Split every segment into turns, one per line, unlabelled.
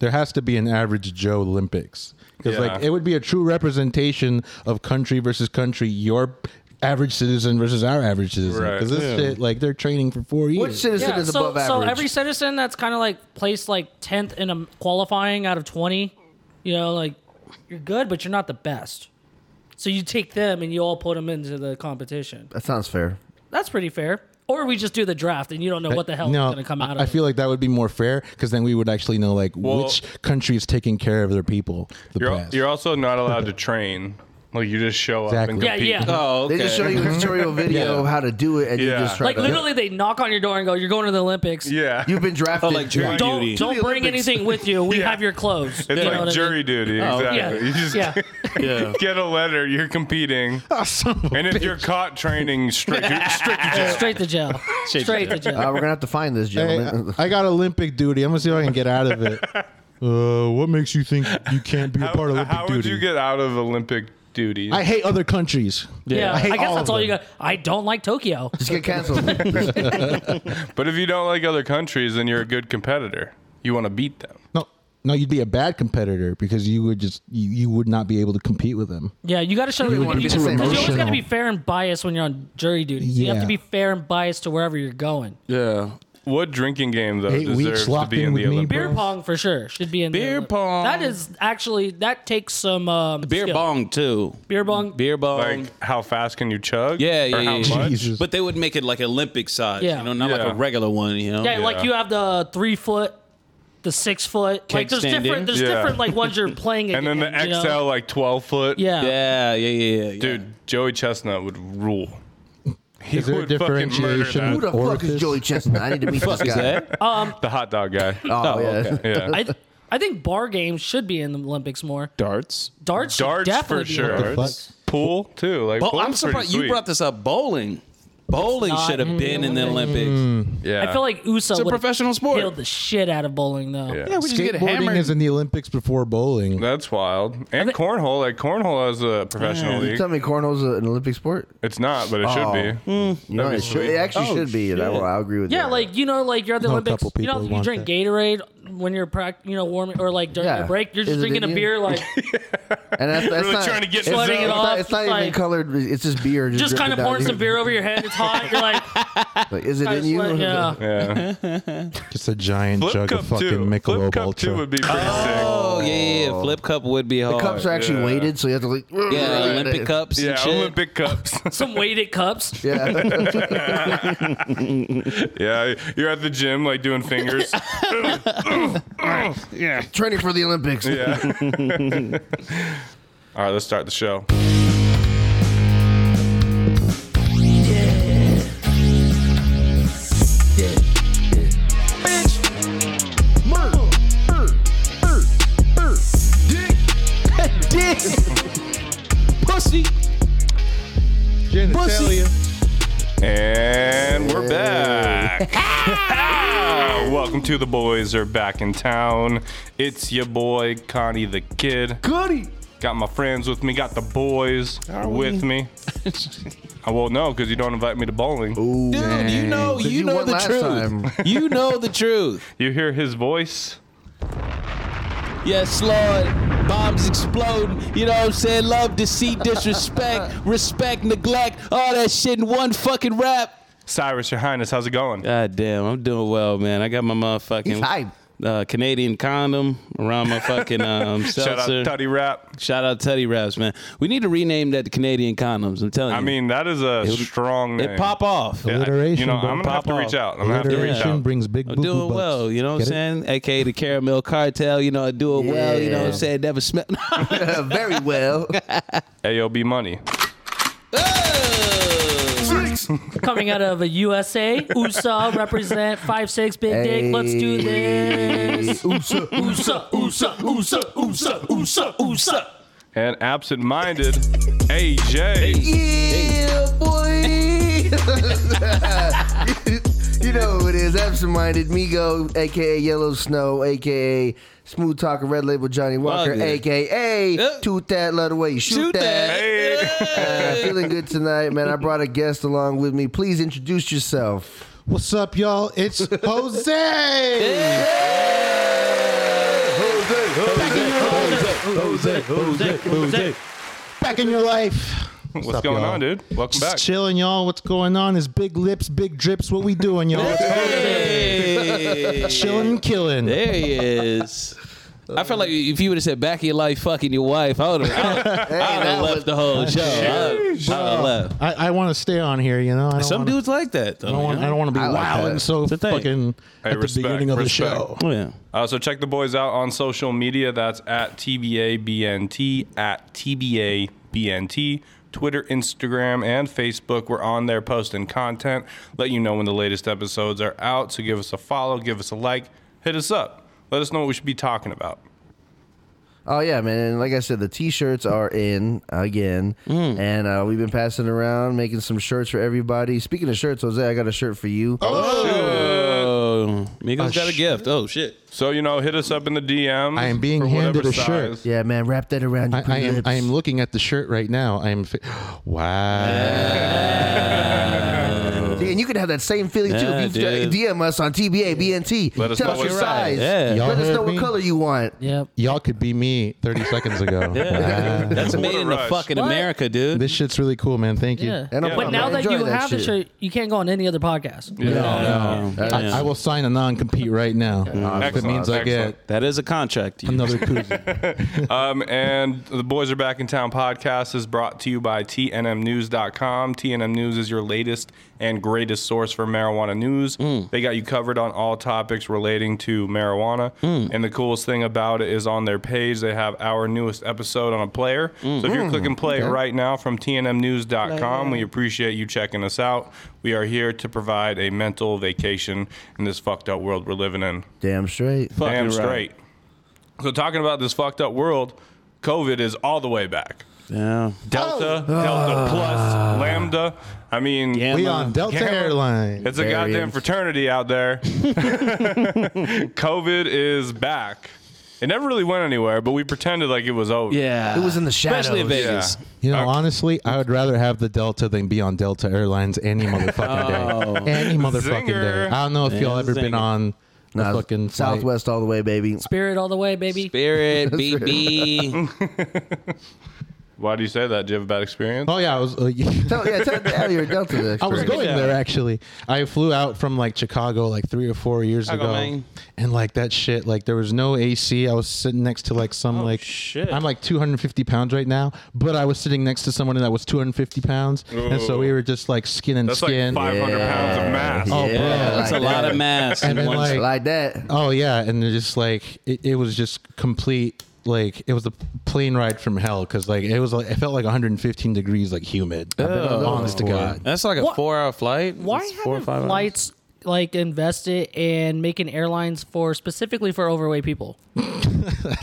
There has to be an average Joe Olympics because like
Yeah.
it would be a true representation of country versus country. Your average citizen versus our average citizen.
Right.
Because this
Yeah.
shit, like they're training for four years.
Which citizen is
so,
above
so
average?
every citizen that's kind of like placed like 10th in a qualifying out of 20, you know, like you're good, but you're not the best. So you take them and you all put them into the competition.
that sounds fair.
That's pretty fair. Or we just do the draft and you don't know what the hell is going to come out of
I
it.
feel like that would be more fair because then we would actually know like
Well-
which country is taking care of their people. The
You're,
best.
you're also not allowed to train. Like you just show up and
Exactly.
compete.
Yeah, yeah.
Oh, okay.
They just show you a tutorial video of how to do it, and you
Yeah.
just try
like
Oh,
to.
literally they knock on your door and go, you're going to the Olympics.
yeah.
You've been drafted.
Oh, like jury
Don't,
duty.
don't
To the
bring
Olympics.
anything with you. We
Yeah.
have your clothes.
it's
You know what I
like jury duty. Exactly.
mean?
You just
Yeah. yeah.
Yeah.
get a letter. You're competing.
Ah,
and if you're caught training, strict, you're strict.
Straight to jail.
Straight to
Straight to
jail.
Uh,
jail.
we're gonna have to find this
Hey, uh,
gentleman.
I I got Olympic duty. I'm gonna see if I can get out of it. Uh, what makes you think you can't be a part of
How,
Olympic
how would
duty?
you get out of Olympic duty?
I hate other countries.
Yeah. I,
hate
guess
all
that's
of
all you
them.
got. I don't like Tokyo.
Just get canceled.
but if you don't like other countries, then you're a good competitor. You want to beat them.
No, no, you'd be a bad competitor because you would just you, you would not be able to compete with them.
Yeah, you got to show. You,
wanna be
you,
the same.
you always got to
Emotional.
be fair and biased when you're on jury duty. You have
Yeah.
to be fair and biased to wherever you're going.
Yeah.
What drinking game though
Eight weeks
deserves to
locked
be
in
in, the
with me,
Olympics?
Beer pong for sure should be in the-
Beer pong.
That is actually that takes some um,
Beer
skill.
bong too.
Beer bong.
Beer bong.
Like how fast can you chug?
yeah,
Or
yeah,
how
yeah.
much?
Jesus.
But they would make it like Olympic size,
Yeah.
you know, not like
Yeah.
a regular one, you know.
Yeah, like you have the three foot, the six foot. like
Keg
there's
stand
different.
in?
There's
Yeah.
different like ones you're playing.
And then the
against,
XL
you know?
like twelve foot.
Yeah.
Yeah, yeah, yeah, yeah, yeah.
Dude, Joey Chestnut would rule.
Is there a
would fucking murder
differentiation?
that.
Who the
with
fuck
orifice?
is Joey Chestnut? I need to meet this
Fuck is
guy.
that?
The hot dog guy.
Oh, yeah.
yeah.
I I think bar games should be in the Olympics more.
Darts.
Darts. should
Darts
definitely
for
be in
sure.
the Olympics.
Fuck.
Pool too. Like
Well,
pool's
I'm
pretty
surprised you
sweet.
brought this up. Bowling. Bowling
Not
should have
in
been
the
in the Olympics.
Yeah.
I feel like USA
It's a
would
professional sport.
killed the shit out of bowling though.
Yeah.
Yeah, we just get
Skateboarding
hammered.
is in the Olympics before bowling.
that's wild. And cornhole. Like cornhole has a professional
Yeah.
You
league.
tell me cornhole's an Olympic sport?
It's not, but it
Oh.
should be.
You know,
That'd be
it, should,
sweet.
it actually should be. and I, will, I'll agree with
Oh, Yeah,
that.
like you know, like you're at the
No, a
Olympics.
couple
You know,
people
you
want
drink
that.
Gatorade when you're prac, you know, warming or like during
Yeah.
your break. You're just
Is it
drinking a
Indian?
beer, like
and that's, that's
Really
not,
trying to get
it's,
in the
it's
zone.
not, it's not even
Like-
colored. It's just beer. Just,
just kind of
dripping down
pouring
your-
some beer over your head. It's hot. You're like,
Like, is it
I
in
just
you?
went, yeah.
Yeah.
Just a giant
Flip
jug
cup
of fucking
too. Flip
Michelob
cup
Ultra.
too would be pretty
Oh yeah, yeah, yeah. Flip cup would be hard.
The cups are actually
yeah.
weighted, so you have to like.
yeah, Olympic cups.
sick.
and
Yeah,
shit.
Olympic cups.
Some weighted cups.
Yeah,
yeah, you're at the gym like doing fingers.
training for the Olympics.
Yeah. All right, let's start the show.
Pussy.
Genitalia.
And we're back. Ah, Welcome to the boys are back in town. It's your boy Connie the Kid.
Goody.
Got my friends with me. Got the boys with me. I won't know because you don't invite me to bowling.
Dude, you know,
Did
you
you
know
won
the
last
truth.
time.
you know the truth.
You hear his voice?
Yes, Lord. Bombs exploding. You know what I'm saying? Love, deceit, disrespect, respect, neglect, all that shit in one fucking rap.
Cyrus, your highness, how's it going?
God damn, I'm doing well, man. I got my
He's
motherfucking
hype.
uh, Canadian condom around my fucking um,
Shout
seltzer.
out Tutty Rap.
Shout out Teddy Raps, man. We need to rename that to Canadian condoms. I'm telling you.
I mean, that is a strong name.
Mm. it pop off.
Yeah, I- you
Alliteration,
know,
bro.
I'm gonna have to
Pop
reach out.
off.
I'm gonna have to reach
Alliteration
out.
brings big
I'm
boo-boo
doing
bucks.
well, you know what I'm
Get it?
saying? AKA the Caramel Cartel, you know, I do it well, you know what I'm
Yeah.
saying? Never smell.
Uh, Very well.
AOB money.
Oh,
Coming out of a USA, USA represent five six big dick. Let's do this. USA, USA, USA, USA, USA, USA.
And absent-minded, AJ.
Yeah, boy. you know who it is. Absent minded Migo, aka Yellow Snow, aka Smooth Talker, Red Label Johnny Walker,
Fuck it.
aka
Yep.
Toot That, Let Away, Shoot,
Shoot that.
Uh, feeling good tonight, man. I brought a guest along with me. Please introduce yourself.
What's up, y'all? It's Jose.
Jose, Jose, Jose.
Back in your life.
What's
up,
going
y'all?
on, dude? Welcome
Just
back.
chilling, y'all. What's going on? Is big lips, big drips. What we doing, y'all?
Hey.
Chilling and killing.
There he is. I feel like if you would have said back in your life, fucking your wife, I would have
that
left
was-
the whole show. I would have left.
I, I want to stay on here, you know. I don't
Some
wanna,
dudes like that. Though,
I don't want.
you
I don't want to be
I like
wild
that.
and so
a thing.
fucking
Hey,
at the
respect,
beginning of
respect.
the show.
know? Oh, yeah.
Uh, so check the boys out on social media. That's at TBABNT, at TBABNT, Twitter, Instagram, and Facebook. We're on there posting content, let you know when the latest episodes are out. So give us a follow, give us a like, hit us up. Let us know what we should be talking about.
Oh yeah, man! And like I said, the t-shirts are in again, and uh, we've been passing around, making some shirts for everybody. Speaking of shirts, Jose, I got a shirt for you.
Oh, Migos got a gift. Oh shit.
So, you know, hit us up in the DM.
I am being
for
handed
whatever
a shirt.
size.
Yeah, man, wrap that around your
I, I am.
lips.
I am looking at the shirt right now. I am. Fi- wow.
See, and you can have that same feeling too.
Yeah,
If you
dude.
DM us on TBA BNT,
Let us
tell
know
us
what
your
size.
size.
Yeah.
Y'all
Let us
heard
know what
me?
color you want.
Yep.
Y'all could be me 30 seconds ago. Wow.
That's
What
made
a
in the
rush.
fucking
What?
America, dude.
This shit's really cool, man. Thank you.
Yeah.
And I'm-
But
I'm
now that
enjoying
you have the
shit.
shirt, you can't go on any other podcast.
Yeah.
I,
Yeah.
I will sign a non-compete right now. If it
Excellent,
means I
excellent.
get
that is a contract. You-
another koozie.
Um, and the Boys Are Back in Town podcast is brought to you by TNMnews.com. TNM News is your latest and greatest source for marijuana news. They got you covered on all topics relating to marijuana. And the coolest thing about it is on their page, they have our newest episode on a player. So if you're clicking play right now from TNMnews.com, we appreciate you checking us out. We are here to provide a mental vacation in this fucked up world we're living in.
Damn straight.
Fucking
Damn
right.
straight. So talking about this fucked up world, COVID is all the way back.
Yeah.
Delta, Delta Plus, Lambda. I mean,
We on Delta
Gamma.
Airline.
it's a goddamn
variants.
fraternity out there. COVID is back. It never really went anywhere, but we pretended like it was over.
Yeah.
It was in the
Especially in
shadows.
Yeah.
Vegas.
You know, honestly, I would rather have the Delta than be on Delta Airlines any
Oh.
motherfucking day. Any motherfucking
Zinger.
day. I don't know if y'all
Yeah,
ever been
zinger.
on the
Nah,
fucking flight.
Southwest all the way, baby.
Spirit all the way, baby.
Spirit, BB.
Why do you say that? Do you have a bad experience?
Oh yeah, I was. Uh,
Tell, yeah, tell tell your Delta the
I was
experience.
going there actually. I flew out from like Chicago like three or four years
Chicago,
ago,
man.
and like that shit, like there was no AC. I was sitting next to like
Oh,
some like
shit.
I'm like 250 pounds right now, but I was sitting next to someone that was 250 pounds, and so we were just like skin and
That's
skin.
like 500 pounds of mass.
oh, bro.
Yeah,
That's a
like
lot
that.
of mass.
And
in
then,
one
like-
Like that.
Oh yeah, and they're just like it, it was just complete like it was a plane ride from hell because like it was like it felt like 115 degrees like humid.
Oh,
honest to God.
That's like a
What-
four-hour flight.
Why
It's
haven't flights like invested in making airlines for specifically for overweight people?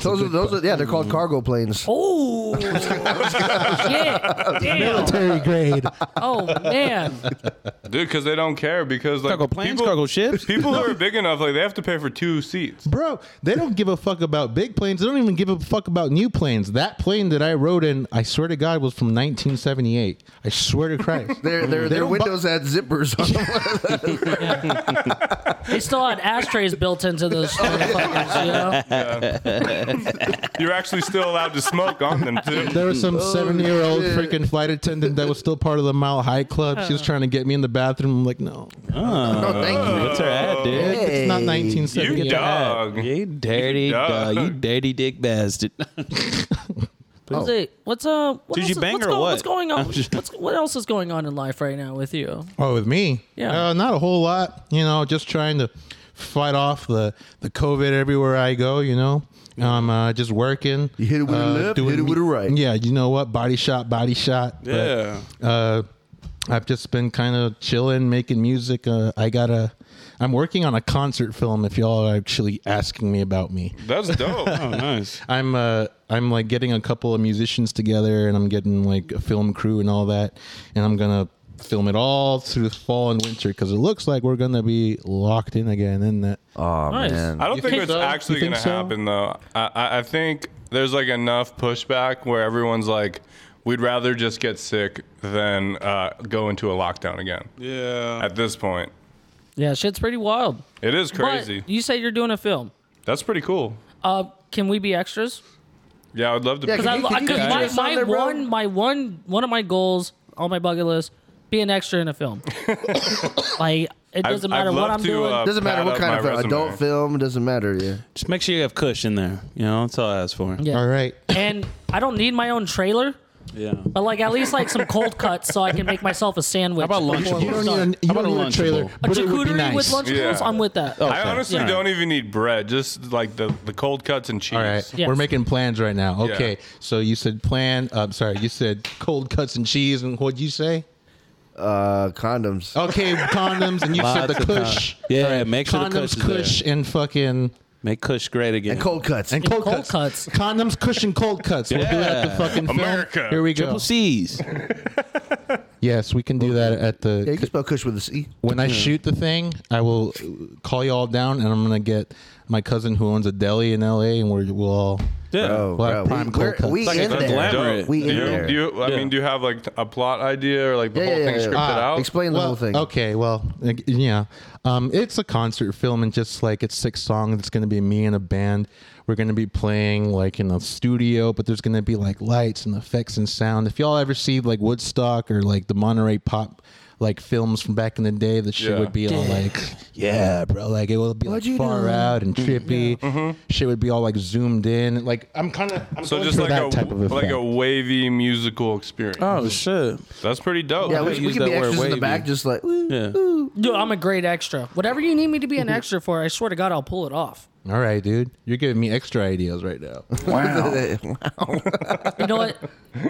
Those are, those are, yeah, they're called cargo planes.
Oh, yeah, damn.
Military grade.
Oh man,
Dude, because they don't care. Because like
Cargo planes,
people,
cargo ships.
people who are big enough, like they have to pay for two seats.
Bro, they don't give a fuck about big planes. They don't even give a fuck about new planes. That plane that I rode in, I swear to God, was from 1978. I swear to Christ.
Their, their,
Mm. They
their
don't bu-
windows had zippers on them.
they still had ashtrays built into those motherfuckers. You know,
Oh.
You're actually still allowed to smoke on them too.
There was some seven year old
Oh, shit.
freaking flight attendant that was still part of the Mile High Club. She was trying to get me in the bathroom. I'm like, no.
Oh, thank you.
What's her at, dude?
It's not
Hey.
1978.
You dog.
You dirty,
Dog.
dog. you dirty dick bastard.
what's it? What's uh? What
Did
else
you
is-
bang
what's
or
go-
what?
What's going on?
I'm just-
What's, what else is going on in life right now with you?
Oh, with me?
Yeah.
Uh, not a whole lot. You know, just trying to fight off the, the COVID everywhere I go, you know? I'm uh, just working. You
hit it with the left, hit it with the right.
Yeah, you know what? Body shot, body shot. But,
Yeah.
uh, I've just been kind of chilling, making music. Uh, I got to I'm working on a concert film. If y'all are actually asking me about me,
That's dope.
nice.
I'm uh, I'm like getting a couple of musicians together, and I'm getting like a film crew and all that, and I'm gonna film it all through fall and winter because it looks like we're gonna be locked in again, isn't it?
Oh,
Nice.
man.
I don't
You
think,
think
it's
so?
actually
You
going
think
to
so?
happen, though. I- I, I think there's like enough pushback where everyone's like, we'd rather just get sick than uh, go into a lockdown again.
Yeah.
At this point,
Yeah, shit's pretty wild.
it is crazy.
But you say you're doing a film.
That's pretty cool.
Uh, Can we be extras?
Yeah, I would love to.
Yeah,
be-
Because I,
Can you- can you
because
get
my,
us on
my
there, bro?
one, my one, one of my goals on my bucket list, be an extra in a film. like it
I've-
doesn't
I'd
matter what
love
I'm
to,
doing.
uh,
It
Doesn't matter
Pat
what
up
kind
my
of film,
resume.
adult film, doesn't matter. Yeah.
Just make sure you have Kush in there. You know, that's all I ask for.
Yeah.
All right.
and I don't need my own trailer,
Yeah.
but like at least like some cold cuts so I can make myself a sandwich.
How about
Well, you
Lunchables?
don't need a, you
How about
don't
a
need a trailer,
Lunchable?
a
but it would be
charcuterie
nice.
with lunchables?
Yeah.
I'm with that.
Oh.
I
Okay.
honestly
Yeah.
don't even need bread. Just like the, the cold cuts and cheese.
All right,
Yes.
we're making plans right now.
Yeah.
Okay, so you said plan. I'm sorry, you said cold cuts and cheese, and what'd you say?
Uh, condoms.
Okay, condoms, and you said
Lots
the
of con-
Kush.
Yeah,
All
make sure the
condoms,
Kush is there.
Kush, and fucking
Make Kush great again.
And cold cuts.
and cold,
cold
cuts.
cuts.
Condoms, Kush, and cold cuts. We'll do that at the
Yeah.
fucking film.
America.
Here we go.
Triple C's.
Yes, we can do that at the.
yeah, you can spell Kush with a C.
when I shoot the thing, I will call you all down, and I'm gonna get my cousin who owns a deli in L.A. and we're, we'll all. Well,
Oh,
prime
bro, we, we're-
cold cuts.
we
Like
in
a
there.
glamour.
Dope.
We
do
in
you,
there.
Do you, I mean, do you have like a plot idea or like the
Yeah,
whole
yeah,
thing
yeah. Uh,
scripted
Ah,
out?
Explain the
Well,
whole thing.
Okay, well, like, yeah, um, it's a concert film, and just like it's six songs, it's gonna be me and a band. We're gonna be playing like in a studio, but there's gonna be like lights and effects and sound. If y'all ever see like Woodstock or like the Monterey Pop. Like films from back in the day, the shit
Yeah.
would be all like, yeah, bro, like it would be
What'd
like
you
far
do?
out and trippy. Shit would be all like zoomed in. Like I'm kind of I'm
so
going
just
for
like
that
a
type of
like
effect.
a wavy musical experience.
Oh shit.
That's pretty dope.
Yeah,
Use
we, we
that
can be
word,
extras in the
wavy.
back, just like. woo.
Yeah.
Dude, I'm a great extra. Whatever you need me to be an extra for, I swear to God, I'll pull it off.
all right, dude, you're giving me extra ideas right now.
You know what?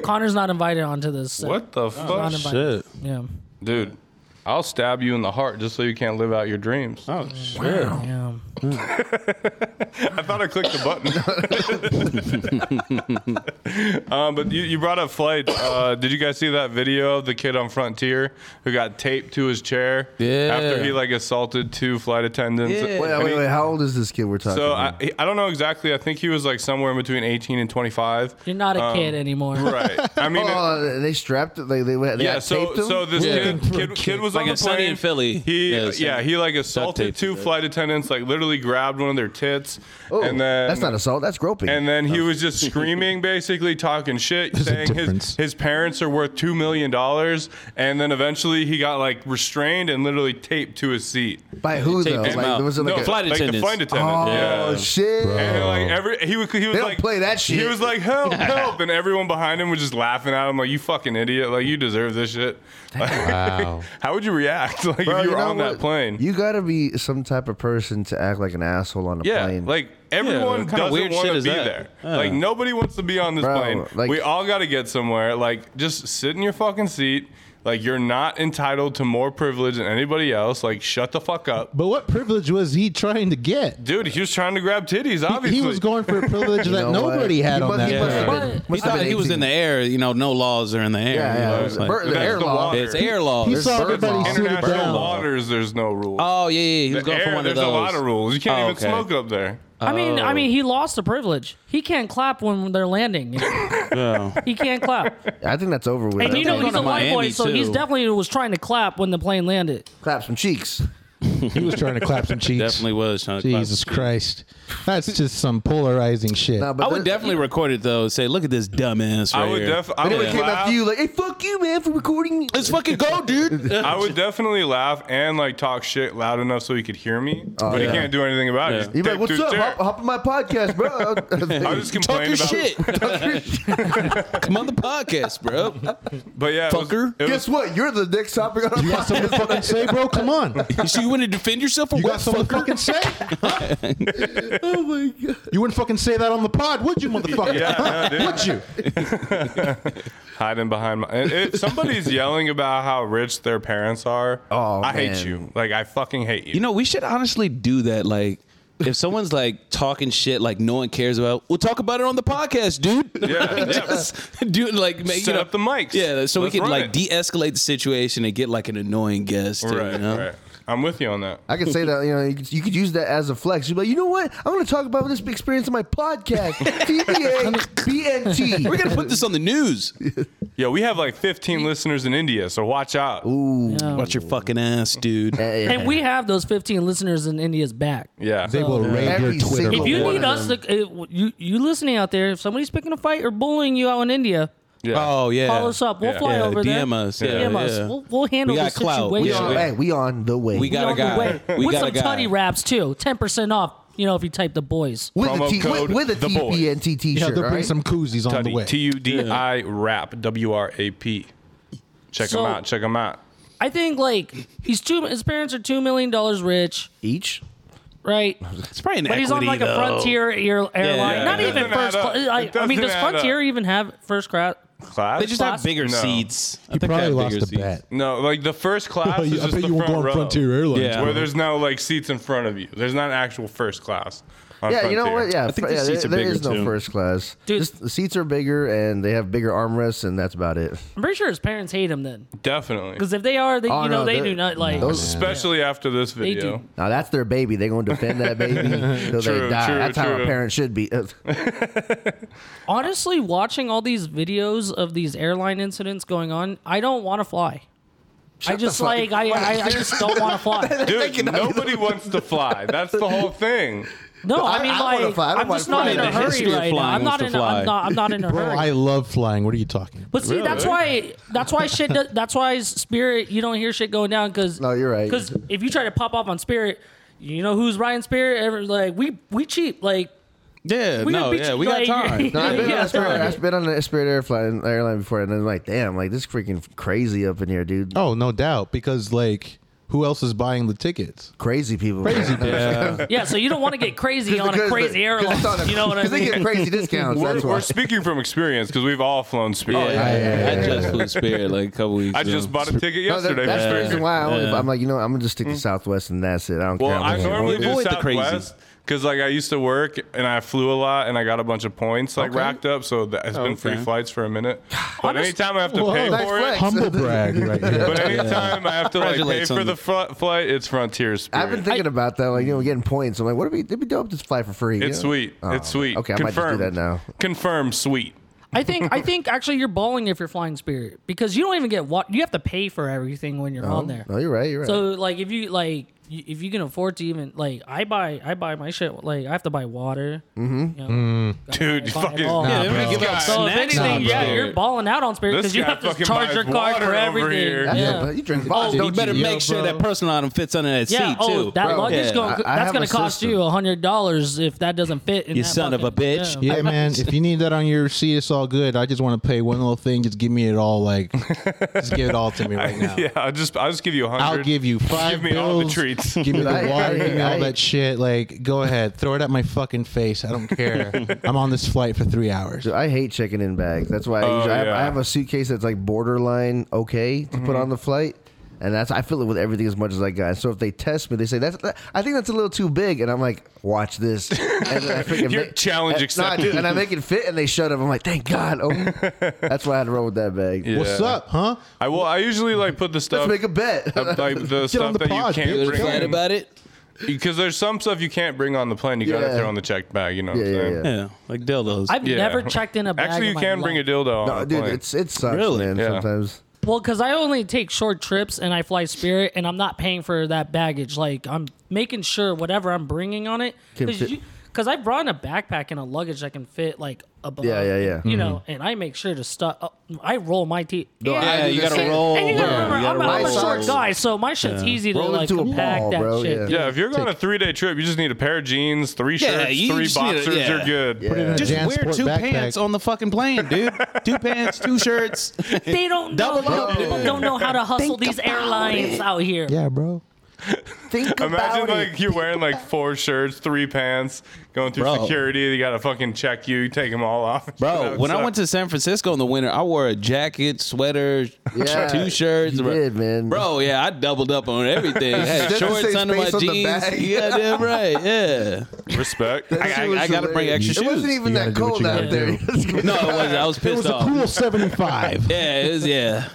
Connor's not invited onto this. set.
what the fuck,
not invited.
Shit.
Yeah.
dude? I'll stab you in the heart just so you can't live out your dreams.
Oh shit.
Yeah.
I thought I clicked the button. um, but you, you brought up flight. Uh, did you guys see that video of the kid on Frontier who got taped to his chair
Yeah.
after he like assaulted two flight attendants?
Yeah.
Wait,
And
wait,
he-
wait. How old is this kid we're talking
So I,
about?
I don't know exactly. I think he was like somewhere in between 18 and 25.
You're not a kid anymore.
Um, Right. I mean, it-
oh, they strapped it. Like they, they
yeah.
got
so
taped him?
so this
Yeah.
kid, kid kid was
Like
on
in
the
Sunny
plane
in Philly.
He
Yeah,
yeah,
Sunny.
he like assaulted
Duct taped
two
it.
flight attendants. Like literally grabbed one of their tits,
Oh,
and then
that's not assault. That's groping.
and then he was just screaming, basically talking shit,
a
saying his,
difference.
his parents are worth two million dollars, and then eventually he got like restrained and literally taped to his seat.
By who
Take
though?
him
Like,
out.
was it like
no,
a,
flight
like the
attendants.
flight attendant.
Oh
yeah.
shit!
And like every he was he was
Oh. They don't
like
play that
He
shit.
was like help help, and everyone behind him was just laughing at him like you fucking idiot, like you deserve this shit. Like,
Wow.
how would you react like
Bro,
if you were
know
on
what?
that plane?
You gotta be some type of person to act like an asshole on a
yeah,
plane.
like
what
everyone
kind of
doesn't
weird
want to
shit
be
is that?
there.
Yeah.
Like nobody wants to be on this
Bro,
plane.
like-
we all got to get somewhere. Like just sit in your fucking seat. Like you're not entitled to more privilege than anybody else. Like shut the fuck up.
But what privilege was he trying to get?
Dude, he was trying to grab titties,
He-
obviously.
He was going for a privilege that
know
nobody
what?
had
He
on
must-
that.
he must have
trip.
been- must
But-
He
have
thought
been
he was in
18.
the air. You know, no laws are in the air.
Yeah,
you
yeah,
know,
it was
it's like-
bur- the
That's
air
the
law.
water.
it's air laws.
He saw
bird
everybody
law.
suited
International
down.
waters, there's no rule.
Oh yeah, yeah. He was
The
going
air,
for one of
there's
those.
a lot of rules. You can't
Oh,
even
okay.
smoke up there.
I mean, I mean, he lost the privilege. He can't clap when they're landing. you know? He can't clap.
I think that's over with.
And
I
you know
think-
he's a white
Miami,
boy, so he's
too.
definitely was trying to clap when the plane landed.
clap some cheeks.
He was trying to clap some cheeks.
Definitely was. Trying to clap.
Jesus Christ. That's just some polarizing shit.
No, but
I would
there-
definitely record it though. and Say, look at this dumbass right
I would
here.
definitely. I
They
would
would've came
laugh.
after you like, "Hey, fuck you, man, for recording me."
Let's fucking go, dude.
I would definitely laugh and like talk shit loud enough so he could hear me, but
yeah.
he can't do anything about
Yeah.
it.
You're
He's
like, "What's up? Hop, hop on my podcast, bro."
I was just
Talk
complaining
your
about
shit. Come on the podcast, bro.
But yeah, it was-
Fucker.
it was-
Guess what? You're the next topic on our
you got
podcast.
something to fucking say, bro? Come on.
You see, you want to defend yourself or
You got
what?
something to fucking say?
Oh my god!
You wouldn't fucking say that on the pod, would you, motherfucker?
yeah, no, dude.
Would you?
hiding behind my. and It, somebody's yelling about how rich their parents are.
Oh,
I hate
man.
you. Like I fucking hate you.
You know, we should honestly do that. Like, if someone's like talking shit, like no one cares about, we'll talk about it on the podcast, dude.
Yeah, yeah.
Just do like make
Set
you know,
up the mics.
Yeah,
Let's
so we can
run
like
it.
de-escalate the situation and get like an annoying guest. too,
right,
you know?
right. I'm with you on that.
I could say that you know you could, you could use that as a flex. You'd be like, you know what? I'm going to talk about this experience in my podcast. TBA BNT.
We're gonna put this on the news.
Yo, we have like 15 listeners in India, so watch out.
Yeah.
Watch your fucking ass, dude.
And we have those 15 listeners in India's back.
Yeah.
They will raid your
Every
Twitter.
Oh,
single
If you
one
need
of
us,
them.
to, if you you listening out there, if somebody's picking a fight or bullying you out in India,
yeah.
Oh yeah.
call us up. We'll
Yeah.
fly
Yeah,
over there.
DM us. Yeah,
DM us.
yeah.
We'll, we'll handle
We
the
got clout. We
situation.
got-
hey, we on the way.
We got a
on the
guy.
way.
We
with
got
some
a guy.
tutty wraps too. Ten percent off. You know, if you type the boys.
with
Promo
a T
code
with, with a
the boys.
TBNT
yeah,
T-shirt.
they'll
all
bring
right?
some koozies on the
Tuddy,
way.
T U D I rap, W R A P. Check
So-
them out. Check them out.
I think like he's two. His parents are two million dollars rich,
each.
right?
It's probably an
But he's on
equity,
like a
though.
Frontier air, airline.
yeah.
Not
It
even
doesn't add
first.
up.
Cl- I,
It
I mean, does
doesn't add
Frontier even have first class?
Class?
They just have
Class?
bigger
No.
seats. I
He
think they
probably
have
lost
bigger
a
seats.
bet.
no, like the first class is
I
just
bet
the
you won't
front
go on
row.
Frontier Airlines.
Yeah.
bro.
Where there's no like seats in front of you. There's not actual first class. on
Yeah, you know
Frontier.
what? Yeah,
think
fr-
the
yeah,
seats
there-
are
there is
bigger,
no
too.
first class.
Dude.
Just, the seats are bigger and they have bigger armrests, and that's about it.
I'm pretty sure his parents hate him then,
Definitely.
because if they are, they
Oh,
you know
no,
they
they're-
do not like.
Those,
Especially after this
They
video.
do.
Now that's their baby. They're going to defend that baby till
True,
they die.
true,
that's how
true.
a parent should be.
Honestly, watching all these videos of these airline incidents going on, I don't want to fly. I just like I, I I just don't want to fly.
Dude, nobody wants to fly. That's the whole thing.
No, I mean
I wanna
like
fly. I don't
I'm
wanna
just not
fly.
in a
The
hurry
history of
right now.
flying
I'm
wants
not
to
in. A,
fly.
I'm not. I'm not in a
Bro,
hurry.
I love flying. What are you talking?
But see, that's why that's why shit. Does, that's why Spirit. You don't hear shit going down because
No, you're right.
Because if you try to pop off on Spirit, you know who's Ryan Spirit. Ever like we we cheap like
Yeah,
We
no,
would be
yeah, we
like-
got time.
No, I've
Oh,
been, on
Yeah.
a Spirit, I've been on a Spirit airplane, airline before, and then like, damn, like this is freaking crazy up in here, dude.
Oh, no doubt. Because, like, who else is buying the tickets?
Crazy people. Crazy people.
Yeah.
yeah. So you don't want to get crazy on a crazy airline. you know what I
Because they
mean?
get crazy discounts.
We're,
that's why. Oh,
we're speaking from experience because we've all flown Spirit.
Yeah, I just flew Spirit like a couple weeks
I
ago.
just bought a ticket
No, that-
yesterday.
that's
for
the
Spirit.
reason why I only, I'm like, you know, what, I'm gonna just stick to Southwest and that's it. I don't care.
Mm. Well,
I'm
I
like,
normally do
Avoid the crazy.
Southwest because like I used to work and I flew a lot and I got a bunch of points like
Okay.
racked up, so that has been free
Okay.
fleets for a minute. But anytime I have to
Whoa.
pay
Nice
for
flex.
it,
Humble brag right here.
but anytime I have to like pay
Congratulates
for
on
the fl- flight, it's Frontier Spirit.
I've been thinking about that, like you know, getting points. I'm like, what do we? It'd be dope to fly for free. you
it's
know?
sweet.
Oh,
it's sweet.
Okay, I might
Confirmed.
just do that now.
Confirmed. Sweet.
I think I think actually you're balling if you're flying Spirit because you don't even get what you have to pay for everything when you're on there.
No, you're right. You're right.
So like if you like y- if you can afford to even like I buy I buy my shit like I have to buy water. Mm-hmm.
Dude, you fucking.
Nah,
Yeah,
bro.
they give out
So
So if
snacks.
anything,
on
yeah,
Spirit.
you're balling out on Spirit
This
because you
guy
have to
fucking
charge
buys
your card
water
for
over
everything.
here.
Yeah.
yeah,
yeah.
but you drink
Oh,
vodka.
you better
Yeah,
make sure
bro.
that personal item fits under that seat
oh,
too.
that
Bro,
luggage
yeah.
going.
I- I
that's
have
gonna
a
cost
system.
you a hundred dollars if that doesn't fit. In
You
that
son of a
bucket.
bitch.
Yeah.
Yeah, man. If you need that on your seat, it's all good. I just want to pay one little thing. Just give me it all. Like, just give it all to me right now.
Yeah, I'll just I'll just give you a hundred.
I'll give you five
Give me
bills.
all the treats.
Give me the
Right,
water. Give me all
right.
that shit. Like, go ahead, throw it at my fucking face. I don't care. I'm on this flight for three hours.
Dude, I hate checking in bags. That's why I,
Oh,
usually, I, have,
yeah. Mm-hmm.
I have a suitcase that's like borderline okay to put on the flight, and that's I fill it with everything as much as I got. So if they test me, they say that's that, I think that's a little too big, and I'm like, watch this. And then I freaking
Your
make-
challenge
and, no, I do,
accepted.
and I make it fit, and they shut up. I'm like, thank God. Oh, that's why I had to roll with that bag.
Yeah.
What's up, huh?
I will. I usually like put the
Let's
stuff
make a bet.
uh, like the
on
stuff
the
that
pod,
you can't
dude.
bring
Glad
in.
about it.
because there's some stuff you can't bring on the plane. You gotta
Yeah.
throw in the checked bag. You know. what I'm
Yeah, yeah,
saying?
yeah.
Yeah, like dildos.
I've
Yeah.
never checked in a bag.
Actually,
in
you
my
can bring a
life.
dildo. on
No,
a
dude,
plane.
it's it sucks,
Really?
man.
Yeah.
Sometimes.
Well, because I only take short trips and I fly Spirit, and I'm not paying for that baggage. Like I'm making sure whatever I'm bringing on it,
Can fit.
because I brought in a backpack and a luggage that can fit like above.
Yeah, yeah, yeah.
You know, and I make sure to stuff. I roll my teeth.
No, I
yeah,
do
you
the
gotta
same.
roll.
And you
bro.
gotta
you
remember,
gotta
I'm, a- I'm a
roll
short
those.
guy, so my shit's easy to
Roll
like
into a
compact
ball,
that
bro,
shit.
yeah.
yeah, if you're going on a three day trip, you just need a pair of jeans, three
Yeah,
shirts,
you
three
just need a-
boxers.
yeah.
You're good.
Put it in a
Just wear
JanSport
two
backpack.
pants on the fucking plane, dude. two pants, two shirts.
They don't know,
Double up,
people
dude.
don't know how to hustle these airlines out here.
Yeah, bro.
Think
Imagine
about it.
like you're wearing like four shirts, three pants, going through
Bro.
security. They got to fucking check you, take them all off.
Bro, when I went to San Francisco in the winter, I wore a jacket, sweater,
Yeah,
two shirts.
you
bro.
did, man.
Bro, yeah, I doubled up on everything. I had
Doesn't
shorts
say
under my
space on the
jeans.
back.
Yeah, damn right. Yeah.
to respect.
I-
That shit was
I gotta bring
hilarious.
extra
It wasn't
shoes.
You
even
gotta
that
do what
cold
you
out
gotta
there.
No, it wasn't. I was
It was
pissed
a
off.
cool 75.
Yeah, it was, yeah.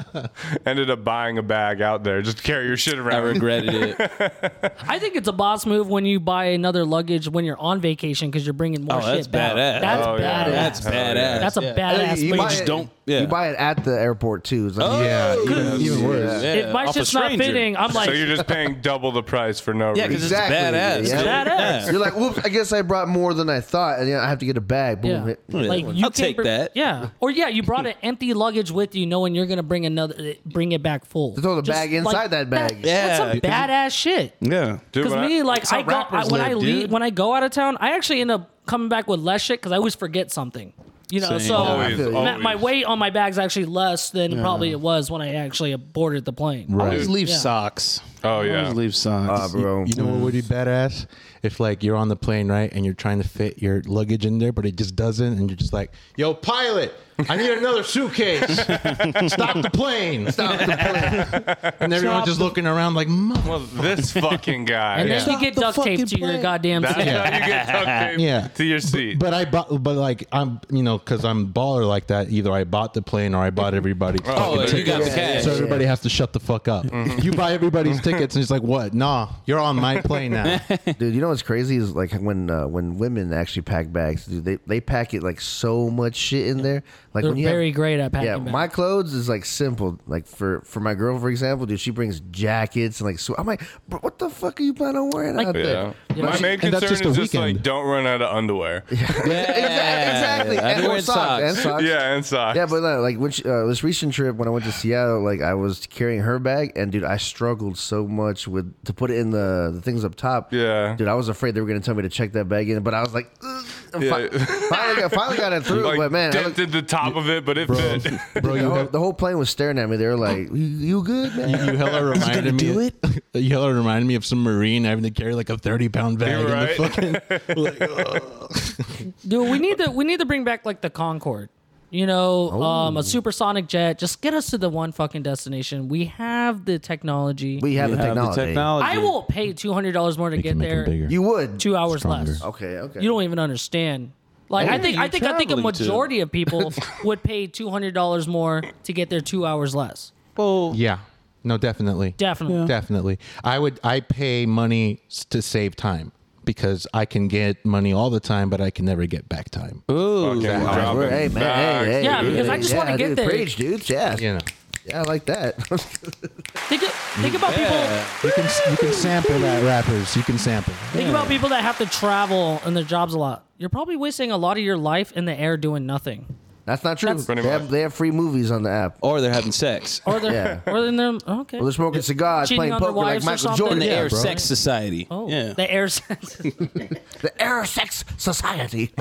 Ended up buying a bag out there just to carry your shit
I
around.
regretted it.
I think it's a boss move when you buy another luggage when you're on vacation because you're bringing more
Oh,
shit
that's
back.
badass.
That's
Oh,
badass.
yeah.
That's
Oh, yeah.
badass.
That's a
yeah.
badass.
you
but
buy
you
it-
just
don't- yeah.
You buy it at the airport too. It's like,
Oh,
Yeah,
yeah.
even, even worse.
Yeah,
If my
off a
shit's not
stranger.
fitting, I'm like,
so you're just paying double the price for no
Yeah, because
reason.
Exactly.
it's badass.
Yeah.
Yeah.
Badass.
Yeah.
You're like, whoops! I guess I brought more than I thought, and yeah, I have to get a bag. Boom.
yeah.
It-
like
I'll
you can't
take
br-
that.
Yeah, or yeah, you brought an empty luggage with you, knowing you're gonna bring another, bring it back full.
Throw the
Just
bag
like
inside that bag.
Yeah.
That's some
because-
badass shit.
Yeah.
Dude,
Because
when I-
me, like
that's how
I go I,
rappers
when
live,
I leave,
dude.
when I go out of town, I actually end up coming back with less shit because I always forget something. You know,
Same.
so
Always,
I feel you.
my, my
always.
weight on my bag's actually less than probably it was when I actually boarded the plane.
Right.
Always leave
Yeah.
socks.
Oh, yeah.
Always leave socks.
Ah, bro.
You know what would be badass? If like you're on the plane, right, and you're trying to fit your luggage in there, but it just doesn't, and you're just like, "Yo, pilot, I need another suitcase. Stop the plane! Stop the plane!" And everyone's just looking around like, "Mother."
Well, this fucking guy.
And
yeah.
then you get duct taped to your goddamn
That's
seat.
how you get duct taped
Yeah.
to your seat.
But I bought, but like I'm, you know, because I'm baller like that. Either I bought the plane or I bought everybody's.
Oh,
fucking
you got the cash. Mm-hmm.
So everybody has to shut the fuck up. You buy everybody's tickets, and it's like, what? Nah, you're on my plane now.
Dude, you know what's crazy is like when uh, when women actually pack bags, dude, they, they pack it like so much shit in there. Like
They're
when you
very
have,
great at packing.
Yeah,
bags.
my clothes is like simple. Like for for my girl, for example, dude, she brings jackets and like so. I'm like, bro, what the fuck are you planning on wearing
Like-
out
yeah.
there?
My main
And that's
concern
just a
is just like
weekend.
don't run out of underwear. Yeah,
Exactly, exactly.
Yeah.
And,
Underwear
or
and
socks,
socks.
and socks.
and socks.
Yeah, but no, like when she, uh, this recent trip when I went to Seattle, like I was carrying her bag, and dude, I struggled so much with to put it in the, the things up top.
Yeah.
dude, I was afraid they were gonna tell me to check that bag in, but I was like, "Ugh." And fi-
Yeah.
finally, I finally got it through.
like
but man, I looked-
dented the top of it, but it fit.
Bro,
the,
you
whole,
have,
the whole plane was staring at me. They were like, "You, you good, man?"
You, you hella reminded me.
do it?
You hella reminded me of some marine having to carry like a thirty pound bag.
You're
In the fucking, like, ugh.
Dude, we need to we need to bring back like the Concorde. You know, um, a supersonic jet. Just get us to the one fucking destination. We have the technology.
We have the
Have
technology.
the technology.
I will pay two hundred dollars more to get there.
You would.
Two hours less.
Stronger.
okay, okay.
You don't even understand. Like I think I think I think a
traveling to-
majority of people would pay two hundred dollars more to get there two hours less.
yeah. No, definitely.
Definitely.
Definitely. I would. I pay money s- to save time because I can get money all the time, but I can never get back time.
Fucking
Hey,
dropping
hey, man, hey, hey,
Yeah,
hey,
because I
hey,
just wanna
yeah,
get
dude,
there.
Preach, dude. Yeah,
You know,
yeah, I like that.
Think think about people
you can you can sample that rappers. You can sample.
think about people that have to travel and their jobs a lot. You're probably wasting a lot of your life in the air doing nothing.
That's not true.
That's-
They
Pretty
have,
much.
they have free movies on the app.
Or they're having sex.
Or they're
Yeah.
or in their okay.
Well, they're smoking cigars,
Cheating
playing
on their
poker like
wives or
Michael
something?
In
Jordan.
the
Yeah,
Air
bro.
Sex Society.
Oh,
yeah.
the air sense.
The air sex society.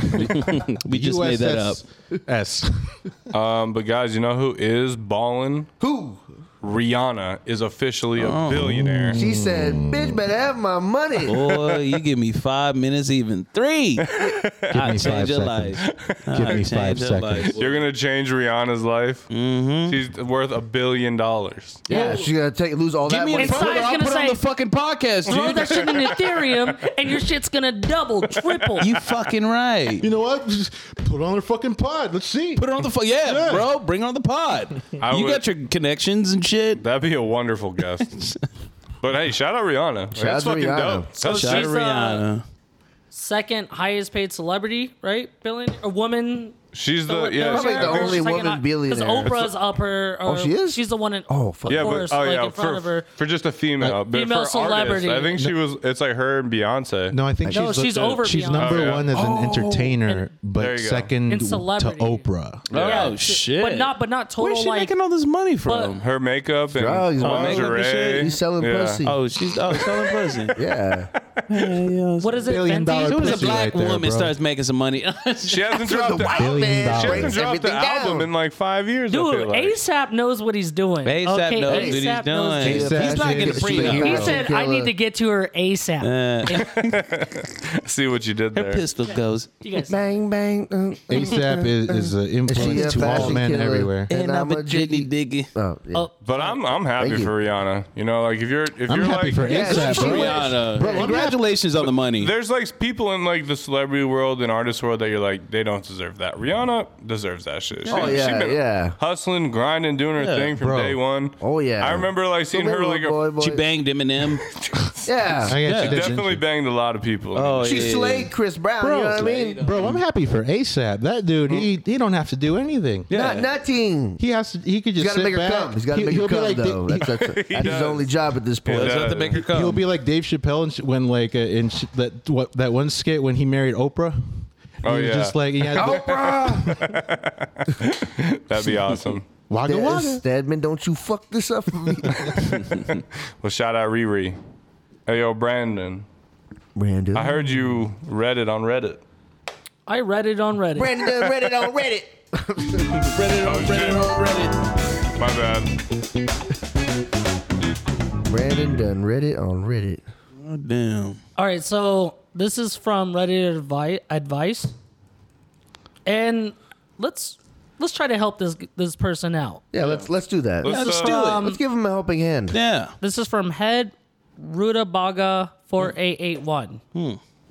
we just made that up.
S.
Um, but guys, you know who is balling?
Who?
Rihanna is officially a billionaire.
She said, "Bitch, better have my money."
Boy, you give me five minutes, even three. Give I
me
change
five
your
seconds.
life.
Give
I
me
change
five
your
seconds.
life.
You're gonna change Rihanna's life. Mm-hmm. She's worth a billion dollars.
Yeah, she's gonna take lose all
Give
that
me
money.
a
Inside-
phone.
Side's
I'll
gonna
put on
say-
the fucking podcast,
Throw
dude.
that shit in Ethereum, and your shit's gonna double, triple.
You fucking right.
You know what? Just put on their fucking pod. Let's see.
Put it on the fu- yeah, bro. Bring it on the pod.
I
you
would-
got your connections and shit.
That'd be a wonderful guest. but hey, shout out Rihanna. Shout That's
out to
fucking
Rihanna.
dope. That's
Shout out
she's, uh,
Rihanna.
Second highest paid celebrity, right? Billion a woman.
She's the
Uh,
cele-
yeah.
Probably
she-
the only woman billionaire.
Because Oprah's up her. Or,
she is?
She's the one in.
Oh, fuck.
Yeah,
course,
but oh
like,
yeah,
in front
for,
of her.
for just a female, but
Female
for artists,
celebrity.
I think she was. It's like her and Beyonce.
No, I think
No,
she's
she's over
She's
Beyonce.
number
Oh, yeah.
one as an entertainer,
There
but
you go.
second
And
to
celebrity.
Oprah.
oh shit.
But not, but not
Where's
total
she
like.
making all this money from?
her makeup and
Drugs, man.
lingerie.
He's selling
yeah.
pussy.
Oh, she's oh selling pussy.
Yeah,
what is it?
Billion
Fenty?
dollar
As soon as a
Pussy
black
right there,
woman
bro.
starts making some money,
She hasn't dropped. a-
billion
Billion man.
She
dollars.
hasn't
Breaks
dropped the
everything down.
album in like five years. I feel
Dude,
like.
ASAP knows what he's doing.
ASAP knows what he's
A$AP knows
doing.
what
He's not
Shit
getting
is
a prenup.
He
Hero.
said, "I need to get to her ASAP."
See what you did there.
Pistol goes.
you guys,
Bang bang. mm, mm.
ASAP is, is an
She a
influence to all
fashion
men
killer.
everywhere.
And
And I'm a jiggy diggy.
Oh, yeah.
Oh,
But I'm I'm happy
Thank you.
for Rihanna. You know, like if you're if
I'm
you're
happy
like
for
Yeah,
ASAP,
she-
bro.
Rihanna. Congratulations on the money.
there's like people in like the celebrity world and artist world that you're like they don't deserve that. Rihanna deserves that shit. She,
Oh,
she
yeah,
been
yeah.
hustling, grinding, doing her thing from
bro.
day one.
Oh, yeah.
I remember like seeing her like a,
boy, boy.
She banged Eminem.
I
Yeah.
guess she did,
definitely
didn't
banged a lot of people.
She slayed Chris Brown.
Bro.
you know what I mean?
she? Bro, I'm happy for ASAP. That dude, he
Mm-hmm.
he don't have to do anything.
Yeah.
Not nothing.
He has to. He could
He's
just
got to
sit
make her
back.
come. He's got to
He-
make her
he'll be
come,
like Da-
though. That's, that's, that's his
does.
only job at this point.
does.
Let's let the maker come.
He'll be like Dave Chappelle and sh- when like uh, in sh- that what that one skit when he married Oprah.
Oh,
he was
yeah.
just like he had
Oprah!
That'd be awesome.
wagga wagga.
Stedman, don't you fuck this up for me.
Well, shout out Riri. Hey, yo, Brandon.
Brandon.
I heard you read it on Reddit.
I read it on Reddit.
Brandon Reddit on Reddit.
Reddit on
Oh, shit.
Reddit on Reddit.
My bad.
Brandon done Reddit on Reddit.
Oh, damn.
All right, so this is from Reddit advi- advice, and let's let's try to help this this person out.
Yeah, let's let's do that.
Let's,
Let's,
Let's
uh,
do it.
Um,
give him a helping hand.
Yeah.
This is from Head Rutabaga four eight eight one.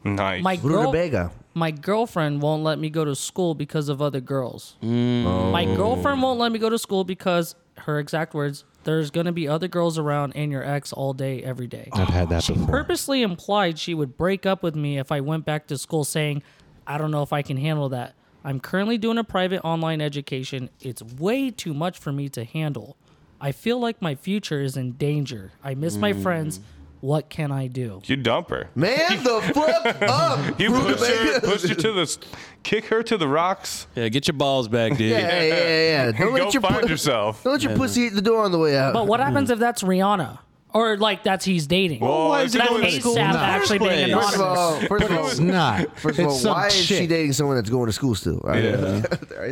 Nice.
My girl,
Rutabaga.
my girlfriend won't let me go to school because of other girls.
Mm.
My
Oh.
girlfriend won't let me go to school because her exact words: "There's gonna be other girls around and your ex all day, every day."
I've had that before.
purposely implied she would break up with me if I went back to school, saying, I don't know if I can handle that. I'm currently doing a private online education. It's way too much for me to handle. I feel like my future is in danger. I miss my
Mm.
friends. What can I do?
you dump her.
Man, the fuck up.
You push her,
Rutabaga.
push her to the, s- kick her to the rocks.
Yeah, get your balls back, dude.
Yeah, yeah, yeah, yeah. Don't
Go
let your
find
pu-
yourself.
Don't let your pussy eat the door on the way out.
But what happens if that's Rihanna? Or like that's he's dating?
Oh,
why
if
is
you
he
that's
go
going
in-
to
ASAP
school
actually
in the first
being
place?
First of
anonymous.
all, first of all,
It's not.
First of
it's
all,
some
why
chick.
is she dating someone that's going to school still? All right.
Yeah.
All right,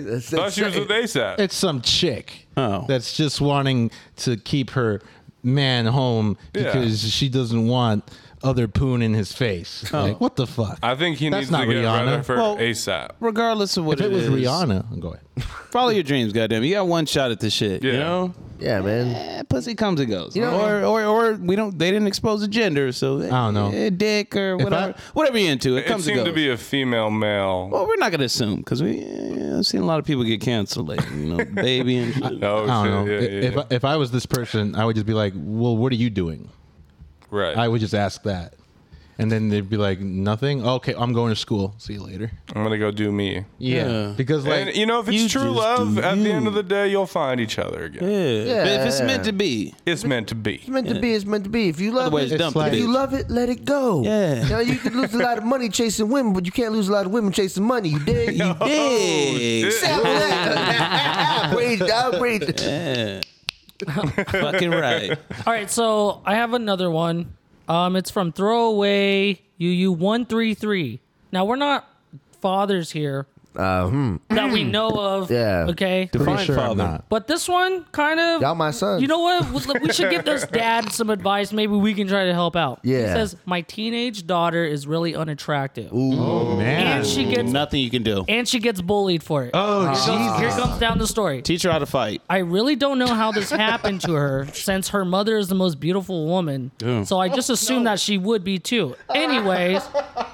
that's-
Thought she was
that's-
with ASAP.
It's some chick
Oh.
that's just wanting to keep her man home
Yeah.
because she doesn't want other poon in his face. Like what the fuck?
Oh. I think he
That's
needs
not
to get
Rihanna.
Rihanna for
Well-
ASAP.
Regardless of what
if it was
is.
Rihanna, go ahead.
Follow your dreams, goddamn. You got one shot at this shit. You
Yeah.
know?
Yeah, man.
Eh, pussy comes and goes.
know-
or, or or we don't they didn't expose the gender, so I
don't know.
dick or whatever.
I-
whatever you're into, it,
It
comes and
seemed
goes.
to be a female male.
well, we're not gonna assume because we eh, I've seen a lot of people get canceled lately, you know, baby and shit.
Oh,
I don't know.
shit. Yeah, yeah,
if
yeah.
I, if I was this person, I would just be like, "Well, what are you doing?"
right.
I would just ask that, and then they'd be like, "Nothing." Okay, I'm going to school. See you later.
I'm gonna go do me.
Yeah,
Yeah.
because like
and you know, if
you
it's true
just
love,
do
at the end
you.
of the day, you'll find each other again.
Yeah. But if it's
Yeah.
meant to be,
It's meant to be.
It's meant to be. It's meant to be. If you love
otherwise
it,
dump
like-
the
if you
bitch.
love it, let it go.
Yeah.
You, know, you can lose a lot of money chasing women, but you can't lose a lot of women chasing money. You dig? You dig?
Oh,
Hey,
Tell me that. Upgrade, upgrade.
fucking right.
All right, so I have another one. Um, it's from Throwaway UU one three three. Now we're not fathers here
Uh, hmm.
that we know of.
Yeah.
Okay.
pretty
Fine
sure I'm
father.
not.
But this one kind of.
Y'all my sons.
You know what? We- We should give this dad some advice. Maybe we can try to help out. He
Yeah.
says my teenage daughter is really unattractive,
Oh man,
and she gets
Nothing you can do.
and she gets bullied for it.
oh Jesus.
Here comes down the story.
Teach her how to fight.
I really don't know how this happened to her since her mother is the most beautiful woman. So I just assumed that she would be too. Anyways,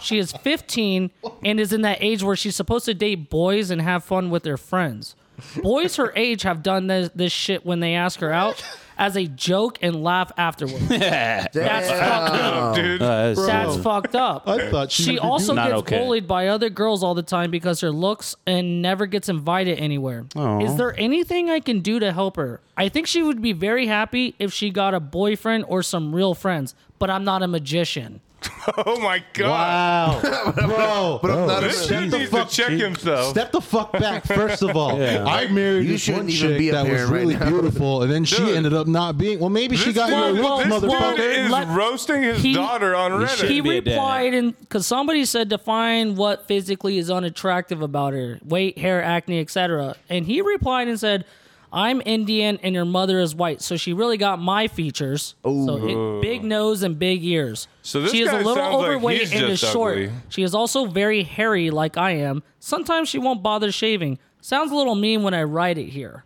she is 15 and is in that age where she's supposed to date boys and have fun with their friends. Boys her age have done this, this shit when they ask her out as a joke and laugh afterwards. That's fucked up.
Dude,
That's fucked up.
I thought she,
She
would
also
do
Not
gets
okay.
bullied by other girls all the time because her looks and never gets invited anywhere. Is there anything I can do to help her? I think she would be very happy if she got a boyfriend or some real friends, but I'm not a magician.
oh my god!
Wow, bro!
But I'm not a
This dude
the
needs to
fuck-
check himself.
Step the fuck back, first of all.
Yeah.
I married
You
this
shouldn't
one
even
chick
be up
that
here
was
right
really
now.
beautiful, and then she
Dude.
ended up not being. Well, maybe she
This
got
dude,
your look,
this dude
motherfucker.
is
Let-
roasting his
He-
daughter on Reddit.
He
should be a dad.
replied and because somebody said define what physically is unattractive about her weight, hair, acne, etc. And he replied and said, "I'm Indian and your mother is white, so she really got my features. So it- big nose and big ears.
So this
she is
guy
a little
sounds like
overweight
he's
and is
just
short.
ugly.
She is also very hairy, like I am. Sometimes she won't bother shaving. Sounds a little mean when I write it here.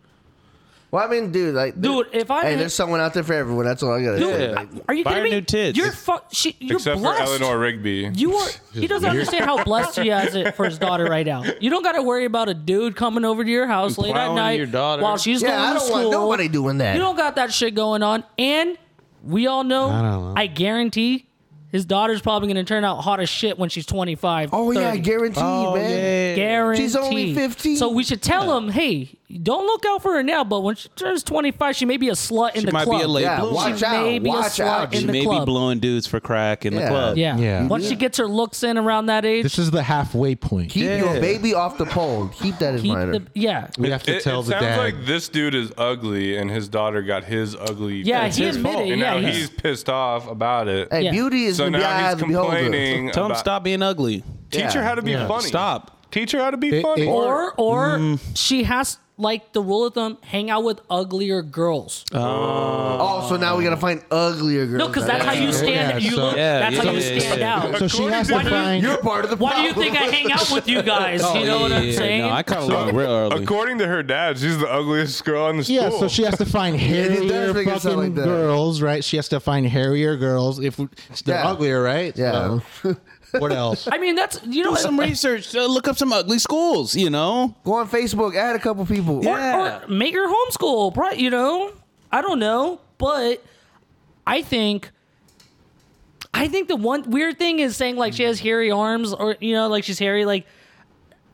Well, I mean, dude, like,
Dude, if I-
hey, there's someone out there for everyone. That's all I gotta say. Like,
Are you
Buy her
kidding me?
new tits.
You're fu- she, You're
Except
blessed.
for Eleanor Rigby.
You are. He doesn't understand how blessed he has it for his daughter right now. You don't got to worry about a dude coming over to your house late at
plowing
night
your daughter.
while she's
yeah, I
going to
don't want
school.
nobody doing that.
You don't got that shit going on. And we all know.
I don't know.
I guarantee his daughter's probably going to turn out hot as shit when she's 25.
oh yeah,
30.
guaranteed, man.
Guaranteed.
She's only 15.
So we should tell him, hey, don't look out for her now, but when she turns 25, she may be a slut in
She
the
might
club.
be a late
Yeah,
bloomer.
watch
She may
out,
be a
watch out.
slut in
She
the
may be
club.
blowing dudes for crack in the
Yeah.
club.
Yeah.
Yeah.
Once she gets her looks in around that age,
This is the halfway point.
Keep
Yeah.
your baby off the pole. Keep that in
keep
mind.
the yeah.
we have to
It,
tell
it
the
sounds
dad.
like this dude is ugly, and his daughter got his ugly.
Yeah,
features.
he
his fault.
admitted.
and
Yeah,
now
he's,
he's, pissed off about it.
hey,
Yeah.
beauty is
so
in the eye
now
of
he's
the beholder.
complaining.
Tell him
about-
stop being ugly.
Teach her
Yeah.
how to be
Yeah.
funny.
Stop.
Teach her how to be
It-
funny.
it-
or or
mm.
she has like the rule of thumb: hang out with uglier girls.
Oh, so now we gotta find uglier girls.
no, because that's how you stand.
Yeah,
you
so-
look.
Yeah,
that's how
yeah,
you
yeah,
stand
yeah.
out.
so she
According
has
to
to
you,
find.
You're part of the
Why do
problem.
you think I hang out with you guys? you know what I'm saying?
No, I kind of look Oh, real ugly.
uh, According to her dad, she's the ugliest girl in the school.
Yeah, so she has to find
it does
hairier
make it sound
fucking
like that.
girls, right? She has to find hairier girls if they're
Yeah.
uglier, right?
Yeah.
So, what else?
I mean, that's you know
Do some research. Uh, look up some ugly schools. You know.
Go on Facebook. Add a couple people.
or, or make her homeschool, probably, you know. I don't know, but I think I think the one weird thing is saying like she has hairy arms or you know like she's hairy like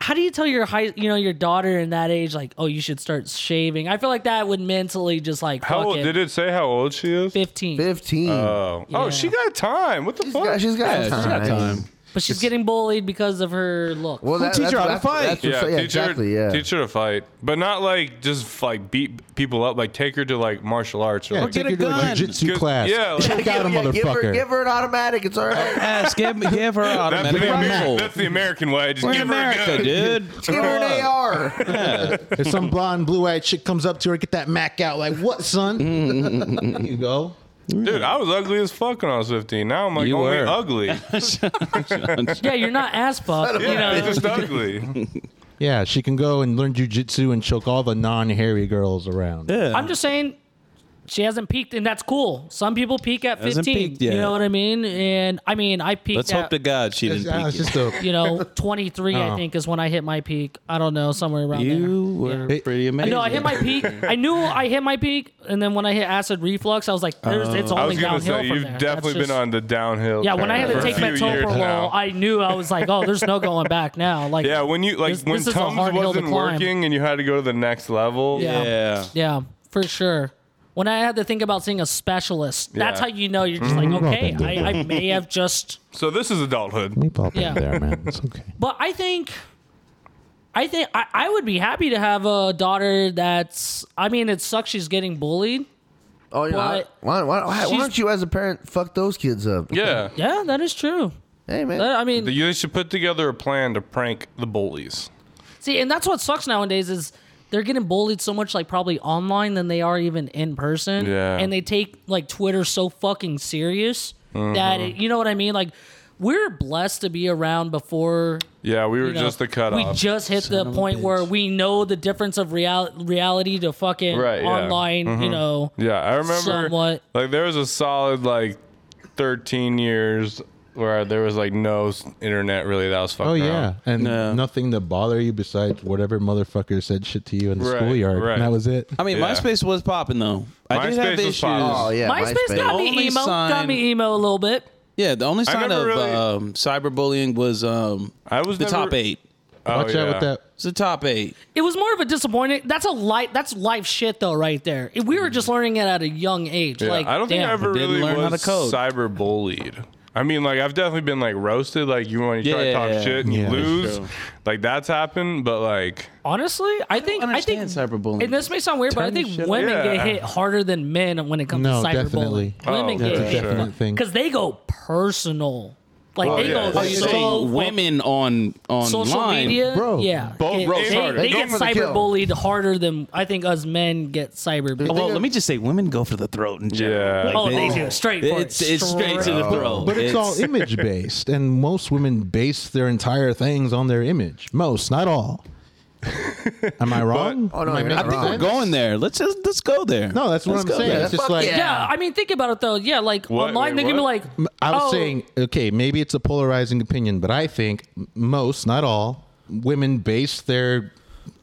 how do you tell your high you know your daughter in that age like oh you should start shaving? I feel like that would mentally just like
how old did it say how old she is?
15.
15.
Oh, oh,
Yeah.
she got time. What the
she's
fuck?
got, she's got
Yeah,
time.
she got time.
But she's getting bullied because of her look.
Well, that,
teach her how to
that's-
fight?
that's
yeah,
what's- yeah,
teach her,
exactly. Yeah.
teach her to fight, but not like just like beat people up. Like take her to like martial arts. Or
Yeah,
like,
take
a
her to a
gun.
jujitsu
Good-
class.
yeah, like-
Check out a
Yeah, Give her,
motherfucker.
give her an automatic. It's all right.
Ass, give, give her an
that's,
automatic
the Amer-
rifle.
that's the American way. Just
We're in
give her a
America,
gun.
dude.
Give her an AR.
If some blonde, blue-eyed chick comes up to her, get that Mac out. Like, what, son? there you go.
Dude, I was ugly as fuck when I was 15. Now I'm like
You
only
were.
ugly.
yeah, you're not ass fucked, you
Yeah,
know.
just ugly.
Yeah, she can go and learn jujitsu and choke all the non-hairy girls around.
I'm just saying she hasn't peaked, and that's cool. Some people peak at
Hasn't
15.
peaked
you
yet.
know what I mean? And I mean, I peaked
Let's
at,
hope to God she
It's,
didn't
uh, it's
peek it.
just a.
you know, 23, I
Oh.
think, is when I hit my peak. I don't know, somewhere around
You
there.
were
Yeah.
pretty amazing.
No, I hit my peak. I knew I hit my peak, and then when I hit acid reflux, I was like, There's, "It's
Oh. I
only
was gonna
downhill
say
from
you've
there." That's
definitely
just-
been on the downhill.
Yeah, when I had
curve
to
for
take
a few years now.
metoprolol, I knew I was like, "Oh, there's no going back now." Like,
yeah, when you like
This-
when
this is a
Tums
hard hill to
wasn't
climb.
working and you had to go to the next level.
Yeah.
Yeah.
Yeah, for sure. When I had to think about seeing a specialist, that's
Yeah.
how you know you're just like, okay, I, I may have just.
So this is adulthood.
We've all been
Yeah.
there, man. It's okay.
But I think, I think I, I would be happy to have a daughter that's. I mean, it sucks she's getting bullied.
Oh, yeah.
But
why, why, why, why
she's-
don't you, as a parent, fuck those kids up?
Yeah.
Yeah, that is true.
Hey, man.
That- I mean,
You should put together a plan to prank the bullies.
see, and that's what sucks nowadays is they're getting bullied so much, like probably online, than they are even in person.
Yeah.
And they take like Twitter so fucking serious that
Mm-hmm.
it, you know what I mean. Like, we're blessed to be around before
Yeah, we were
you know,
just the cutoff.
We just hit the point where we know the difference of real- reality to fucking
Right, yeah. Mm-hmm.
online, you know.
Yeah, I remember.
Somewhat.
Like there was a solid like 13 years where there was like no s- internet really that was fucking.
Oh yeah,
around.
and
No.
nothing to bother you besides whatever motherfucker said shit to you in the
Right,
schoolyard,
right.
and that was it.
I mean,
Yeah.
MySpace was popping though. I did
MySpace
have
was
issues.
popping.
oh, yeah.
MySpace, got
Only
me emo, got
sign-
me emo a little bit.
Yeah, the only sign
never
of
really-
um, cyberbullying was um,
I was
the
never-
top eight.
Oh,
Watch out
yeah.
with that.
It's the top eight.
It was more of a disappointing. That's a life. That's life shit though, right there. If We were just learning it at a young age.
Yeah,
like
I don't think
damn.
I ever
Didn't
really
learn how
was
to code.
cyber bullied. I mean, like I've definitely been like roasted. Like you when you try to
Yeah,
talk
yeah,
shit and you
yeah.
lose,
True.
like that's happened. But like,
Honestly, I think I think
understand cyberbullying.
And this may sound weird, but I
Turn the
think
shit
women
off.
get
Yeah.
hit harder than men when it comes
No,
to cyberbullying.
definitely.
Oh,
Women
that's
get
a
hit
definite
thing.
because they go personal. Like they
yeah.
go
Oh,
you're
you're
so
saying
far-
women on online.
social media,
Bro,
Yeah,
both
Get-
roads
they,
harder.
they
They go
get
for the kill.
cyberbullied harder than I think us men get cyberbullied.
Well, let me just say, women go for the throat in general.
yeah,
Oh, they do straight. For
It's,
it.
it's straight to the throat.
But it's, all image based, and most women base their entire things on their image. Most, not all. Am I wrong?
Oh, no,
Am making
you're not
I think
wrong.
we're
sense?
going there. Let's just let's go there.
No, that's what
Let's
I'm
go
saying.
there.
It's just
Fuck
like
yeah.
Yeah, I mean, think about it though. Yeah, like
What?
online,
Wait,
they're gonna be
what?
like,
I was
oh,
saying, okay, maybe it's a polarizing opinion, but I think m- most, not all, women base their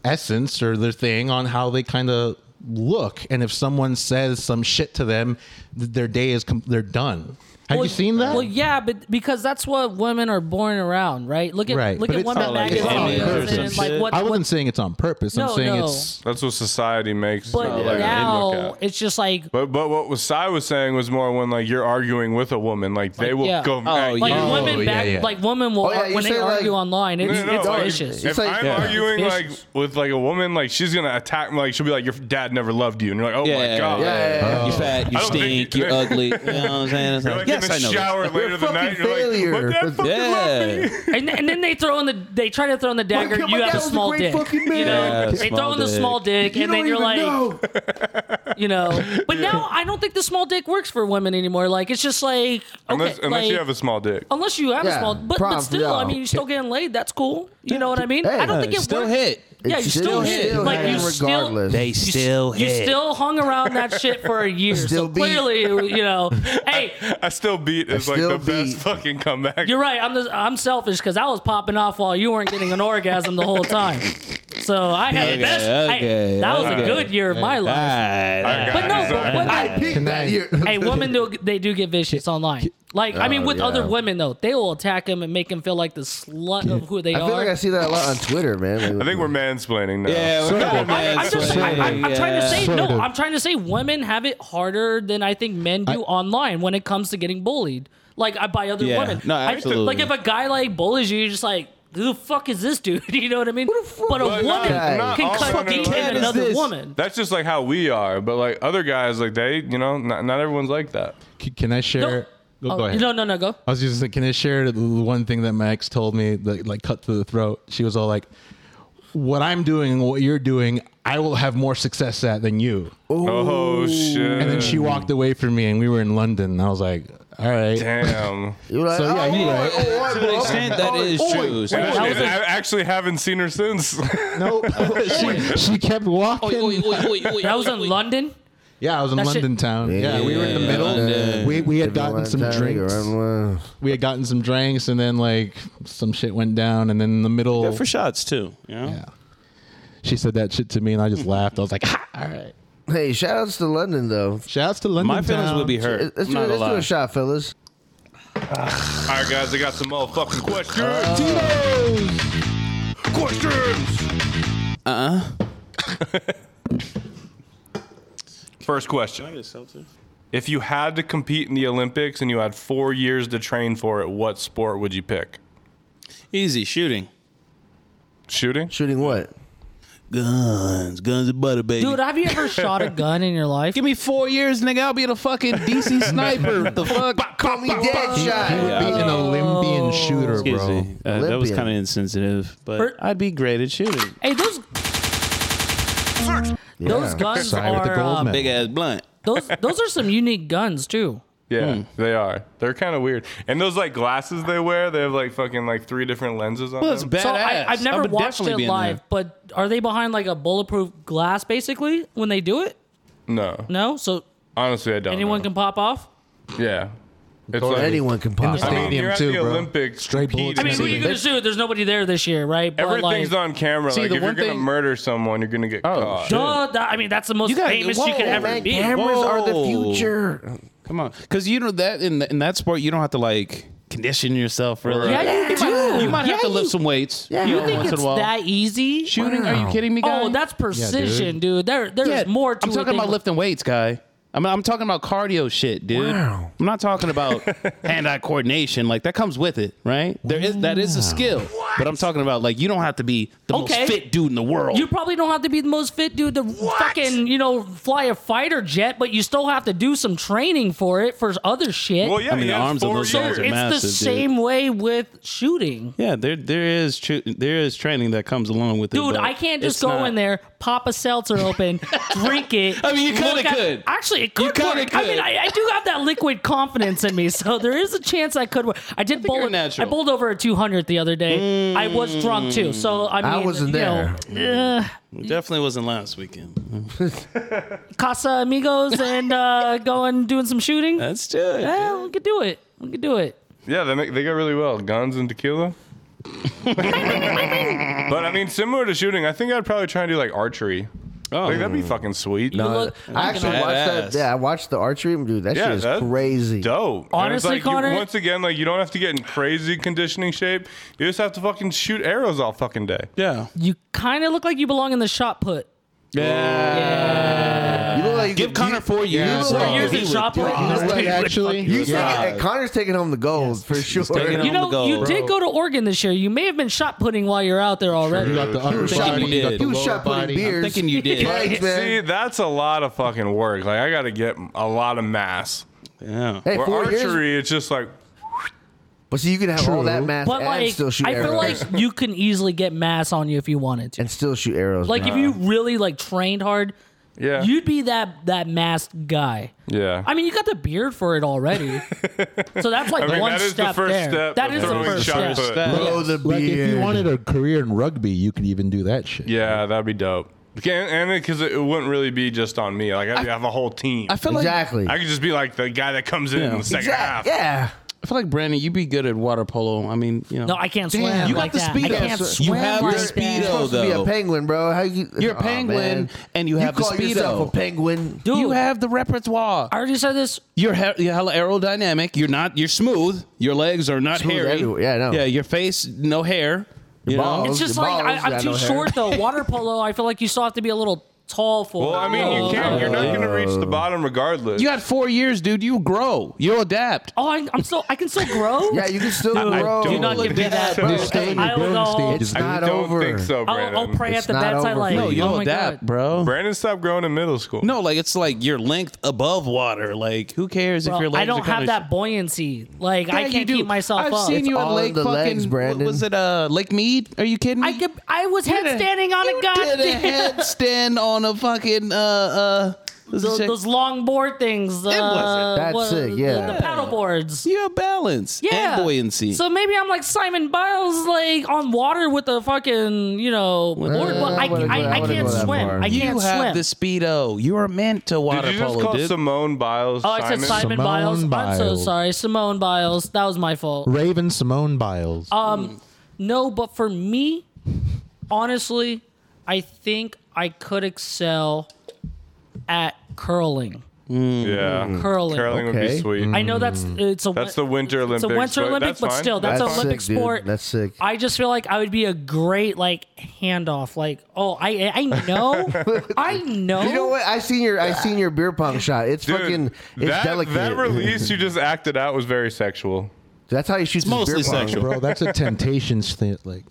essence or their thing on how they kind of look, and if someone says some shit to them, th- their day is com- they're done. Have
Well,
you seen that?
Well, yeah, but because that's what women are born around, right? Look at
Right,
look
but
at
it's
women
not
like
magazines
it's on purpose
and
and
like
shit.
what.
I
what-
wasn't saying it's on purpose.
No,
I'm saying
no.
it's
that's what society makes.
but
not like
now
a look at.
it's just like
But but what was Cy was saying was more when like you're arguing with a woman, like they will
yeah.
go.
Oh,
at
like
you.
yeah.
women
Oh,
back,
yeah, yeah.
like women will
Oh, yeah, you
when they
say, like-
argue online. It's,
No, no,
it's
like,
vicious.
If
It's like-
I'm
Yeah.
arguing
It's
like
vicious.
with like a woman, like she's gonna attack me. Like she'll be like, "Your dad never loved you," and you're like, "Oh
yeah,
my god."
yeah, yeah.
You fat, you
I don't think
stink,
you-
you're ugly. You know what I'm saying? It's
You're
like,
like in
yes,
the
I know. this.
shower later
You're a
the night.
fucking
You're like,
failure.
"My dad fucking loved me."
Yeah.
and, and then they throw in the they try to throw in the dagger.
God,
you
my
have
dad
a
was a
small
great
dick.
fucking man.
You know,
Yeah,
they
small
throw in the
dick.
small dick,
You
and
don't
then you're
even
like,
know.
you know. But now I don't think the small dick works for women anymore. Like it's just like okay,
Unless unless
like- oh.
you have a small dick.
Unless you have a
Yeah,
small, but, but
prob-
still,
yeah.
I mean, you're still getting laid. That's cool. You know what I mean?
Hey,
I don't think
You
it
still
worked.
hit.
Yeah, you
It's
still, hit.
still
like you
hit.
still,
regardless.
They
you
still
You
hit.
still hung around that shit for a year.
Still
so
beat.
clearly, you know. Hey,
I still beat is like the
still
best
beat.
fucking comeback.
you're right. I'm the, I'm selfish because I was popping off while you weren't getting an orgasm the whole time. So I had
Okay,
the best. hey,
okay,
that was
okay.
a good year of my
All
life.
right, all right.
But no, but what I,
Can I-
hey, women do they do get vicious online. Like I mean,
Oh,
with other
yeah.
women though, they will attack him and make him feel like the slut of who they
I
are.
feel like I see that a lot on Twitter, man. Like,
I think we're mansplaining now.
Yeah, we're
Sort
kinda
of.
I, I'm, just, I, I, I'm
mansplaining,
trying to
yeah.
say no.
Sort of.
I'm trying to say women have it harder than I think men do online when it comes to getting bullied, like I- by other
Yeah.
women.
No,
I-
absolutely.
like if a guy like bullies you, you're just like, who the fuck is this dude? You know what I mean? But a
But
woman
not- not
can
all
cut
women
deep
are like
in
that.
another
Is this-
woman.
That's just like how we are, but like other guys, like they, you know, not, not everyone's like that.
C- Can I share? Go,
Oh,
go ahead.
No, no, no, go.
I was just like, can I share the one thing that my ex told me that like cut to the throat? She was all like, "What I'm doing and what you're doing, I will have more success at than you."
Oh shit!
And then she walked away from me, and we were in London. And I was like, "All right."
Damn.
You're like,
So, yeah,
oh,
you
oh,
right.
oh, oh,
To an
oh,
extent, that
oh,
is
oh,
true.
And I,
So-
and I actually haven't seen her since.
No, she, she kept
Oh,
walking.
That was in London.
Yeah, I was in
That shit-
London town. Yeah, we were in the
yeah,
middle.
London.
We we had
If you
gotten
want
some
to tell me,
drinks.
run, run.
We had gotten some drinks, and then like some shit went down, and then in the middle.
for shots too. You know?
Yeah. She said that shit to me, and I just laughed. I was like, "Ha, "All right."
Hey, shout outs to London, though.
Shouts to London.
My feelings
town.
would be hurt.
Let's,
I'm
do,
not
let's do
gonna
a shot, fellas.
All right, guys, I got some motherfucking questions. questions.
lie.
First question.
Uh-uh.
If you had to compete in the Olympics and you had four years to train for it, what sport would you pick?
Easy shooting.
Shooting?
Shooting what?
Guns, guns and butter, baby.
Dude, have you ever shot a gun in your life?
Give me four years, nigga. I'll be the fucking DC sniper. the fuck?
Call me dead
He would
shot.
be an Olympian shooter,
Excuse
bro.
me. Uh, that was
Olympian.
kind of insensitive, but
Per-
I'd be great at shooting.
Hey, those those
Yeah.
guns
Sorry
are
with the gold
uh,
medal.
Big ass blunt.
those those are some unique guns too.
Yeah, they are. They're kind of weird. And those like glasses they wear, they have like fucking like three different lenses on
Well, that's
them.
badass.
So I, I've never
would
watched
definitely
it
be in there.
live, but are they behind like a bulletproof glass basically when they do it?
No,
No, so
honestly, I don't.
anyone
know.
can pop off.
Yeah, it's
Or
like
Anyone can
In the
pop.
I
stadium
mean, you're at
too,
the
bro.
Olympics.
Stray bullets.
competing.
I mean, who are you gonna shoot? There's nobody there this year, right? But,
Everything's
like,
on camera.
See,
like
the
if you're
one
gonna
thing-
murder someone, you're gonna get caught.
Duh, that, I mean, that's the most
You gotta-
famous
whoa,
you could ever
man,
be.
Cameras are the
Whoa.
future.
Come on, because you know that in in that sport, you don't have to like condition yourself really.
Yeah, you do.
You might
yeah,
have to lift
you,
some weights.
Yeah.
you
You
know,
think
once
it's
in a while.
that easy?
Shooting? Are you kidding me, guy?
Oh, that's precision, dude. There, there's
Yeah,
more to
I'm
it
talking
than-
about lifting weights, guy. I mean, I'm talking about cardio shit, dude.
Wow.
I'm not talking about hand-eye coordination. Like that comes with it, right? There is that is a skill. But I'm talking about like you don't have to be the
Okay.
most fit dude in the world.
You probably don't have to be the most fit dude to fucking, you know, fly a fighter jet, but you still have to do some training for it for other shit.
Well, yeah,
I mean,
he
the
has
arms of
four
those dogs are
years.
it's
massive,
the
dude.
same way with shooting.
yeah, there there is tru- there is training that comes along with it.
Dude,
but
I can't
it's
just go
not-
in there, pop a seltzer open, drink it.
I mean, you kinda
look at-
could.
Actually, it could.
You kinda
work. I mean,
could.
I, I do have that liquid confidence in me, so there is a chance I could. Work. I did bowl.
you're natural. Mm.
I bowled over a 200 the other day. I was drunk too, so I mean,
I wasn't
you know,
there.
Definitely wasn't last weekend.
uh, Casa Amigos and uh, going doing some shooting.
That's good.
Eh, we could do it. We could do it.
Yeah, they make, they go really well. Guns and tequila. but I mean, similar to shooting, I think I'd probably try and do like archery.
Oh.
Like, that'd be fucking sweet.
You
Uh,
look-
I actually watched that.
Badass.
Yeah, I watched the archery. Dude, that shit is
that's
crazy.
Dope. And it's
Honestly,
like you-
Connor-
once again, like you don't have to get in crazy conditioning shape. You just have to fucking shoot arrows all fucking day.
Yeah.
you kind of look like you belong in the shot put.
You look like you
Give
could-
Connor
you-
four years.
look like
bro.
Here's
He
the
would
shot
do
put.
it.
You look like
Actually,
You
yeah.
take- and Connor's taking home the gold for sure.
taking
You
home- on
know,
the go,
you
bro.
did go to Oregon this year. You may have been shot putting while you're out there already.
you got the upper
was
shot
body,
putting
you got
dead.
the
He was
lower
shot putting
body.
beers.
Thinking you did.
Thanks,
See,
man.
that's a lot of fucking work. Like I gotta get a lot of mass.
Yeah.
Hey,
Where
four years.
archery, it's just like
But see, you can have all
True.
that mass
But
and
like,
still shoot
I feel like
arrows.
you can easily get mass on you if you wanted to.
and still shoot arrows.
Like
bro.
if you really like trained hard,
yeah,
you'd be that that masked guy.
yeah.
I mean, you got the beard for it already, so that's like
I mean,
one
that is
step
the first
there.
step.
that
of
is the
throwing
first
shot
step.
put.
Step.
blow the
Like if you
beard.
wanted a career in rugby, you could even do that shit.
Yeah, that'd be dope. And because it, wouldn't really be just on me. Like I'd have a whole team. I,
I feel like
exactly.
could just be like the guy that comes in in the second half.
Exact- yeah.
I feel like Brandon, you'd be good at water polo. I mean, you know.
No, I can't swim.
You
like
got the
that.
speedo.
I can't
you
swim.
have
like
the
that.
speedo
You're supposed to be
though.
a penguin, bro. How you?
You're a
Aw,
penguin,
man.
and you have the
call yourself
speedo.
a penguin.
Dude,
you have the repertoire.
I already said this.
You're, he- you're hella aerodynamic. You're not. You're smooth. Your legs are not
Smooth
hairy.
everywhere. Yeah, I know.
Yeah, your face, no hair. You know?
balls.
It's just
the
like
balls,
I,
yeah,
I'm too
no hair.
short though. Water polo, I feel like you still have to be a little tall for.
Well, I mean, you can't. You're not gonna reach the bottom regardless.
You had four years, dude. You grow. You'll adapt.
Oh, I, I'm still. I can still grow.
Yeah, you can still
I
grow.
don't
You're not
look
giving me
at that,
that.
bro.
bro.
You're still in
I
your
don't
growing
know.
stages.
It's
man.
not
I don't
over.
think so, Brandon.
I'll, I'll pray
It's
at the
not
bedside
over.
like,
No, you'll
oh my
adapt,
god.
bro.
Brandon stopped growing in middle school.
No, like it's like your length above water. Like who cares
Bro,
if your legs
I
are
don't
kinda
have that buoyancy. Like
Yeah,
I
you
can't
do.
keep myself
I've
up.
seen you at
all in
Lake
the
fucking.
legs,
what
Brandon.
was it uh, Lake Mead? Are you kidding me?
I could, I was headstanding on
You
a goddamn
did a headstand on a fucking uh uh. what's the
those,
shit?
those long board things. It
wasn't.
That's sick, yeah.
The paddle boards.
you have balance
Yeah.
and buoyancy.
So maybe I'm like Simon Biles, like on water with a fucking, you know, board. But I,
I wouldn't
I,
go-
I,
I wouldn't
can't
go that
swim.
far.
I
you
can't
have
swim.
the speedo. You are meant to
Did
water
you just
polo,
call
dude.
Simone Biles?
oh, I said Simon
Simone
Biles. I'm so
Biles.
sorry. Simone Biles. That was my fault.
Raven Simone Biles.
Oh.
Um, no, but for me, honestly, I think I could excel at curling.
Yeah,
Curling.
curling would be
Okay.
sweet.
I know that's it's a
That's the Winter Olympics.
Mm. it's a Winter
but
Olympic,
that's
but
fine.
still, that's,
That's
an Olympic
sick, dude.
sport.
That's sick.
I just feel like I would be a great like handoff. Like, oh, I I know, I know.
You know what? I seen your I seen your beer pong shot. It's
Dude,
fucking it's
that,
delicate.
That release you just acted out was very sexual.
That's how you shoot his
mostly
beer pong.
sexual.
Bro, that's a temptations thing. Like,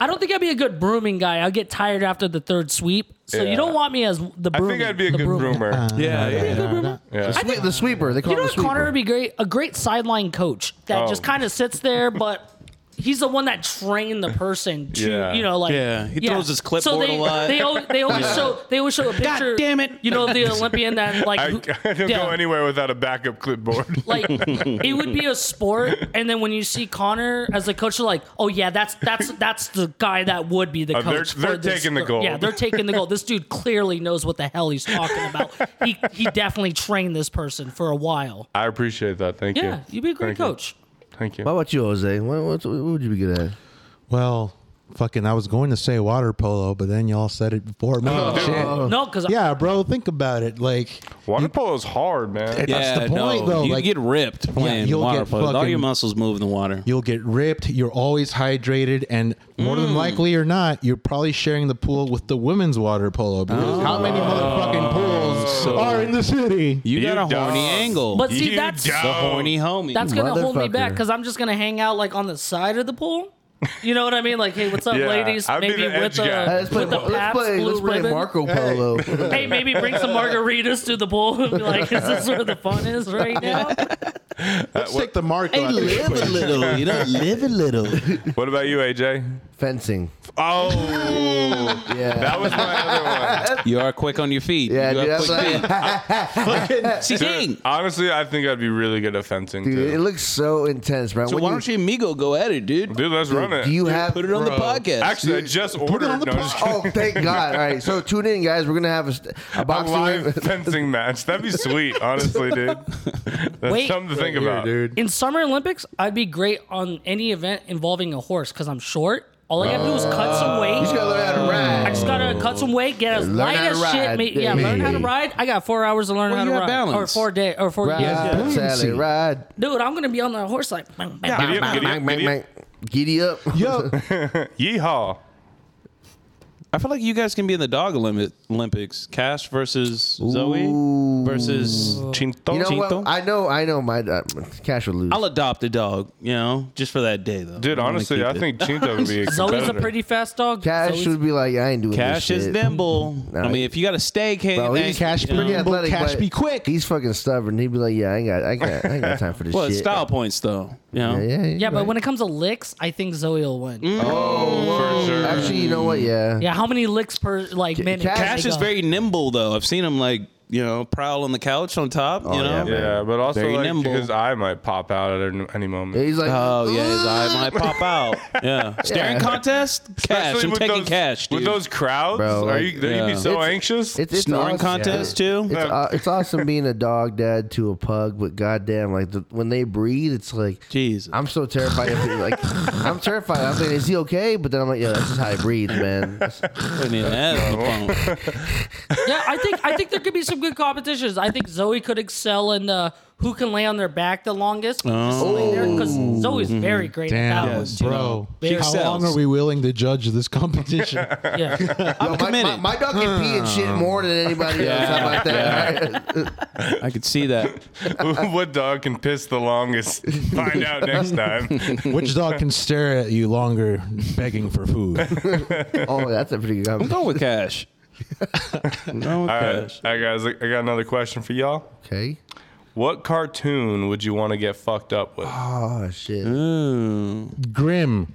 I don't think I'd be a good brooming guy. I'll get tired after the third sweep. So
Yeah.
you don't want me as the
I
brooming.
think I'd be a
the
good
brooming.
groomer.
yeah, yeah.
Yeah.
The swe- the sweeper. They call
You know
him the
what
sweeper.
Connor would be great? A great sideline coach that
Oh.
just kind of sits there, but he's the one that trained the person to,
Yeah.
you know, like
Yeah, he throws his clipboard
so
a
they,
lot.
They always, they always show they always show a picture.
damn it.
You know the Olympian that like
I,
who-
I don't
yeah.
go anywhere without a backup clipboard.
Like it would be a sport, and then when you see Connor as a coach, you're like, "Oh yeah, that's that's that's the guy that would be the
Oh,
coach."
they're-
for
they're
this
taking the
sport." Yeah,
gold.
they're taking the gold. This dude clearly knows what the hell he's talking about. He he definitely trained this person for a while.
I appreciate that. Thank you.
Yeah, you'd be a great
Thank you.
coach.
Thank you.
How about you, Jose? What, what, what would you be good at?
well, Fucking, I was going to say water polo, but then y'all said it before me. Shit.
Oh.
No, because
Yeah, bro, think about it. Like,
Water polo is hard, man.
yeah,
that's the point,
no,
though.
You
like,
get ripped playing
you'll
water
get
polo. All
fucking-
your muscles move in the water.
you'll get ripped. You're always hydrated, and more
Mm.
than likely or not, you're probably sharing the pool with the women's water polo. Because how
Oh.
many motherfucking pools are in the city?
You, got a
You dog.
horny angle.
But see,
You
that's
dumb.
the horny homie.
that's gonna hold me back
Motherfucker.
because I'm just gonna hang out like on the side of the pool. You know what I mean? Like, hey, what's up,
Yeah,
ladies?
I'd be
maybe
the edge
with
guy.
a
Hey,
Let's play,
with a
let's
Pabst
play,
Blue
let's play
Ribbon.
Marco Polo.
Hey, maybe bring some margaritas to the pool. Be like, is this where the fun is right now?
Let's take the mark.
Hey,
off this
live a
place.
little. You know, live a little.
What about you, AJ?
Fencing.
Oh,
Yeah.
that was my other one.
You are quick on your feet.
yeah,
you
dude.
are
That's
quick feet.
like,
See, dang.
Honestly, I think I'd be really good at fencing
dude, it
too.
looks so intense, bro.
So
When
why don't you and Migo go at it, dude?
Dude, let's run it.
Do you have?
Put it on the
Bro.
podcast.
Actually, I just ordered.
on the
no, I'm just kidding.
Oh, thank God! All right, so tune in, guys. We're gonna have a, st- a
a
boxing
live fencing match. That'd be sweet, honestly, dude. That's
Wait.
something to think
Here,
about.
dude.
In Summer Olympics, I'd be great on any event involving a horse because I'm short. All I gotta do is cut some weight.
You gotta learn how to
I
ride.
just gotta cut some weight, get as
Oh. Learn
light
how to
as shit.
ride,
ma- yeah,
baby.
learn how to ride. I got four hours to learn
Well,
how to
you got
ride,
balance.
or four day, or four
Ride,
years.
Sally, ride.
Dude, I'm gonna be on that horse like. bang, bang,
Giddy up,
bang, bang.
giddy up,
Bang, bang,
giddy up.
bang. Giddy up.
Yo,
Yeehaw.
I feel like you guys can be in the dog Olymp- Olympics. Cash versus Zoe versus.
Chinto.
You know
Chinto?
what? I know, I know. My uh, Cash would lose.
I'll adopt a dog, you know, just for that day, though.
Dude,
I'm gonna
honestly,
keep
I
it.
think Chinto would be a
Zoe's a
competitor.
pretty fast dog.
Cash
Zoe's-
would be like, I ain't doing this
Cash
shit.
is nimble. I
Nah.
mean, if you got a steak, hey,
Bro,
thanks,
he's Cash
you know.
pretty athletic.
Cash
but
be quick.
He's fucking stubborn. He'd be like, yeah, I ain't got, I ain't got, I ain't got time for this
Well, it's
shit.
style points though. You know?
Yeah, yeah,
yeah, but when it comes to licks, I think Zoe will win.
Mm.
for sure.
actually, you know what? Yeah.
Yeah, how many licks per like minute?
Cash
they
Cash is
go?
very nimble though. I've seen him like you know prowl on the couch on top.
Oh,
you know.
yeah, man.
yeah, but also
Very
like,
nimble.
his eye might pop out at an- any moment.
He's like,
Oh yeah, his eye might pop out. Yeah, staring contest. Cash.
Especially
I'm
with
taking
those,
cash. Dude.
With those crowds, are
Bro, like-
you, then you'd
Yeah.
be so
It's-
anxious.
it's, it's
snoring
awesome.
contest too.
It's, uh, it's awesome being a dog dad to a pug, but goddamn, like the, when they breathe, it's like
Jeez.
I'm so terrified. of it, like I'm terrified. I'm like, is he okay? But then I'm like, yo, that's just how he breathes, man. That's-
Putting his ass in the phone.
Yeah, I think I think there could be some good competitions. I think Zoe could excel in the who can lay on their back the longest. Because Zoe's very great at
damn,
that one.
bro.
She
How long
excels.
are we willing to judge this competition?
too. Yeah.
I'm
my, my,
committed.
my dog can pee and shit more than anybody else. How about that?
I could see that.
what dog can piss the longest? Find out next time.
Which dog can stare at you longer, begging for food?
Oh, that's a pretty good.
I'm going with cash. I'm going with
All
cash.
right, all right, guys, I got another question for y'all.
Okay.
What cartoon would you want to get fucked up with?
Oh shit.
Ooh.
Grim.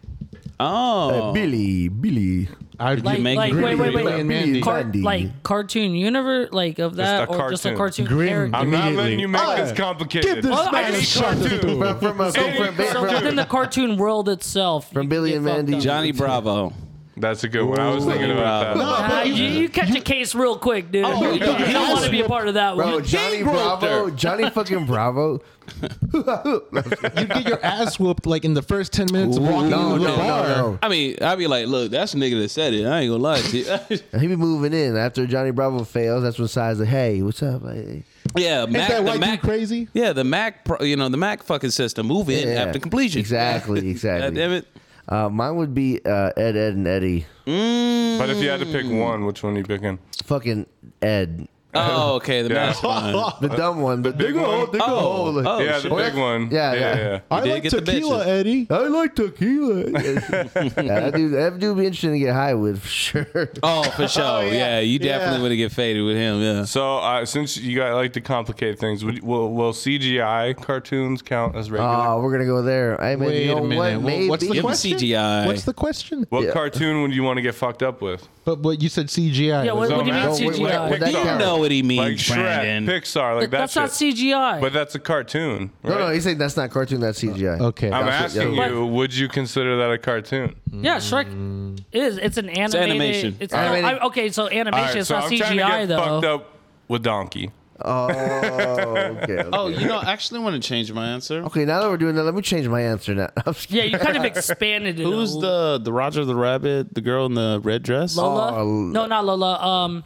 Oh.
Billy, Billy.
I'd
Like,
make
like
Grim
wait, wait,
Billy
wait.
and Mandy.
Car-
Mandy.
like cartoon universe, like of that,
a
or just a
cartoon.
cartoon
Grim.
character.
I'm not letting you make
Oh,
this
yeah.
complicated.
Give this
Oh,
man
I
a
need
shot to
cartoon.
do.
From from, a,
Hey,
from, from,
So within the cartoon world itself,
From
you
Billy
get
and
fucked
Mandy.
up.
Johnny Bravo.
That's a good one. I was thinking about that.
Nah, you, you catch a case real quick, dude.
Oh,
you don't want to be a part of that
Bro,
one.
Johnny
King
Bravo,
Roper.
Johnny fucking Bravo.
You'd get your ass whooped like in the first 10 minutes of
Ooh,
walking
no,
into the
no,
bar.
no,
I mean, I'd be like, look, that's the nigga that said it. I ain't gonna lie to you.
no. He be moving in after Johnny Bravo fails. That's when Sai's like, "Hey, what's up?" Like, hey.
yeah, Mac,
Ain't that
the
white dude
Mac
crazy?
Yeah, the Mac, pro- you know, the Mac fucking system move in
Yeah.
after completion.
Exactly,
God
exactly.
damn it.
Uh, mine would be uh, Ed, Ed, and Eddie.
But if you had to pick one, which one are you picking?
Fucking Ed,
Oh, okay, the
Yeah.
mastermind.
the dumb one. The
big one?
dig a hole. Like,
oh,
yeah, the big
shit.
one.
Yeah, yeah.
I
did
like
get the
tequila,
bitches.
Eddie.
I like tequila. yeah, that dude, that dude would be interesting to get high with for sure.
Oh, for sure. yeah. you definitely
Yeah.
would have get faded with him. Yeah.
So, uh, since you guys like to complicate things, would, will, will CGI cartoons count as regular?
Oh, we're gonna go there. I mean,
Wait
you know
a minute.
what?
Well, what's the
Maybe.
Give him
question?
CGI.
What's the question?
what
yeah.
cartoon would you want to get fucked up with?
But but you said CGI.
Yeah, what, what do you mean
No,
wait, wait,
CGI?
wait, that
Pixar.
You
count?
know what he means,
Like Shrek,
Brandon.
Pixar, like
that's
that
not
shit.
CGI.
But that's a cartoon.
No,
right?
no, he's saying that's not cartoon. That's CGI.
Oh, okay.
I'm
That's it,
asking
yeah.
you, would you consider that a cartoon?
yeah, Shrek is. It's an animated.
animation.
It's
Animated.
no, I- okay, so animation.
All right,
it's
so
not
I'm trying to
CGI
get
though.
fucked up with Donkey.
Oh, okay. okay.
Oh, you know, I actually want to change my answer.
Okay, now that we're doing that, let me change my answer now. I'm just
Yeah, you kind of expanded it. a
Who's
little.
the the Roger the Rabbit, the girl in the red dress?
Lola?
Oh,
no, not Lola. Um.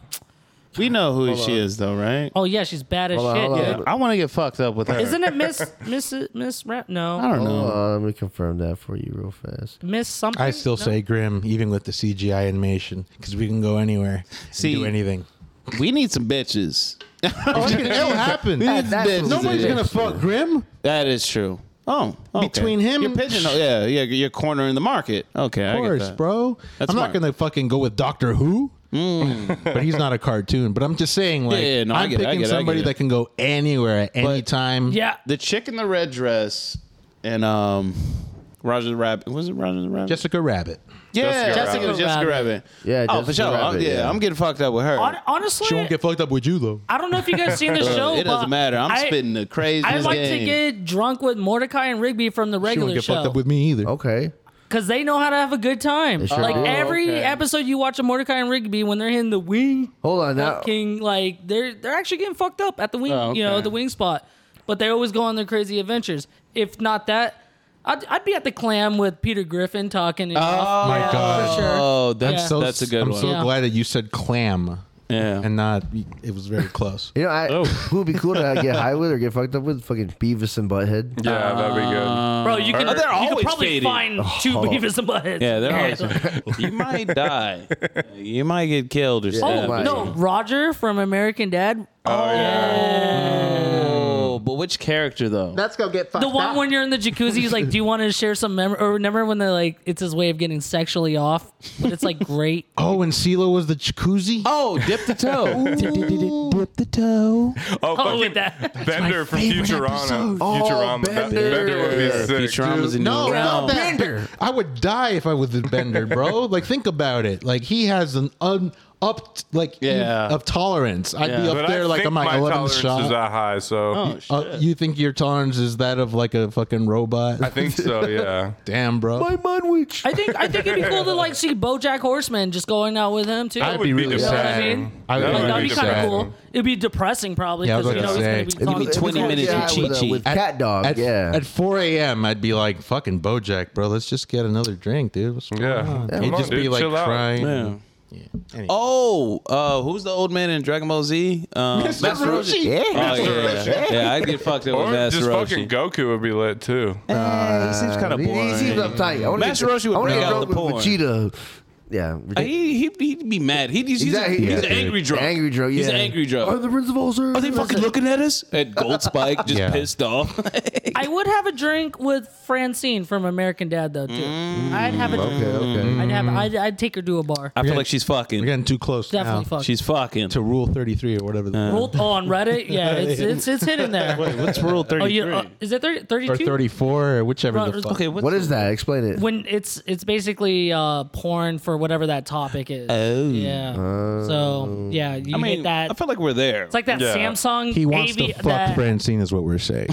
We know who she is, though, right?
Oh yeah, she's bad as
Hold on,
shit.
hold on.
dude.
I want to get fucked up with her.
Isn't it Miss Miss Miss Rap? No,
I don't know.
Hold on, Uh, let me confirm that for you real fast.
Miss something.
I still
No?
say grim, even with the CGI animation, because we can go anywhere, and
See-
do anything.
We need some bitches.
It'll happen.
We need some
that's what
bitches.
we Nobody's
Yeah.
did. gonna
fuck Grim.
That is true. Oh, okay.
Between him
you're
and-
pigeon. Yeah, yeah, you're cornering the market. Okay,
Of
I get
course,
that.
bro.
That's
I'm
smart. Mm.
not gonna fucking go with Doctor Who. but he's not a cartoon. But I'm just saying, like,
yeah, no, I
I'm
get it, I
picking
get it, I
somebody
get it.
that can go anywhere at any
But-
time.
Yeah.
The chick in the red dress and um, Roger the Rabbit. Was it Roger the Rabbit?
Jessica Rabbit.
yeah,
Jessica
Jessica,
Rabbit.
Jessica, Jessica Rabbit.
Yeah,
oh, for
Jessica
sure. I'm-
Rabbit,
yeah,
yeah.
I'm getting fucked up with her.
Hon- Honestly,
She won't get fucked up with you though.
I don't know if you guys seen the show.
Uh, it
but
doesn't matter. I'm
I-
spitting the craziest
I like
game.
to get drunk with Mordecai and Rigby from the
She won't
regular
get fucked
show
up with me either.
Okay.
because they know how to have a good time.
sure
like
do.
every
okay.
episode you watch of Mordecai and Rigby when they're hitting the wing
Oh,
Hold on now.
fucking like they're they're actually getting fucked up at the wing
Oh,
you know
okay.
the wing spot, but they always go on their crazy adventures. If not that. I'd, I'd be at the clam with Peter Griffin talking. And
Oh,
My God.
for sure.
Oh, that's
Yeah.
so that's a good
I'm
one.
so
Yeah.
glad that you said clam.
Yeah.
And not. It was very close.
You know, I, who would be cool to get high with or get fucked up with? Fucking Beavis and Butthead.
Yeah, that'd be good.
Bro, you can,
Oh, they're
you
always
can probably
faded.
find two Beavis and Butthead.
yeah, they're always, you might die. You might get killed or
Oh,
stabbed.
my.
no, Roger from American Dad.
Oh yeah.
Oh, but which character though?
Let's go get fucked
The one when you're in the jacuzzi, he's like, "Do you want to share some memory?" Or remember when they're like, "It's his way of getting sexually off," but it's like great.
Oh, and CeeLo was the jacuzzi.
oh, dip the toe. dip the toe.
Oh,
Oh,
fucking
with that.
Bender from
favorite
Futurama.
episode.
Futurama. That-
Bender.
would be sick.
Futurama's in
no, not
the realm.
that.
Bender.
I would die if I was the Bender, bro. like, think about it. Like, he has an un, up, like,
Yeah.
of tolerance. I'd be
Yeah.
up
But
there,
I
like,
think
on my,
my
11th
tolerance is
shot.
that high, so
Oh,
Uh, you think your tolerance is that of, like, a fucking robot?
I think so. Yeah.
Damn, bro.
My manwich.
I think I think it'd be cool to like see BoJack Horseman just going out with him too.
I'd be really
You know what I
sad.
mean?
I would
Like,
be
that'd
really
be kind of
sad.
cool. It'd be depressing probably
Yeah, I
because
was
you know
about to
he's gonna be
say.
talking
be 20
about
minutes
shit.
of
with, uh,
Chi-Chi.
with cat dog.
At,
yeah.
at 4 a.m., I'd be like, fucking Bojack, bro. Let's just get another drink, dude. What's going
Yeah.
on?
Yeah,
He'd
come on,
just be
dude.
like
Chill out.
crying.
Yeah.
Yeah. Anyway.
Oh, uh, who's the old man in Dragon Ball Z? Um, Master Roshi.
yeah.
Oh, yeah, yeah. yeah, I'd get fucked up
Or
with Master
just
Roshi.
fucking Goku would be lit too.
Eh, he seems kind of
He- He
boring.
seems uptight. I wanna
Master
get,
Roshi would
I wanna
bring
get
out
drunk
the
with Vegeta. Yeah.
Uh, he, he, he'd be mad. He'd, he's, he's, a-
Exactly.
he's
Yeah.
an angry drunk.
Angry drunk. Yeah.
He's an angry drunk.
Are the Prince of Ulcer?
Are they fucking looking at us? At Gold Spike, just
Yeah.
pissed off.
I would have a drink with Francine from American Dad though too.
Mm,
I'd have a drink.
Okay, okay.
I'd have I'd, I'd take her to a bar.
I feel like she's
We're
fucking.
getting too close
Definitely
now
fuck.
She's fucking.
to Rule 33 or whatever. the
Roll- oh, on Reddit, yeah, it's it's it's hidden there.
What's Rule 33?
Oh, you, uh, is it 30,
or
32?
34 or whichever
Bro,
the fuck.
okay, what's
What is that? Explain it.
When it's it's basically uh, porn for whatever that topic is.
Oh.
yeah. so yeah, you
I
I
mean,
that.
I feel like we're there.
it's like that
Yeah.
Samsung.
Oh. He wants
AV,
to fuck
that,
Francine, is what we're saying.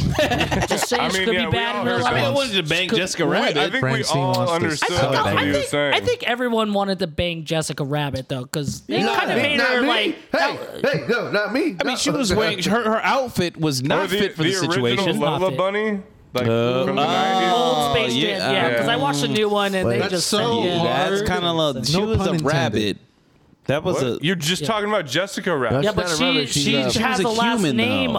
Just saying,
I
she
mean,
could
yeah,
be
we
bad in
all
real
heard
life.
I mean, I
Someone-
wanted to bang Jessica
Wait,
Rabbit.
I think
Francine
we
wants
all
to
understood
suck
what
I
he
I
was
think,
saying.
I think everyone wanted to bang Jessica Rabbit though, because they kind of made
not
her
me.
like.
Hey, hey, no, not me.
I mean, she was wearing her her outfit was
Or
not
the,
fit for the,
the
situation.
original Lola
fit.
Bunny, like from the
Oh.
Old
nineties.
Space Jam,
yeah,
yeah, because
yeah.
I watched the new one and they
That's
just
so
said, yeah.
hard.
That's kind of low. She
No
was
pun
a
intended.
rabbit. That was a.
You're just talking about Jessica
Yeah,
Rabbit.
but
not a
she
rabbit, she's
she
a-
she
has
was a
the last
human,
name
though.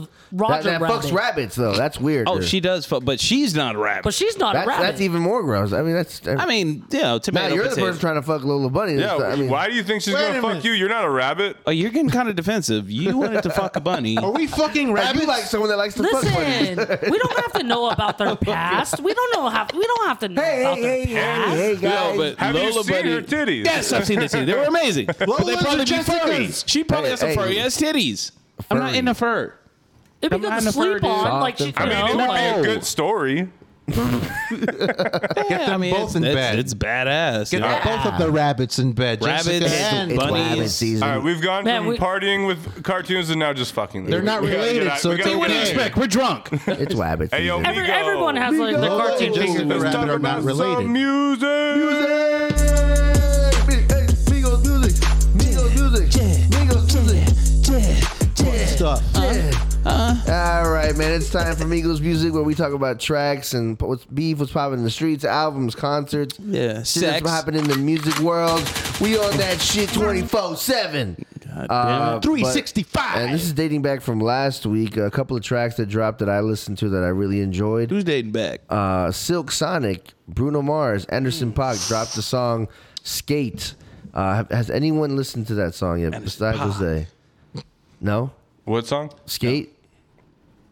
that,
Roger
that
Rabbit.
fucks rabbits though. That's weird.
oh, she does, fu- but she's not a rabbit.
But she's not
That's,
a rabbit.
that's even more gross. I mean, that's.
I mean, you know, tomato
Matt, you're the
potato.
person trying to fuck Lola Bunny.
Yeah,
That's- I mean,
why do you think she's
Wait
gonna
a
fuck
minute.
you? You're not a rabbit.
oh, you're getting kind of defensive. You wanted to fuck a bunny.
Oh,
Are we fucking
Matt, you like someone that likes to fuck bunnies.
Listen, we don't have to know about their past. We don't know how. We don't have to know about their past.
No, but
Have you
Lola
seen
Bunny.
her titties?
Yes, I've seen the titties. They were amazing. but they
Lola's
probably
or
be furry.
Jessica's?
She probably
Hey,
has some
hey.
furry ass titties. I'm not
Furry.
into fur.
It'd be
Come
good
on,
to
the fur,
sleep
dude.
on. Like,
Soft
you
and
I
know,
mean, it would
like,
be
No.
a good story.
Get
them both in
it's,
bed.
It's badass.
Get
you know?
both
Ah.
of the rabbits in bed.
Rabbits
Jessica
and
and-
It's
Bunnies.
rabbit season.
All right, we've gone
Man,
from
we-
partying with cartoons and now just fucking. them.
They're not
We gotta get
related,
out-
so
we
it's
gotta
okay. What
get
do you
out of
expect?
We're drunk.
It's rabbit
Hey, yo,
season.
every,
Migo.
everyone has like the
Migo.
cartoon
Migo.
thing.
Migo.
Let's
Rabbit
talk
are not
about
related.
some music.
Migos music. Migos music. Migos music.
Stuff.
right, man. It's time for Migos Music, where we talk about tracks and what's beef, what's popping in the streets, albums, concerts.
Yeah,
shit that's
sex.
happening in the music world. We on that shit twenty four seven.
God damn it.
365. Uh, And this is dating back from last week. A couple of tracks that dropped that I listened to that I really enjoyed.
Who's dating back?
uh, Silk Sonic, Bruno Mars, Anderson
Hmm.
Paak dropped the song Skate. Uh, have- has anyone listened to that song yet besides Jose? No?
What song?
Skate?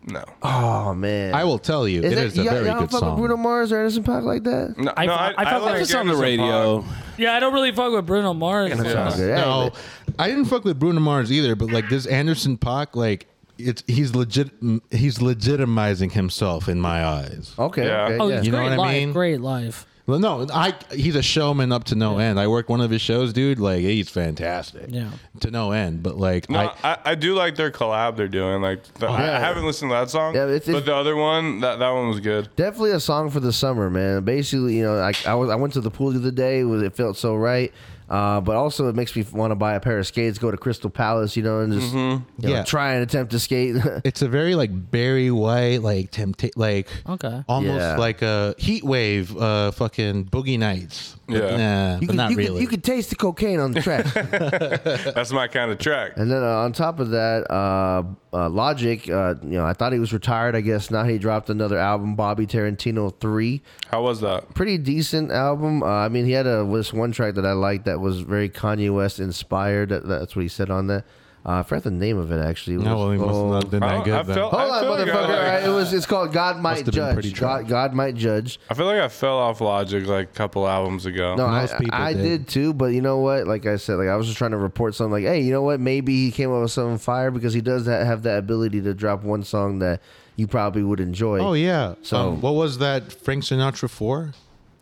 No.
Oh, man.
I will tell you,
Is
it
that-
is a
y'all-
very
y'all
good
fuck
song.
with Bruno Mars or Anderson Paak like that?
No,
I
no,
thought- I thought that was
It's on the
Anderson
radio.
Paak.
Yeah, I don't really fuck with Bruno Mars.
Yeah.
Sounds good. Hey,
No, I didn't fuck with Bruno Mars either, but like this Anderson Pac, like it's he's legit he's legitimizing himself in my eyes.
Okay.
Yeah.
okay,
Oh,
yeah.
he's
You know
great
what I
life.
mean?
Great life.
Well, no, I he's a showman up to no end. I work one of his shows, dude. Like he's fantastic.
Yeah.
To no end. But like
No,
I,
I, I, do like their collab they're doing. Like the, I, I haven't listened to that song,
Yeah, it's-
but the other one, that, that one was good.
Definitely a song for the summer, man. Basically, you know, I, I, was, I went to the pool the other day. It, was, it felt so right. Uh, but also, it makes me want to buy a pair of skates, go to Crystal Palace, you know, and just
Mm-hmm.
you know,
Yeah.
try and attempt to skate.
it's a very like Barry White, like tempta- like
Okay.
almost
Yeah.
like a heat wave, uh fucking boogie nights. But
Yeah.
Nah, but
could-
not
you could-
really.
you could taste the cocaine on the track.
That's my kind of track.
And then uh, on top of that, uh, uh, Logic, uh, you know, I thought he was retired. I guess not. He dropped another album, Bobby Tarantino Three.
How was that?
Pretty decent album. Uh, I mean, he had a this one track that I liked that was very Kanye West inspired. That, that's what he said on that. Uh, I forgot the name of it actually. It
no, well,
was-
he must have
oh.
not been
I,
that
don't-
good.
I
then.
felt,
Hold
I
on,
feel like I,
mustherfucker!
like-
It was. It's called God Might
have been pretty
Judge.
trash.
God, God Might Judge.
I feel like I fell off Logic like a couple albums ago.
No,
Most
I,
people
I
did.
did too, but you know what? Like I said, like I was just trying to report something. Like, hey, you know what? Maybe he came up with something fire because he does that, have that ability to drop one song that you probably would enjoy.
Oh yeah.
So-
So what was that Frank Sinatra four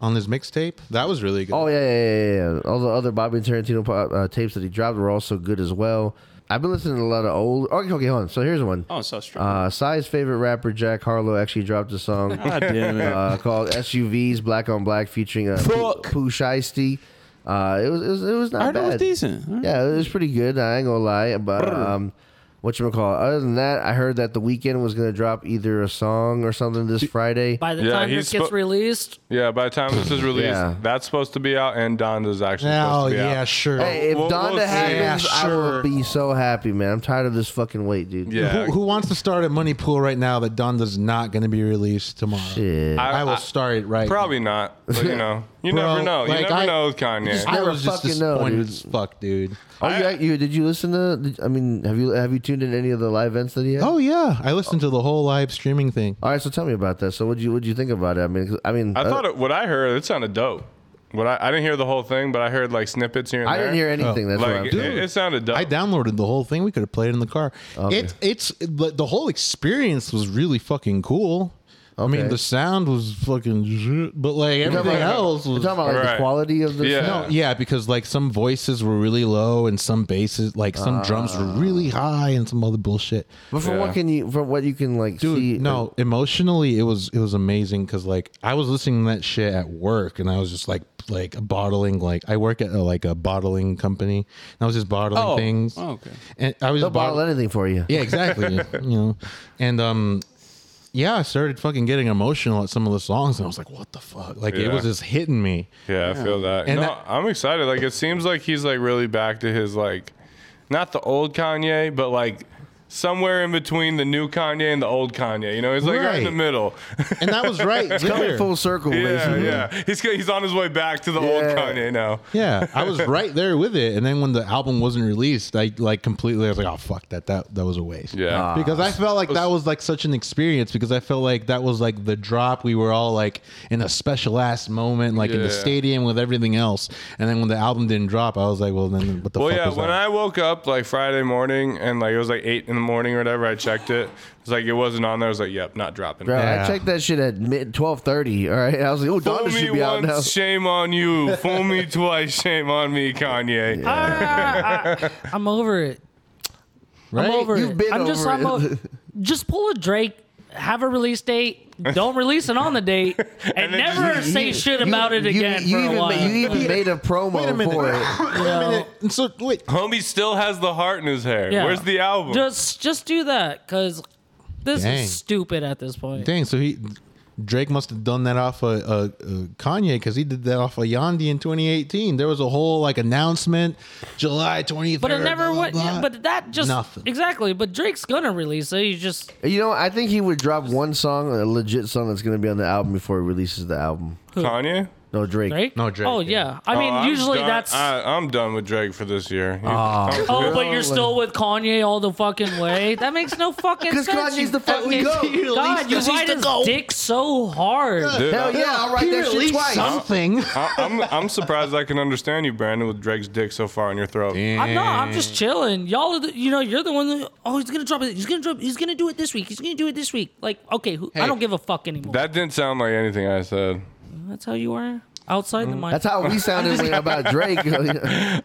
on his mixtape? That was really good.
Oh yeah, yeah, yeah, yeah. All the other Bobby Tarantino uh, tapes that he dropped were also good as well. I've been listening to a lot of old. oh, Okay, okay, hold on. So here's one.
Oh, so strong.
Uh, Sai's favorite rapper Jack Harlow actually dropped a song
God damn it.
uh, called "SUVs Black on Black" featuring uh, Pooh
Fuck.
Pooh Shiesty. Uh, it was it was it was not
I heard
bad.
it was decent. All right.
Yeah, it was pretty good. I ain't gonna lie. But um, what you call? Other than that, I heard that the weekend was gonna drop either a song or something this Friday.
By the
Yeah,
time
he's
this gets
spo-
released,
yeah, by the time this is released,
Yeah.
that's supposed to be out, and Donda's actually
Oh
supposed to be
yeah,
out.
sure.
Hey, if
We'll- we'll
Donda
see.
happens,
Yeah,
I will
sure.
be so happy, man. I'm tired of this fucking wait, dude.
Yeah,
Who, who wants to start a money pool right now that Donda's not going to be released tomorrow?
Shit.
I,
I-
will
I-
start it right.
probably not. But you know, you
Bro,
never know. You
like,
never
I-
know with Kanye.
I
never
was just
fucking know,
disappointed
dude.
as fuck, dude.
Oh, you, you did you listen to? Did, I mean, have you have you tuned in any of the live events that he had?
Oh yeah, I listened to the whole live streaming thing.
All right, so tell me about that. So, what you what you think about it? I mean, 'cause- I mean,
I
uh,
thought it, what I heard it sounded dope. What I, I didn't hear the whole thing, but I heard like snippets here and
I
there.
didn't hear anything. that's what I'm
Like eh, it, it sounded dope.
I downloaded the whole thing. We could have played it in the car.
Oh,
It, it's but the whole experience was really fucking cool. I
Okay.
mean, the sound was fucking, zzzz, but like everything
about-
else
You're
was.
talking about like, the
Right.
quality of the
Yeah.
No, yeah, because like some voices were really low and some basses, like some drums were really
Ah.
high and some other bullshit.
But from what
Yeah.
can you from what you can like
Dude,
see? uh,
no, emotionally it was it was amazing because like I was listening to that shit at work and I was just like like bottling like I work at a, like a bottling company and I was just bottling
Oh,
things.
oh, okay.
And I was
they'll
just
bottle
bottling.
anything for you.
Yeah, exactly. you know, and um, yeah, I started fucking getting emotional at some of the songs and I was like, what the fuck? Like it
Yeah.
was just hitting me.
Yeah, I feel that.
And
no,
that-
I'm excited. Like it seems like he's like really back to his like not the old Kanye, but like somewhere in between the new Kanye and the old Kanye. You know, he's like right in the
Right.
middle.
And that was right.
Coming
there.
full circle,
yeah,
basically.
yeah. He's he's on his way back to the old
Yeah.
Kanye now.
Yeah, I was right there with it, and then when the album wasn't released, I like completely I was like, "Oh fuck that that that was a waste."
Yeah. Ah.
because I felt like that was like such an experience because I felt like that was like the drop. We were all like in a special ass moment, like in the
Yeah.
stadium with everything else, and then when the album didn't drop, I was like, "Well, then what the
Well,
fuck?"
yeah.
was
When
that?
I woke up like Friday morning and like it was like eight in the morning or whatever, I checked it. It's like it wasn't on there. I was like, yep, not dropping.
Bro, I
Yeah.
checked that shit at mid twelve thirty. All right, I was like, oh,
Fool
Donna
me
should be out now.
once, shame on you. Fool me twice, shame on me, Kanye.
I'm over it.
right?
I'm over
You've
it.
been
I'm just
over
I'm
it.
o- just pull a Drake, have a release date, don't release it on the date, and,
And then
never
just-
say shit about it
You-
again
you
for
even
a
ma-
while.
you even made a promo
Wait a minute.
for it.
Wait a minute. And So wait,
Homie still has the heart in his hair.
Yeah.
Where's the album?
Just just do that because This
Dang.
is stupid at this point.
Dang, so he Drake must have done that off of uh, uh, Kanye because he did that off of Yandi in 2018. There was a whole like announcement, July 23rd.
But it never
blah,
went.
blah,
yeah,
blah.
but that just
Nothing.
exactly. But Drake's gonna release it. He's just
You know, I think he would drop one song, a legit song that's going to be on the album before he releases the album.
Kanye?
No, Drake.
Drake.
No, Drake,
Oh
yeah.
yeah. I mean,
Oh, I'm
usually
done-
that's.
I, I'm done with Drake for this year.
Ah.
oh, but you're still with Kanye all the fucking way. That makes no fucking sense.
Because Kanye's
you
the fucking
fucking-
goat.
God, you ride his dick so hard.
Dude,
Hell
I-
yeah, I'll write
He
that shit
released
twice.
something.
I, I'm I'm surprised I can understand you, Brandon, with Drake's dick so far in your throat.
I'm not. I'm just chilling. Y'all are. The, you know, you're the one. That, oh, he's gonna drop it. He's gonna drop. He's gonna do it this week. He's gonna do it this week. Like, okay, who, I don't give a fuck anymore.
That didn't sound like anything I said.
That's how you are outside
Mm.
the mic.
That's how we sounded when- about Drake.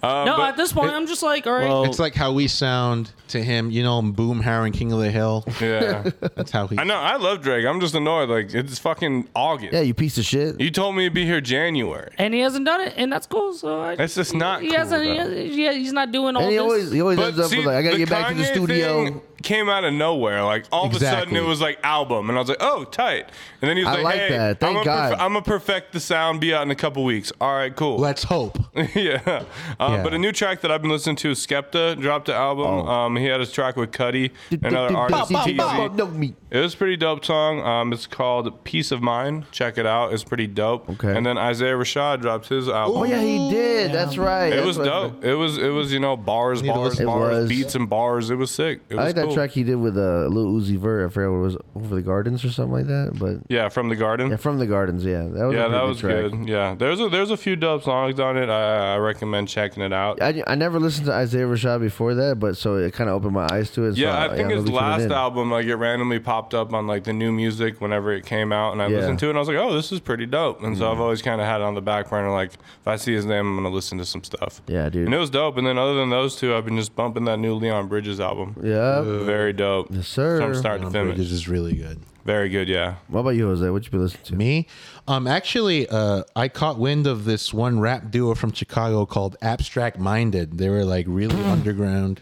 no, at this point, I'm just like, all right.
Well,
It's like how we sound to him, you know, Boom Harrow and King of the Hill.
Yeah.
That's how he.
I know. I love Drake. I'm just annoyed. Like it's fucking August.
yeah, you piece of shit.
You told me to be here January.
and he hasn't done it, and that's cool. So I,
That's just not.
he
cool,
hasn't.
though.
He, yeah, he's not doing all
And he
this.
always, he always ends up with like, I gotta
the
get back to the
Kanye
studio.
thing Came out of nowhere. Like all of a sudden,
Exactly.
it was like album, and I was like, oh, tight. And then he was
I
like,
like
hey,
that. Thank
I'm
God.
I'm gonna perfect the sound. Be out in a couple weeks. All right, cool.
Let's hope.
yeah. Uh,
Yeah.
But a new track that I've been listening to, Skepta dropped an album.
Oh.
Um, he had his track with Cuddy, another artist. TZ.
No, me.
It was a pretty dope song. Um, it's called "Peace of Mind." Check it out. It's pretty dope.
Okay.
And then Isaiah Rashad dropped his album.
Oh yeah, he did. That's right.
It
That's
was
what-
dope. It was it was you know bars,
to
bars,
listen-
It
bars,
was.
beats and bars. It was sick. It was
I like that
cool.
track he did with a uh, little Uzi Vert. I forgot what it was over the gardens or something like that. But
Yeah, from the garden.
yeah,
Yeah,
from the gardens. Yeah, that was a pretty
that was
track.
good. Yeah, there's a there's a few dope songs on it. I, I recommend checking it out.
I, I never listened to Isaiah Rashad before that, but so it kind of opened my eyes to it. so
Yeah, I think
I'll
his
be tuning
last
in.
album, like it randomly popped up on like the new music whenever it came out, and I
Yeah. Mm-hmm.
listened to it, and I was like, oh, this is pretty dope. And so I've always kind of had it on the back burner, like if I see his name, I'm gonna listen to some stuff.
Yeah, dude.
And it was dope. And then other than those two, I've been just bumping that new Leon Bridges album.
Yeah.
Very dope. Yes,
sir.
From start to finish.
Bridges is really good.
Very good, yeah.
What about you, Jose? What you been listening to?
Me? Um, actually, uh, I caught wind of this one rap duo from Chicago called Abstract Minded. They were like really
Mm.
underground.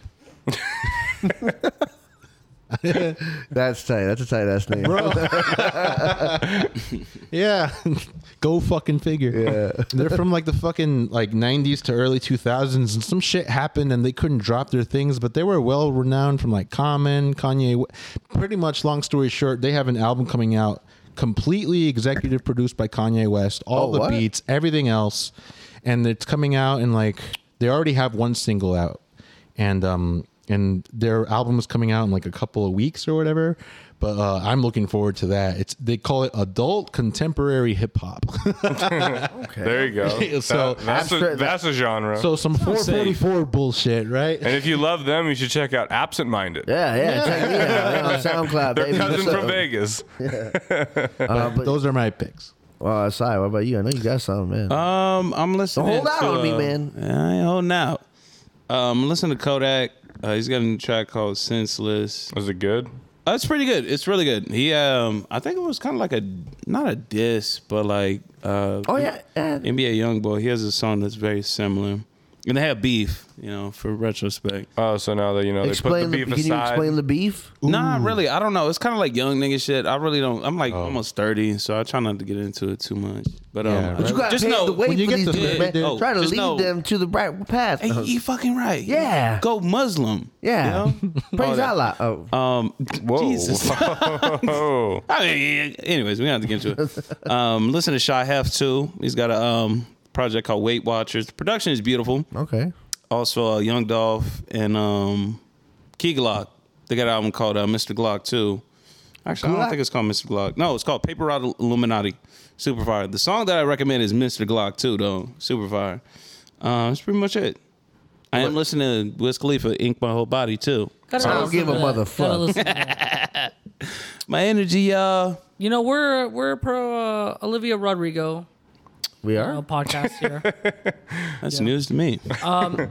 That's tight. That's a tight ass name.
Yeah, go fucking figure. Yeah, they're from like the fucking like '90s to early 2000s, and some shit happened, and they couldn't drop their things, but they were well renowned from like Common, Kanye. Pretty much, long story short, they have an album coming out completely executive produced by Kanye West, all
Oh,
the
what?
beats, everything else, and it's coming out in like they already have one single out, and um and their album is coming out in like a couple of weeks or whatever but uh, i'm looking forward to that it's they call it adult contemporary hip-hop
There you go.
So-
That- that's, a,
Abstract-
that's a genre.
so some 444 bullshit right
and if you love them, you should check out Absent Minded.
Yeah, yeah, check me out on SoundCloud.
Their
baby.
cousin
What's
from
up?
Vegas.
Uh, but,
those are my picks
uh, Sai, what about you? I know you got something, man.
Um, I'm listening.
Don't hold out
to,
on me,
uh,
man.
I ain't holding out. Um, listen to Kodak. Uh, he's got a new track called "Senseless."
Was it good?
Uh, it's pretty good. It's really good. He, um, I think it was kind of like a not a diss, but like, uh,
oh yeah, yeah.
NBA YoungBoy. He has a song that's very similar, and they have beef. You know, for retrospect.
Oh, so now that you know they
Explain
put
the,
the beef
can you
aside.
explain the beef?
Nah, really, I don't know. It's kind of like young nigga shit. I really don't. I'm like almost thirty, so I try not to get into it too much. But um,
Yeah,
I-
But
You got
just
pave
know
the way
when you
for
get
these
to
the-
dudes, man.
oh,
Try to
just
lead
know-
them to the right path.
Hey, you fucking right.
Yeah.
go Muslim.
yeah,
you know? All
praise
that.
Allah. Oh,
Um,
Whoa.
Jesus.
oh.
I mean, anyways, we don't have to get into it. Um, listen to Shy Hef too. He's got a um project called Weight Watchers. The production is beautiful.
okay.
Also, uh, Young Dolph and um, Key Glock. They got an album called uh, Mr. Glock too. Actually, I
Glock?
don't think it's called Mr. Glock. No, it's called Paper Route Illuminati. Super fire. The song that I recommend is Mr. Glock too, though. Super fire. Uh, that's pretty much it. I am listening to Wiz Khalifa, Ink My Whole Body too.
Gotta
I don't
listen
give
to
a
that.
motherfuck.
Gotta listen to that.
My energy, y'all.
You know, we're we're pro uh, Olivia Rodrigo
We
uh,
are.
podcast here.
That's news to me.
Nah,
know,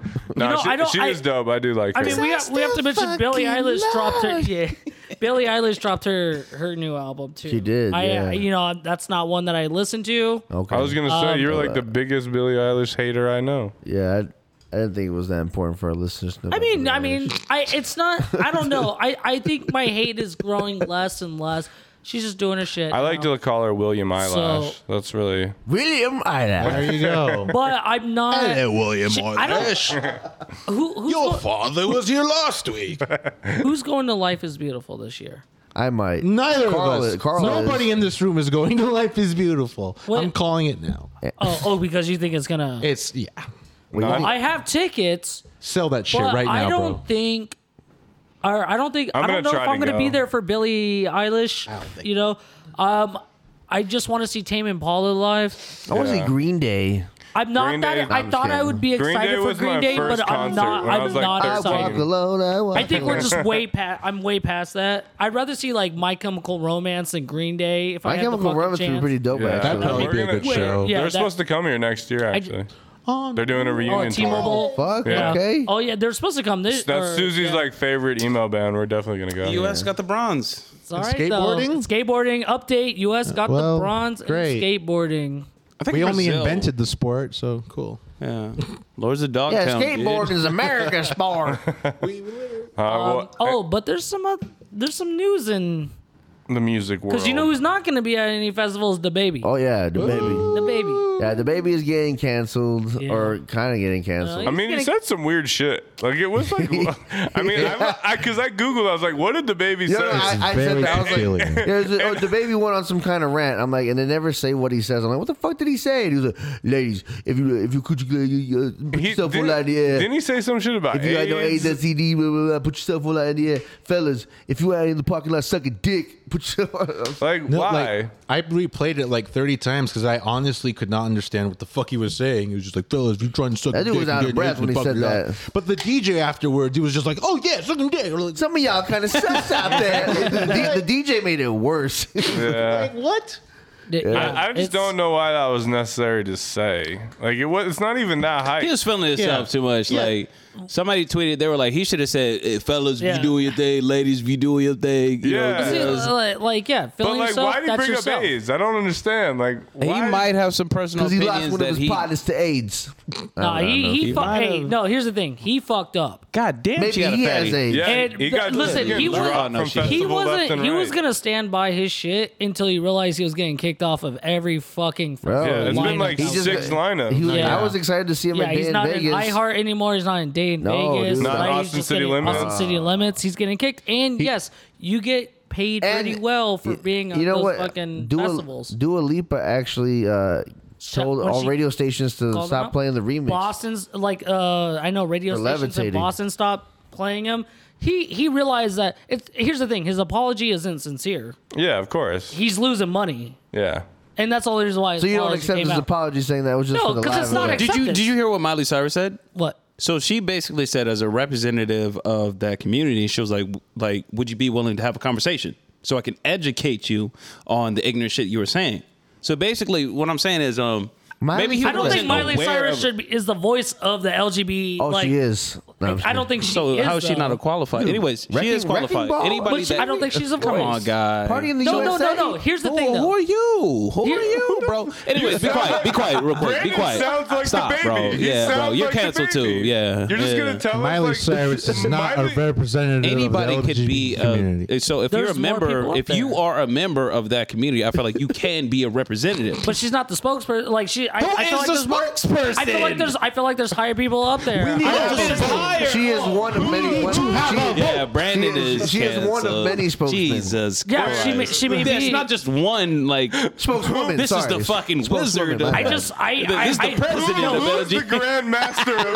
she,
I don't-
she
I-
is dope. I do like her.
I mean, we have, we have to mention Billie Eilish dropped her. Yeah, Billie Eilish dropped her her new album too.
She did,
I,
yeah. Oh,
You know, that's not one that I listen to.
Okay.
I was gonna say you're like the biggest Billie Eilish hater I know.
yeah, I, I didn't think it was that important for our listeners to know.
I
about
mean,
the
I mean, I it's not. I don't know. I I think my hate is growing less and less. She's just doing her shit.
I like
now.
to call her William Eyelash. That's really.
William Ida.
There you go.
but I'm
uh,
not.
William
I don't- Who, who's, go-
father was here last week.
who's going to Life Is Beautiful this year?
I might.
Neither
Carl
of us.
is- Carl
Nobody
is.
in this room is going to Life is Beautiful.
What?
I'm calling it now.
Oh, oh, because you think it's gonna.
It's yeah.
Not-
I have tickets,
Sell that shit
but
right
I
now,
don't
bro.
think. Or I don't think. I'm I
I'm
do
gonna
not know if
try
I'm
to
gonna be
go.
there for Billie Eilish. You know, um, I just want to see Tame Impala live.
I want to
Yeah.
see Green Day.
I'm not
Green
that.
Day-
I
I'm
thought I
kidding.
would be
Green
excited
Day
for
was
Green
my
Day,
first
but I'm
concert
not.
when I
I'm
was, like,
not
13.
I
excited.
walk alone. I walk.
I think we're
alone.
just way past. I'm way past that. I'd rather see like My Chemical Romance than Green Day. If I
My
had the
Chemical
fucking
Romance would be
chance.
pretty dope.
Yeah.
That'd
Actually.
probably
We're
be a
gonna-
good show.
Yeah,
They're
that-
supposed to come here next year, actually.
Oh,
They're doing a
Oh,
reunion. tour.
T-Mobile.
Fuck. eh?
Yeah.
Okay.
Oh yeah, they're supposed to come. This
That's
or-
Susie's
yeah.
like favorite emo band. We're definitely gonna
Oh,
go.
U.S. got the bronze.
It's all right,
skateboarding?
Though. Skateboarding update. U.S. got
Well,
the bronze
great.
in skateboarding.
I think
we only
Brazil-
invented the sport, so cool.
Yeah, Lords of Dogtown.
Yeah, skateboard
dude.
is America's sport.
Uh, well,
Um, oh, but there's some oth- there's some news in
the music world.
because you know who's not going to be at any festivals? The baby.
Oh yeah, the baby.
The baby.
Yeah, the baby is getting canceled or kind of getting canceled.
I mean, he
He's
said some weird shit. Like it was like, I mean, I because I, googled, I was like, what did the baby
You
say?
know, I, I said
Very
that. I was like,
appealing.
Yeah, it's- oh, the baby went on some kind of rant. I'm like, and they never say what he says. I'm like, what the fuck did he say? And he was like, ladies, if you if you could you, you, uh, put
He-
yourself
didn't,
all out of the air.
didn't he say some shit about
if you had no
AIDS?
AIDS, STD, blah, blah, blah, put yourself all out of the air. Fellas, if you out in the parking lot sucking dick, put yourself.
Like
No,
why?
Like, I replayed it like 30 times because I honestly could not understand what the fuck he was saying. He was just like, fellas, you trying to suck
That
dick
dude was
and
out of
get
breath
hit
when
in
he
the
said
fucking
that.
mouth." But the DJ afterwards, he was just like, oh, yeah, sucking dick. We're like,
Some of y'all kind of sus out there. The, the DJ made it worse.
yeah.
what?
I, I just don't know why that was necessary to say. Like it was. It's not even that
He
high.
was feeling himself
Yeah.
too much.
Yeah.
Like somebody tweeted, they were like, he should have said, hey, "Fellas, if
Yeah.
you doing your thing. Ladies, if you doing your thing." You know,
Yeah.
girls."
Like, like, yeah,
But
feeling
like,
yourself.
why did he
that's
bring
yourself.
up AIDS? I don't understand. Like
he
why?
might have some personal
Because he lost
opinions
one
that
of his
he.
partners to AIDS.
Nah, he he,
He
fu-
might
hey,
have-
no. Here's the thing. He fucked up.
God damn,
Maybe
she got a
he
fatty.
has AIDS.
Yeah,
And
he got
th- listen,
he
he
was,
was-
No,
from
she-
festival
He
Left
wasn't.
and
He
right.
was gonna stand by his shit until he realized he was getting kicked off of every fucking.
Bro,
Yeah, it's been
lineup
like
that was-
six lineups.
He was,
Yeah.
I was excited to see him
Yeah,
at Day
he's
in
not
Vegas.
in iHeart anymore. He's not in Day in
No,
Vegas.
dude. Not
Like, he's
Austin
just
City
getting-
Limits.
Austin City Limits. He's getting kicked. And yes, you get paid
And
pretty well for being on
you know
those
what?
fucking
Dua,
festivals.
Dua Lipa actually uh, told
when
all
she
radio stations to
Call them
stop
out.
playing the remix.
Boston's like uh, I know radio
For
stations
levitating.
in Boston stopped playing him. He he realized that it's here's the thing. His apology isn't sincere.
Yeah, of course.
He's losing money,
Yeah.
and that's all the reason why. His
So you don't
apology
accept
came
his
out.
apology saying that was just
No,
for the
'cause
live
it's not
event.
accept-
Did you
acceptance.
did you hear what Miley Cyrus said?
What?
So she basically said, as a representative of that community, she was like, like, would you be willing to have a conversation so I can educate you on the ignorant shit you were saying? So basically, what I'm saying is, um,
Miley
maybe he
I don't
Listen,
think Miley
wasn't aware
Cyrus
of-
should be, is the voice of the LGB.
oh,
like,
she is. No, I'm
I
kidding.
don't think she
So
is.
how is she
though.
not a qualified? Anyways, she
Wrecking-
is
wrecking
qualified.
ball.
Anybody
But she-
that
I don't think she's a
Come
voice.
on, guy.
Party in the
No, no,
USA.
no, no. Here's the
Who,
thing,
who
though.
are you? Who
You-
are you, bro? Anyways, be quiet. Be quiet, real quick. Be
Brandon
quiet.
sounds like the
Stop,
baby.
bro.
He
Yeah, bro.
sounds
You're
like the
canceled too.
baby.
Yeah.
You're just
yeah.
gonna tell
Miley
us like
Cyrus is not
Miley-
a representative
anybody
of the
could
LGBT
be a, uh,
community.
so if you're a
There's more people
member
up
if you
there.
are a member of that community i feel like you can be a representative
But she's not the spokesperson. Like she, I,
Who
I feel
is
like
the
there's more-
spokesperson?
I feel like there's, I feel like there's higher people up there. I don't
She
think
is-
it's-
She is one of many. One, she,
yeah brandon
She is-
is
she is one of
canceled.
many spokesmen.
jesus
Yeah, she
Christ.
may- she may
That's
be-
not just one like
spokeswoman.
this
sorry.
is the fucking
Spokeswoman,
wizard
my
of-
I just, I,
The-
I,
this is the
I-
president
no,
of
no,
Who's the grand master of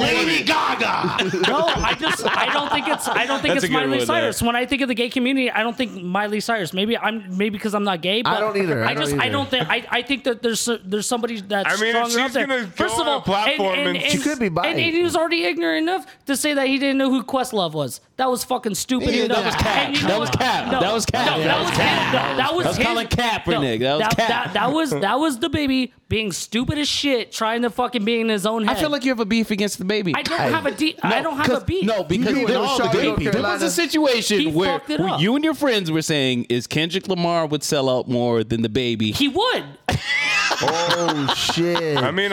Lady Gaga.
No, I just, I don't think it's, I don't think
That's
it's
a good
Miley
one,
Cyrus.
yeah.
When I think of the gay community, I don't think Miley Cyrus. Maybe I'm, maybe because I'm not gay. But
I don't either. I
I just,
don't
I
either.
don't think, I, I think that there's, there's somebody that's
I mean, if
stronger
she's
up there.
gonna go
First
on
of
a
all,
platform
and, and,
and-
and,
She
could be bi.
And, and he was already ignorant enough to say that he didn't know who Questlove was. That was fucking stupid.
Yeah,
enough.
that was
cap.
And you
That
know
was
what?
cap.
No,
That was cap.
no,
That
that
was
was
cap.
cap. That- That was
That was
his-
Colin Kaepernick.
no,
That was cap.
That, that was that was the baby being stupid as shit, trying to fucking be in his own
i
head.
feel like you have a beef against the baby
I don't have a de- I don't have a beat.
no because
You
there
know
was, the
Charlotte,
gay people. there
Carolina.
was a situation
He
where,
fucked it
where
up.
you and your friends were saying is kendrick lamar would sell out more than the baby
He would.
oh shit!
I mean, 100%.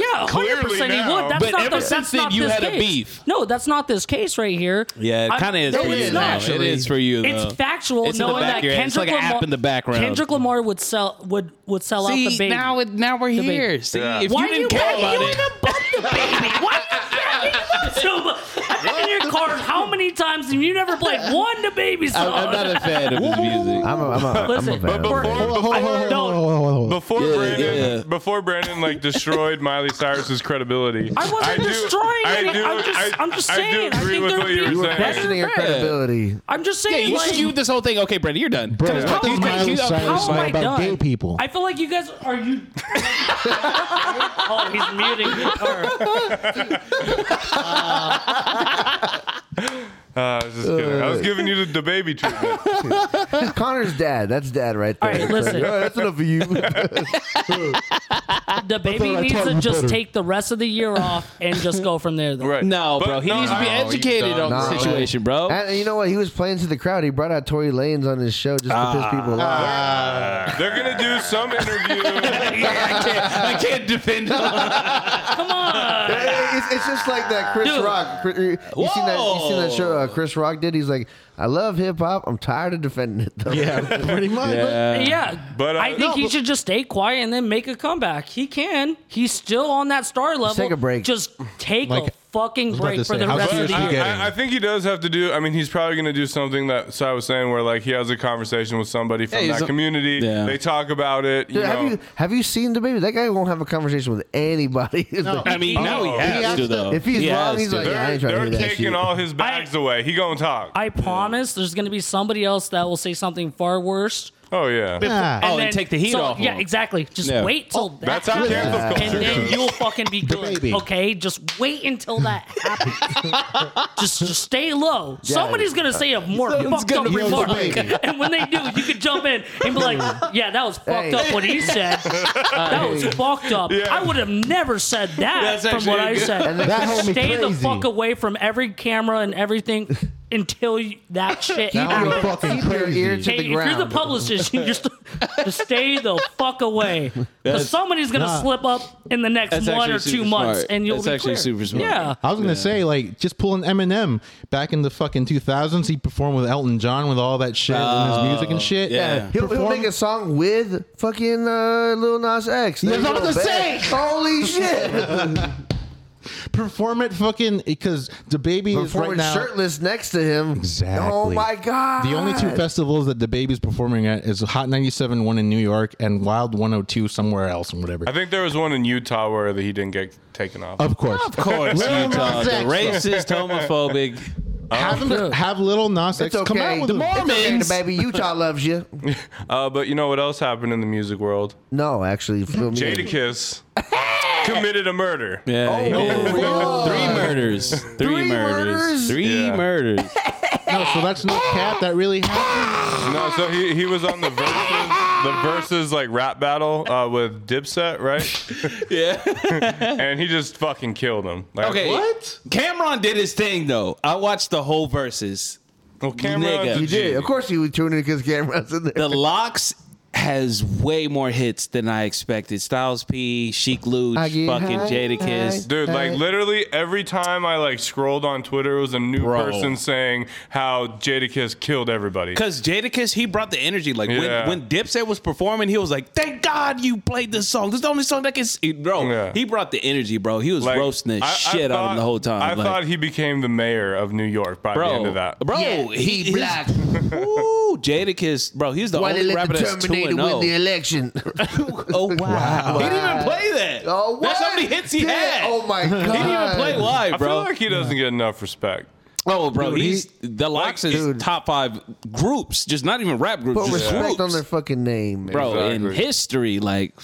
Yeah, hundred
Clearly
percent he
now.
would. That's
But
not
ever
the,
since
that's
then,
not
you
this
had a
case.
beef.
No, that's not this case right here.
Yeah,
I-
it kind of is
no,
for
it's
you.
not.
Now. It
Actually.
is for you. Though.
It's factual,
It's in the
knowing that
back of your head.
Kendrick
It's like an
Lamar
app in the background.
Kendrick Lamar would sell would would sell out the
See,
baby.
now, it, now we're
baby.
here. See,
Yeah.
if
Why
you
are
didn't
you
care
mad?
about
You
it,
ain't above the baby. Why are you mad? so much? I've been in your car how many times and you never played one the baby song?
I'm, I'm not a fan of his music.
I'm a, I'm a, I'm a
Listen,
fan of
for-
it.
Oh,
Before
Yeah,
Brandon,
yeah.
before Brandon like destroyed Miley Cyrus's credibility,
I wasn't destroying it. I'm just- I'm just saying.
I
I
do agree
think
with
there
what
are
you
people-
You
were
were
saying.
questioning your
Yeah.
credibility.
I'm just
Yeah,
saying
you
like,
skewed this whole thing. Okay, Brandon, you're done.
Bro, what
How
does
am
Miley
I-
Cyrus
how am
know
I
about
done?
gay people?
I feel like you guys are you. oh, he's muting. Or,
Uh, I was just kidding. I was giving you the, the baby treatment.
Connor's dad. That's dad right there.
All right,
It's like,
listen.
"Oh, that's enough of you.
the baby
I
needs
taught
to
you
just
better.
take the rest of the year off and just go from there. Though.
Right.
No,
But
bro. He needs to be
I-
educated on
No,
the
man.
situation, bro.
and, and you know what? He was playing to the crowd. He brought out Tory Lanez on his show just to piss people off.
They're gonna do some interview.
I can't, I can't defend him.
Come on.
It's, it's just like that Chris
Dude.
Rock. Chris- You you seen that? You seen that
Whoa.
show uh, Chris Rock did? He's like, I love hip hop. I'm tired of defending it though.
yeah, pretty much.
Yeah,
But, uh,
I think
No,
he should just stay quiet and then make a comeback. He can. He's still on that star level.
take a break.
Just take
Like,
a fucking
was about
break
to
for
say,
the
how
rest of
serious
the
you
year.
I,
getting?
I- I think he does have to do. I mean, he's probably gonna do something that. So I was saying where like he has a conversation with somebody from
Yeah, he's
that
a-
community.
Yeah.
They talk about it. You
Dude,
know.
have you have you seen the baby? That guy won't have a conversation with anybody. It's like-
I mean, now he
Oh.
has,
He has
to,
to-
though.
if he's
He
wrong,
has
he's
to.
like, I
they're
ain't trying to
they're
hear that
taking
shit.
all his bags
I-
away. He gonna talk.
I promise there's going to be somebody else that will say something far worse.
oh yeah.
Nah.
Oh, and take the heat
so-
off of Oh,
Yeah,
him.
exactly. Just
Yeah.
wait till that
That's how
happens,
cancel culture
And then
goes.
you'll fucking be good.
baby.
Okay, just wait until that happens. just, just stay low. Somebody's gonna say a more fucked up
be the
remark,
baby.
and when they do, you can jump in and be like, "Yeah, that was fucked
Hey.
up what he said. that was fucked up.
Yeah.
I would have never said that
That's
from what
actually
I
good.
said."
And that
homie
stay the
crazy.
fuck away from every camera and everything until you, that shit
That
happens.
homie fucking
Keep your ear
crazy.
to
Hey,
the
if you're the
ground.
publicist, you just, just stay the fuck away. 'Cause somebody's gonna
nah.
slip up in the next
That's
one
actually
or two
super
months,
smart.
and you'll
That's
be
actually
clear.
super smart.
Yeah,
I was gonna say like just pulling Eminem back in the fucking 2000s. He performed with Elton John with all that shit and his music and shit.
yeah.
He'll, he'll
Perform-
make a song with fucking uh, Lil Nas X. There
That's
you
what I
go,
was gonna
bang. Holy shit!
perform it fucking because the baby is right
Performing
now.
shirtless next to him.
Exactly.
Oh my god!
The only two festivals that the baby's performing at is Hot 97 one in New York and Wild 102 somewhere else and whatever.
I think there was one in Utah where he didn't get taken off.
Of course.
Of course,
Little
Utah,
Nas
the
X.
racist, homophobic.
have, him, have little Nas X
It's okay.
come out with
the
a-
Mormons.
Mormons.
baby, Utah loves you.
Uh, but you know what else happened in the music world?
No, actually, fill me in.
Jadakiss committed a murder.
Yeah, he did.
Oh, Lord.
three murders, three, murders,
murders?
three
Yeah.
murders.
No, so that's no cap. That really happened.
No, so he, he was on the verses, the verses like rap battle uh, with Dipset, right?
Yeah.
and he just fucking killed him. Like,
Okay. What? Cameron did his thing though. I watched the whole verses.
Well, Oh, Cameron, uh,
Nigga.
the
You
He did.
G.
Of course, he would tune in because cameras in there.
The locks has way more hits than I expected. Styles P, Chic
I
Luch,
get
fucking
high,
Jadakiss.
Dude, like literally every time I like scrolled on Twitter, it was a new
Bro.
person saying how Jadakiss killed everybody.
Cause Jadakiss, he brought the energy. Like
Yeah.
when when Dipset was performing, he was like, "Thank God you played this song. This is the only song that can." s-" Bro,
Yeah.
he brought the energy, bro. He was
Like,
roasting the
I- I
shit out of him
thought-
the whole time.
I
like,
thought he became the mayor of New York by
bro,
the end of that.
bro, he, he black. Ooh, Jadakiss, bro. He's the
Why they
only
let
rapper
the
that's two
Terminator
and oh.
win the
zero.
election?
Oh wow. he didn't even
Wow.
play that.
oh, what?
That's how many hits he
Damn.
had.
Oh my god!
He didn't even play live,
I
bro.
feel like he doesn't get enough respect.
oh, bro,
Dude,
he's the Locks is
dude.
top five groups, just not even rap groups,
Put
just
respect
groups,
on their fucking name, man.
bro. In
Exactly.
history, like,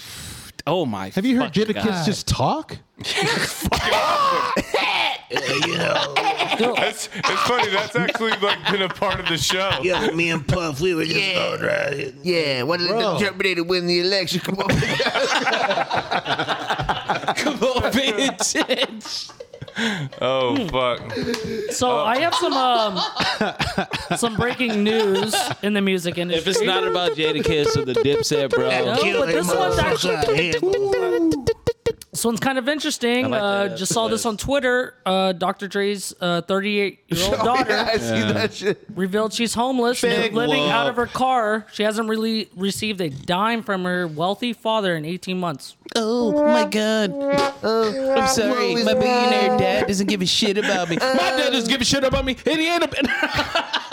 oh my.
Have you heard
fucking
Jadakiss
God.
just talk?
It's, it's funny. That's actually like been a part of the show.
Yo, me and Puff, we were just
Yeah.
all right.
Yeah, why did
Bro.
the Terminator win the election? Come on.
Come on, pay attention.
Oh fuck.
So I have some um, some breaking news in the music industry.
If it's not about Jada Kiss or the Dipset, bro.
No, but this one's
actually.
This one's kind of interesting.
like that,
uh,
yeah,
just saw this on Twitter. Uh, Dr. Dre's 38 year old daughter
yeah, I see that shit.
revealed she's homeless,
Oh, Big
living out
whoop.
of her car. She hasn't really received a dime from her wealthy father in 18 months.
Oh my god.
Oh,
I'm sorry. My billionaire dad doesn't give a shit about me. My dad doesn't give a shit about me. And he ain't a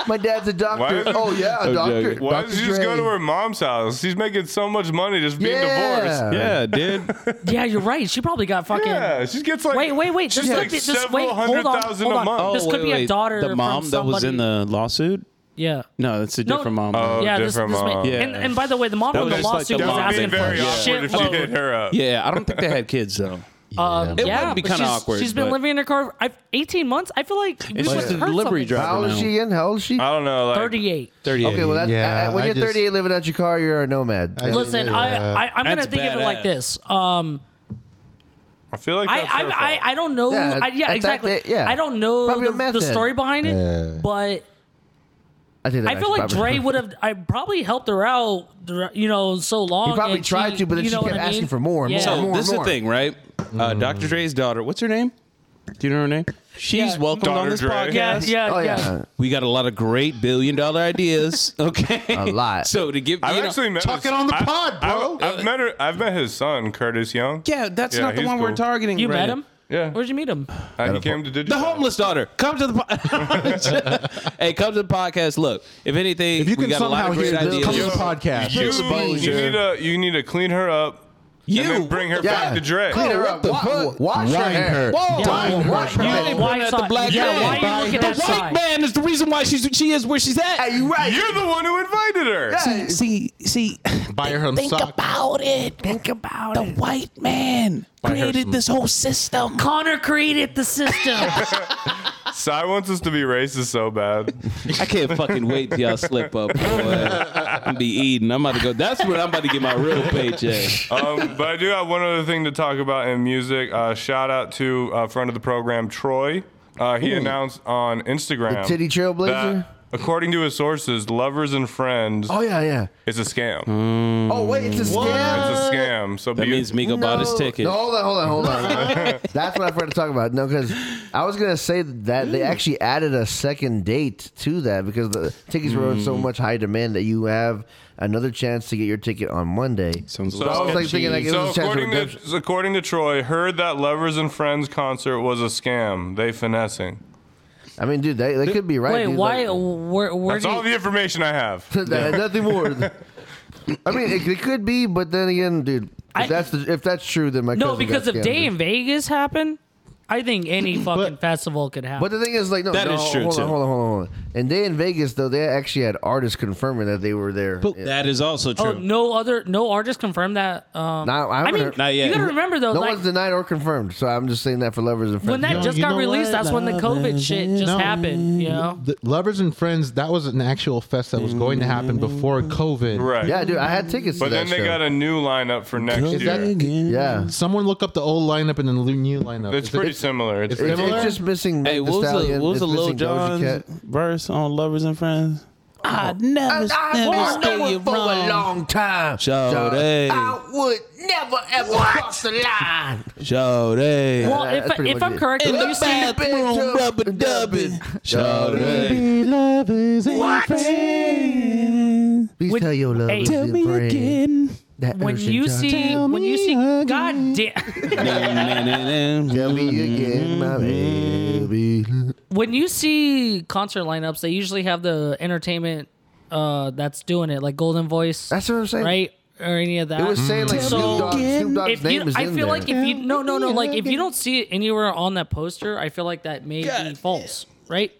My dad's a doctor.
Why-
Oh yeah, a doctor.
joking.
Why
Dr.
did you just go
Dre.
to her mom's house? She's making so much money just being
Yeah.
divorced.
Yeah, dude.
Yeah, you're right. She probably got fucking.
Yeah, she gets like
Wait, wait, wait.
She's
This
like
could be- this-
several
wait, hold
hundred
on,
thousand
hold
a
on.
Oh,
Oh,
month.
this could be a daughter
The
from
mom that was in the lawsuit?
Yeah.
No, that's a
No.
different mom.
Oh,
yeah, this, this
different
ma-
mom.
Yeah.
And, and by the way, the mom
That
from the
was just like
lawsuit
the
was
mom
That would be
asking
That's
very
for oh, a
awkward if she hit
shitload.
her up.
yeah, I don't think they had kids though.
Um,
It
yeah,
would be
but
kinda
she's-
awkward,
She's been
but-
living in her car. i 18 months. I feel like we
It's
would
just a
hurt
delivery
something.
driver
How old is
now.
she in? How old is she?
I don't know. Like,
38.
38.
Okay, well, that,
Yeah,
uh, when
I
you're
just-
38 living out your car, you're a nomad.
I-
Listen,
Yeah.
I, I I'm gonna
That's
think of it like
badass.
this. Um,
I feel like
I
that's
I,
her
I
fault.
I don't know.
Yeah,
I, yeah
that's
exactly.
like it, yeah.
I don't know
Probably a
the, the
method.
story behind it,
Yeah.
but
I, think that
I feel like
actually
Dre
probably-
would have. I probably helped her out, dur- you know, so long.
He probably
and
tried to, but then
you
she
know
kept
what I
asking
mean?
for more and
Yeah.
So
more.
this is the thing, right? Uh,
Mm-hmm.
Dr. Dre's daughter. What's her name? Do you know her name? She's
Yeah.
welcomed on
Dr.
this
Dre.
podcast.
Yeah, yeah,
Oh
yeah.
yeah.
We got a lot of great billion dollar ideas. Okay,
A lot.
So to give,
I've
you know-
actually met
talking
his-
on the
I-
pod, bro.
I, have met her. I've met his son, Curtis Young.
yeah, that's
Yeah,
not the
he's
one we're
cool.
targeting.
You
right
met
now.
him?
Yeah,
Where'd you meet him?
Uh, he came to Digi-
The homeless daughter. Come to the po- hey, come to the podcast. Look, if anything,
If you
we
can
got a lot
somehow
of great
hear this,
ideas.
come to the podcast.
You,
Exposure.
you need to you need to clean her up.
you
and then bring her
Yeah.
back to Dre.
Clean
Oh,
her up. Wa- Wash her
Wine
hair.
her.
Whoa,
Dine her.
Wash her
You-
hair.
why
Pointing at
side?
the black
yeah,
man.
why are you looking
the
at that
white
side?
man is the reason why she's she is where she's at.
Hey, you right.
You're the one who invited her.
Yeah.
See, see,
Buy her some
think
socks.
about it. Think about the white man
her
created
some-
this whole system.
Connor created the system.
Sai wants us to be racist so bad.
I can't fucking wait till y'all slip up. Boy. I'm be eating. I'm about to go. That's when I'm about to get my real paycheck.
um, but I do have one other thing to talk about in music. Uh, shout out to uh, friend of the program, Troy. Uh, he announced on Instagram,
Hmm. The titty trailblazer?
that, according to his sources, "Lovers and Friends"
Oh yeah, yeah.
is a scam.
Oh wait, it's a
It's
scam.
a scam. So
That
be-
means Miko bought his ticket.
No, hold on, hold on, hold on. That's what I forgot to talk about. No, because I was gonna say that they actually added a second date to that because the tickets were in so much high demand that you have another chance to get your ticket on Monday.
Sounds
So-
a little
I was,
like, thinking, like, it
so
was a chance of
according to
redemption.
according to Troy, heard that Lovers and Friends concert was a scam. They finessing.
I mean, dude, they, they could be right.
Wait,
dude,
why?
like-
Where? Where?
That's
Do
all
you,
the information I have.
That- Nothing more. I mean, it, it could be, but then again, dude, if
I-
that's the, if that's true, then my
no,
cousin
because
got
if
scammed.
Day in Vegas happened, I think any fucking festival could happen.
But the thing is, like, no,
That
no,
is true,
hold
too.
on, hold on, hold on, hold on. And they in Vegas though, they actually had artists confirming that they were there.
That is also true.
oh, no other, no artist confirmed that. Um,
Now, I
I
haven't
mean,
heard-
Not yet.
you gotta remember though,
no
like
one's denied or confirmed, so I'm just saying that for lovers and friends.
when that
Yo,
just
you
got
know
released,
what?
that's when the COVID shit just
No.
happened. You know,
The Lovers and Friends, that was an actual fest that was going to happen before COVID.
Right.
yeah, dude, I had tickets.
But
to that
then they
show.
got a new lineup for next
Is
year.
that-
yeah.
Someone look up the old lineup and the new lineup.
it's
Is it-
pretty similar. It's,
it's-
It's, it's just missing.
Hey,
Meg
what was the
Stallion.
what was
it's
the Lil
missing Doja
John
Cat.
verse on Lovers and Friends? I never,
I know it for a long time.
Shawty.
I would never ever cross the line.
Shawty.
well,
Yeah,
if,
that's pretty
if
much
I'm
it.
correct, when you see
bathroom, rubber dubbing.
Shawty.
Baby, lovers and friends.
Please
When-
tell your love.
Hey,
is
tell
in prayer. That
when
Urshan
you
Johnson.
see when you
me
see,
again.
God damn.
Tell me again, my
Mm-hmm.
baby.
when you see concert lineups, they usually have the entertainment uh, that's doing it, like Golden Voice,
That's what I'm saying.
right, or any of that.
It was
Mm-hmm.
saying
Hmm.
like
So,
Snoop Dogg. Snoop Dogg's
if you,
name is
I
in there.
feel like if you no no no like if you don't see it anywhere on that poster, I feel like that may be false, right?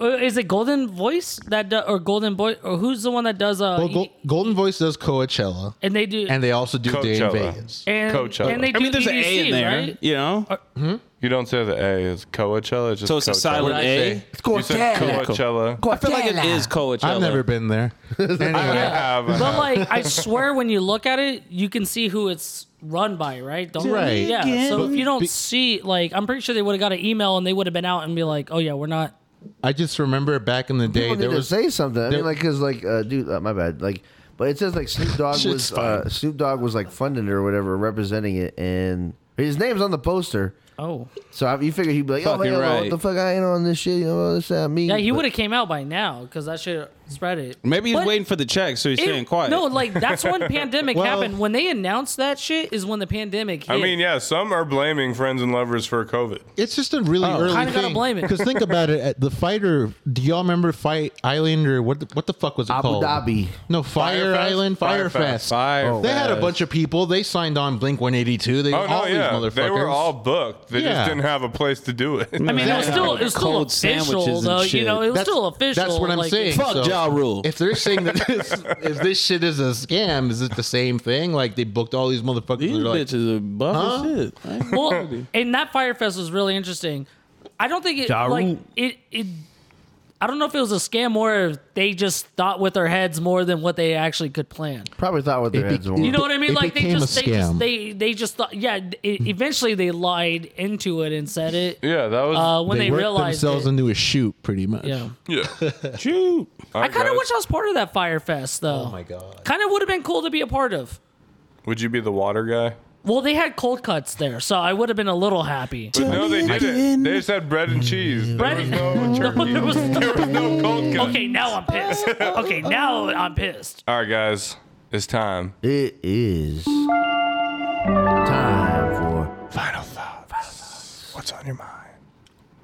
uh, is it Golden Voice that do, or Golden Boy or who's the one that does uh
Well, Gol- Golden Voice does Coachella,
and they do
and they also do Day in
Coachella.
Vegas.
and,
Coachella.
and they do
I mean, there's an
EDC,
A in there,
right?
you know.
You don't say the A. It's Coachella. It's just
so it's a
Coachella.
silent
What'd I
A.
say?
It's
You said Coachella.
I feel like it is Coachella.
I've never been there.
I
anyway,
have.
But like, I swear, when you look at it, you can see who it's run by, right? Don't
Right.
Yeah. So if you don't
Be-
see, like, I'm pretty sure they would have got an email and they would have been out and be like, "Oh yeah, we're not."
I just remember back in the day
People
there
need
was
to say something. I
there-
mean, like, cause like, uh, dude, uh, my bad. Like, but it says like Snoop Dogg
Shit's
was uh, Snoop Dogg was like funding it or whatever, representing it, and his name's on the poster.
Oh.
So I, you figure he'd be like, oh,
Fucking
man,
right.
what the fuck? I ain't on this shit. You know this that me.
Yeah, he
But-
would have came out by now because that should spread it.
Maybe he's
But
waiting for the check, so he's
it-
staying quiet.
No, like that's when pandemic
Well-
happened. When they announced that shit is when the pandemic. Hit.
I mean, yeah, some are blaming friends and lovers for COVID.
It's just a
Oh.
really early
Kinda gotta
thing.
blame it.
Because think about it, at the fighter. Do y'all remember Fight Island or what? The, what the fuck was it
Abu
called?
Dhabi.
No, Fire
Firefest?
Island, Firefest.
Firefest. Firefest.
They had a bunch of people. They signed on Blink One Eighty Two. They
Oh no,
all
yeah,
these motherfuckers.
they were all booked. They
Yeah.
just didn't have a place to do it.
I mean, it was
Yeah.
still it was still
Cold
official
sandwiches and
though. You
shit.
know, it was
That's-
still official.
That's what I'm
like,
saying.
Fuck
so
Ja Rule.
If they're saying that this, if this shit is a scam, is it the same thing? Like they booked all these motherfuckers.
These
they're like,
bitches are buff
Huh?
as shit. I ain't
Well,
kidding.
and that Firefest was really interesting. I don't think it
Ja
like
Rule.
it it. I don't know if it was a scam or if they just thought with their heads more than what they actually could plan.
Probably thought with their
be-
heads
it
were.
You know what I mean?
It
like they
became
just,
a
they just
scam.
they they just thought yeah. It, eventually they lied into it and said it
yeah, that was.
uh, when
they,
they,
worked
realized.
themselves
It.
into a shoot, pretty much.
yeah,
yeah,
Shoot.
I kind of wish I was part of that Firefest though.
Oh my god.
Kind of would have been cool to be a part of.
Would you be the water guy?
Well, they had cold cuts there, so I would have been a little happy.
But no, they didn't. They just had bread and cheese.
Bread
there was
and-
no turkey.
There was no-
There was no cold cut.
Okay, now I'm pissed. Okay, now I'm pissed.
All right, guys, it's time.
It is time for
Final thoughts. What's on your mind?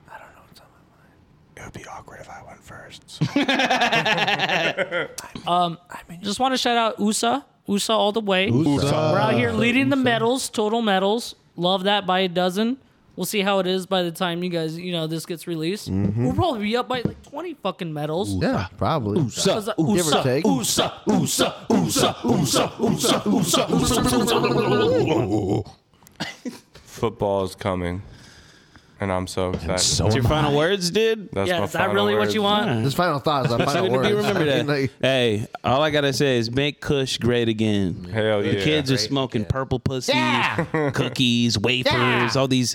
I don't know what's on my mind. It would be awkward if I went first.
Just want to shout out USA, USA all the way. We're out here leading the medals, total medals. Love that by a dozen. We'll see how it is by the time you guys, you know, this gets released.
Mm-hmm.
We'll probably be up by like 20 fucking medals.
yeah, probably.
Give
Give or take.
Football is coming, and I'm so excited.
That's your final words, did?
That's
Yeah,
my
is that
final
really what
words.
you want?
Just final thoughts. on final
Something to
words.
be remembered
I mean,
at.
like,
hey, all I gotta say is make Kush great again.
Hell
The
yeah.
kids are smoking purple pussy, cookies, wafers, all these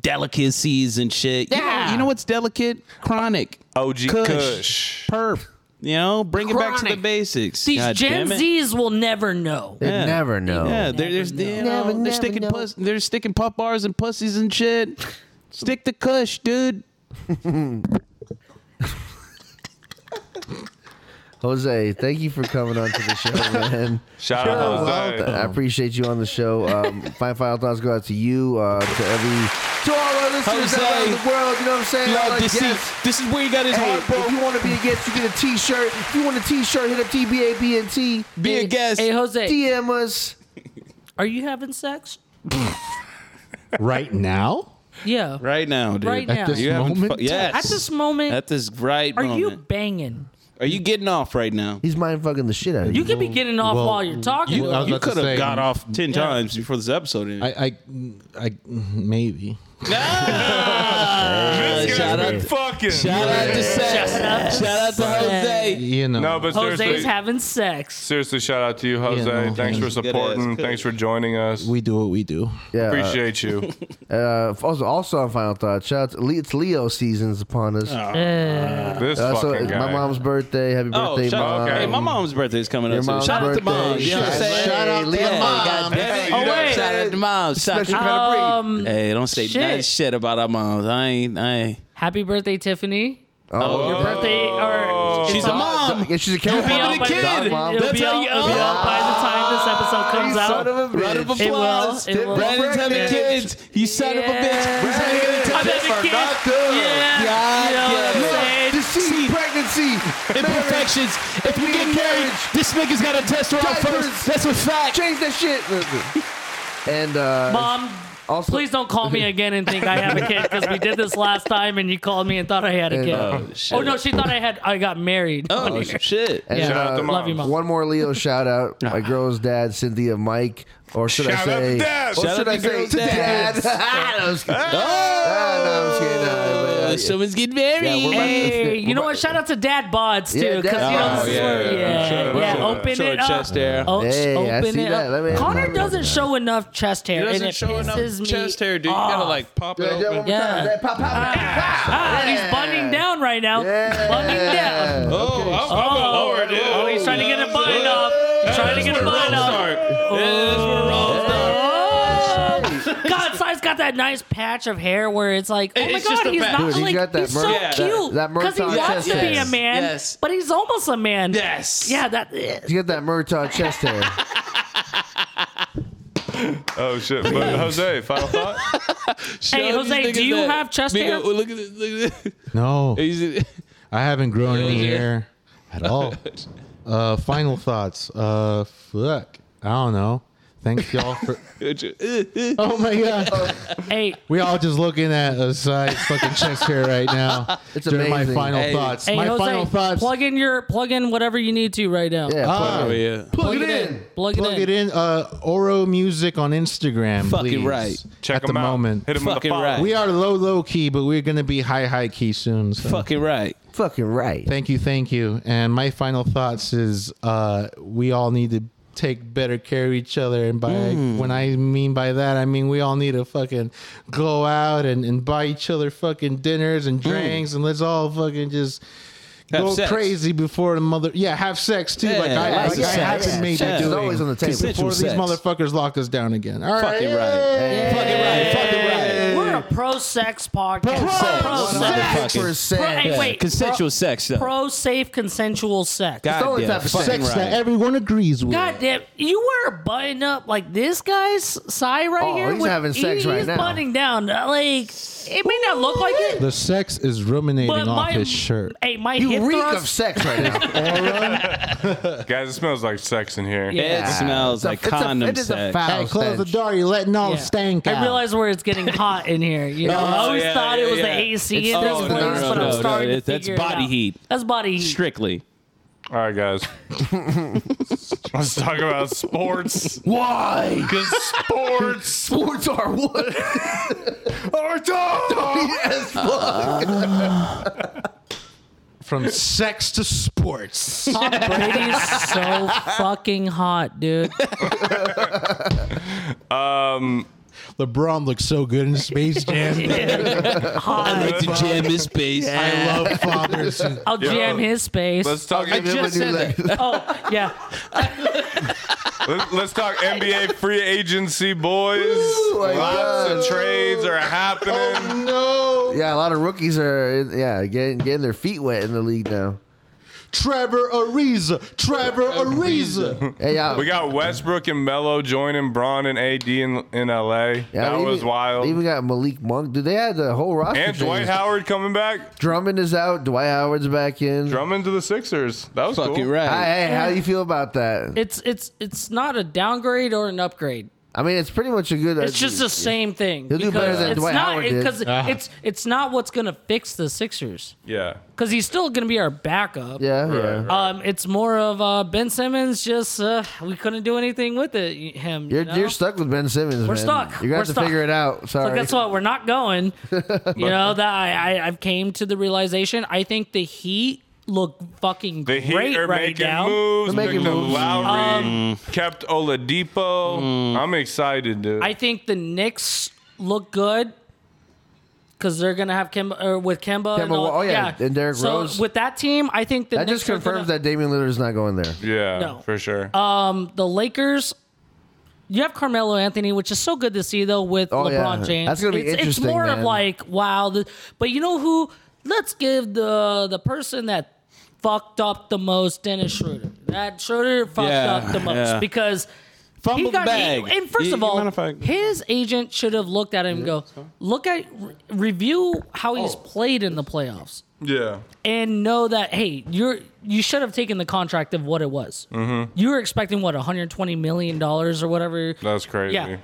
delicacies and shit. You know- You, know, what's delicate? Chronic.
OG Kush.
Perp. You know, bring it back to the basics.
These
God
Gen
damn it.
Zs will never know.
They
Yeah.
never know.
Yeah, they're, they're, you know,
Never,
they're
never
sticking
know.
pus- they're sticking puff bars and pussies and shit. Stick the Kush, dude.
Jose, thank you for coming on to the show, man. Uh,
Shout out Jose.
I appreciate you on the show. Um, fine final thoughts go out to you, uh, to every, to all our listeners out
Jose,
around the world. You know what I'm saying?
Love
Like,
this
yes.
is this is where you got his
Hey,
heart broken.
if you want to be a guest, you get a T-shirt. If you want a T-shirt, hit up TBABNT.
Be a guest.
Hey, Jose,
DM us.
are you having sex?
Right now,
Yeah.
Right now, dude.
Right now.
at this
You haven't
moment,
fu- yes.
At this moment,
At this right
are
moment.
you banging?
Are you getting off right now?
He's mind fucking the shit out of you.
You could be getting off
Well,
while you're talking.
you-
to
I
us.
was
You
about to
could have
say-
got off ten times before this episode ended.
I, I, I maybe.
This guy's
shout out
been
to-
fucking.
Shout out to Seth. Shout out to Jose.
You know.
no, but
Jose's
seriously,
having sex.
seriously, shout out to you, Jose.
Yeah, no,
Thanks for
he's
a good
supporting.
ass cook.
Thanks for joining us.
we do what we do.
Yeah, uh,
Appreciate you.
Uh, also, also on Final Thought, shout out to Le- it's Leo season's upon us.
Oh,
This
Uh, so
fucking
it's
guy.
my mom's birthday. Happy
Oh,
birthday,
shout
mom.
out.
okay.
Hey, my mom's birthday is coming
Your
up soon.
mom's
Shout out to
birthday.
mom. You know what I'm
Shout-
saying?
shout out to
Yeah,
your mom.
God damn it.
Oh,
You know,
wait.
Shout out to mom. Shout out
Special
to
kind of breed.
Um,
Hey, don't say
Shit.
nice shit about our moms. I ain't. I ain't.
happy birthday, Tiffany.
Oh,
Your birthday, or
She's a
It'll
mom.
Yeah, she's a cat
be
You're
mom.
out by the
kid.
time-
Dog mom.
It'll
That's
be
how
out
you-
it'll be out by the time this episode comes
Son
out.
of a
Round of
bitch.
It will,
applause.
it will.
Brandon's having kids. You son of a bitch.
Yeah.
He's not even gonna
I'm
touch
having kids. Yeah.
God,
You know what I'm
yeah.
saying?
Deceit, pregnancy, marriage.
imperfections. If you get
Marriage.
married, this nigga's got to test her out
Diapers.
first. That's a fact.
Change that shit. And uh,
Mom,
Also,
Please don't call me again and think I have a kid because we did this last time and you called me and thought I had a kid.
Oh,
oh
shit.
no, she thought I had. I got married.
Oh shit!
and,
Yeah.
Shout out to
Love you,
moms.
mom.
One more Leo shout out. My girl's dad, Cynthia Mike. Or should I
Shout out to
say,
dads.
or
Shout
should
out
I
to
say,
girls'
dad?
dads.
no, I'm just kidding. Ah, no, I'm just kidding. Ah, but, uh,
Uh, someone's getting married.
yeah, we're about-
Hey, you know what? Shout out to dad bods too,
Yeah,
because
dad
you know
bods.
this is
Oh,
where-
yeah,
yeah,
shout
yeah.
out, shout out.
Open
Show
it
the
up.
chest hair.
Oh,
Hey, I
open
see
it
that.
up.
Let me-
Connor doesn't show enough chest hair,
It
and
doesn't
it
show enough
pisses me
chest hair, dude. You
off.
gotta like pop it
Yeah, yeah, one more
open.
Yeah.
time. Pop, pop, pop.
Ah, he's bunning down right now.
Yeah.
Bunning down.
Oh, I'm,
Oh,
I'm gonna lower it, dude.
oh, he's trying to get a button up. He's trying to get a button up. Oh. God, Sai's got that nice patch of hair where it's like, oh
It-
my
it's just
god,
a
he's
patch.
not
Dude,
he's
like
got that
he's
Mur-
so
Yeah.
cute
that- that
because he
Murtaugh
wants to
chest
be a
hair.
man,
Yes.
but he's almost a man.
Yes.
Yeah, that.
You got that Murtaugh chest hair.
Oh shit! But Jose, final thought.
Hey,
Show these
Jose,
niggas
do you
that.
have chest
Nigga,
hair?
oh, Look at this. Look at this.
No,
He's in-
I haven't grown any
Yeah.
hair at all. Uh, final thoughts. Uh, fuck. I don't know. Thanks y'all for. Oh my god.
Hey,
We all just looking at a side fucking chest hair right now.
It's
during my
amazing.
final
Hey.
thoughts.
hey,
my
Jose,
final thoughts.
plug in your plug in whatever you need to right now.
Yeah,
Ah.
Oh yeah.
Plug, it in. Plug it
plug
in.
it in. Uh, Oro Music on Instagram.
Fucking
please.
right.
Check
at
him
the
out.
moment.
Hit him with a
Fucking
follow.
right.
We are low low key, but we're gonna be high high key soon. So.
Fucking right.
fucking right.
Thank you, thank you. And my final thoughts is uh, we all need to take better care of each other. And by
Hmm.
when I mean by that, I mean we all need to fucking go out and, and buy each other fucking dinners and drinks and let's all fucking just.
Hmm. Have
go
sex.
crazy before the mother. Yeah, have sex too.
Yeah,
like I,
like
like
the
I
sex.
haven't made
Yeah.
that
It's
doing
always on the table.
Consent-
before these
Sex.
motherfuckers lock us down again. All right,
Fucking right. Fucking right. Fucking right.
We're a pro sex podcast. Pro
sex.
sex.
Motherfucking-
Pro, hey,
100%.
wait.
Consensual sex though.
Pro safe consensual sex.
God
It's the only
damn,
type of
fucking
Sex that
right.
everyone agrees with.
God damn, you were button up like this guy's side right
Oh,
here.
he's
with-
having sex
he-
right
he's
now.
buttoning down. uh, Like it may not look like it,
The sex is ruminating
but
off
my
his shirt.
Hey, my hip
You reek
thrust.
of sex right now.
Guys, it smells like sex in here.
Yeah.
It
It's
smells
a-
like
it's a-
condom
it is a
sex.
foul
Hey, close the
stench.
door. You're letting all
Yeah.
the stank out.
I realize where it's getting hot in here. You know, I
Oh,
always
yeah,
thought it
yeah,
was
yeah.
the AC
It's-
in this
oh, no,
place,
no,
but
no,
I'm
no,
starting
it-
to
that's
figure it
body
out.
heat.
That's body heat.
Strictly.
All right, guys. Let's talk about sports.
Why?
Because sports
Sports are what?
are tough.
yes, fuck.
From sex to sports.
Tom Brady's so fucking hot, dude.
LeBron looks so good in Space Jam.
I
Hot.
like to jam his space.
I love fathers. who-
I'll jam his space.
Let's talk.
I just said that.
oh yeah.
Let- Let's talk NBA free agency, boys.
my
Lots
God.
of trades are happening.
no.
Yeah, a lot of rookies are yeah getting getting their feet wet in the league now.
Trevor Ariza. Trevor Ariza.
Hey, y'all,
We got Westbrook and Melo joining Braun and AD in, in LA.
yeah,
that
they
was
even-
wild.
They even got Malik Monk. Dude, they had the whole roster.
and Dwight
changed.
Howard coming back,
Drummond is out. Dwight Howard's back in.
drumming to the Sixers. That was cool.
Fucking right.
Hey, hey, how do you feel about that?
It's it's it's not a downgrade or an upgrade.
I mean, it's pretty much a good.
It's just the same thing.
He'll do better
because
than
it's
Dwight
not,
Howard did. Ah.
Because it's it's not what's gonna fix the Sixers.
Yeah.
Because he's still gonna be our backup.
yeah, yeah.
Right.
Um, it's more of uh, Ben Simmons. Just uh, we couldn't do anything with it. y- Him. you
You're,
know?
you're stuck with Ben Simmons.
We're
man.
stuck.
You're gonna
We're
have to
stuck.
figure it out. Sorry.
But guess what? We're not going. You know that I, I I've came to the realization. I think the Heat look fucking
The Heat
great
are
right
making
now. Um,
moves.
They're
Making
making
moves.
moves.
Lowry kept Oladipo.
Mm.
I'm excited, dude.
I think the Knicks look good because they're gonna have Kemba or with Kemba. and
Kemba,
all-
oh, yeah, and Derrick
so
Rose.
With that team, I think the
That
Knicks
just
are
confirms
gonna-
that Damian Lillard's not going there.
yeah,
No. Um,
for sure.
the Lakers. You have Carmelo Anthony, which is so good to see though with
Oh,
LeBron
yeah.
James.
That's gonna be
it's,
interesting,
It's more of
man.
like wow, the, but you know who? Let's give the the person that fucked up the most, Dennis Schroeder. That Schroeder fucked
Yeah,
up the most
yeah.
because
Fumbled
he
the
got
bag.
and first
You-
of
you
all,
mind if I-
his agent should have looked at him and go, look at re- review how
Oh.
he's played in the playoffs
yeah.
and know that hey, you're you should have taken the contract
Mm-hmm.
of what it was. You were expecting what 120 million dollars or whatever.
That's crazy.
Yeah,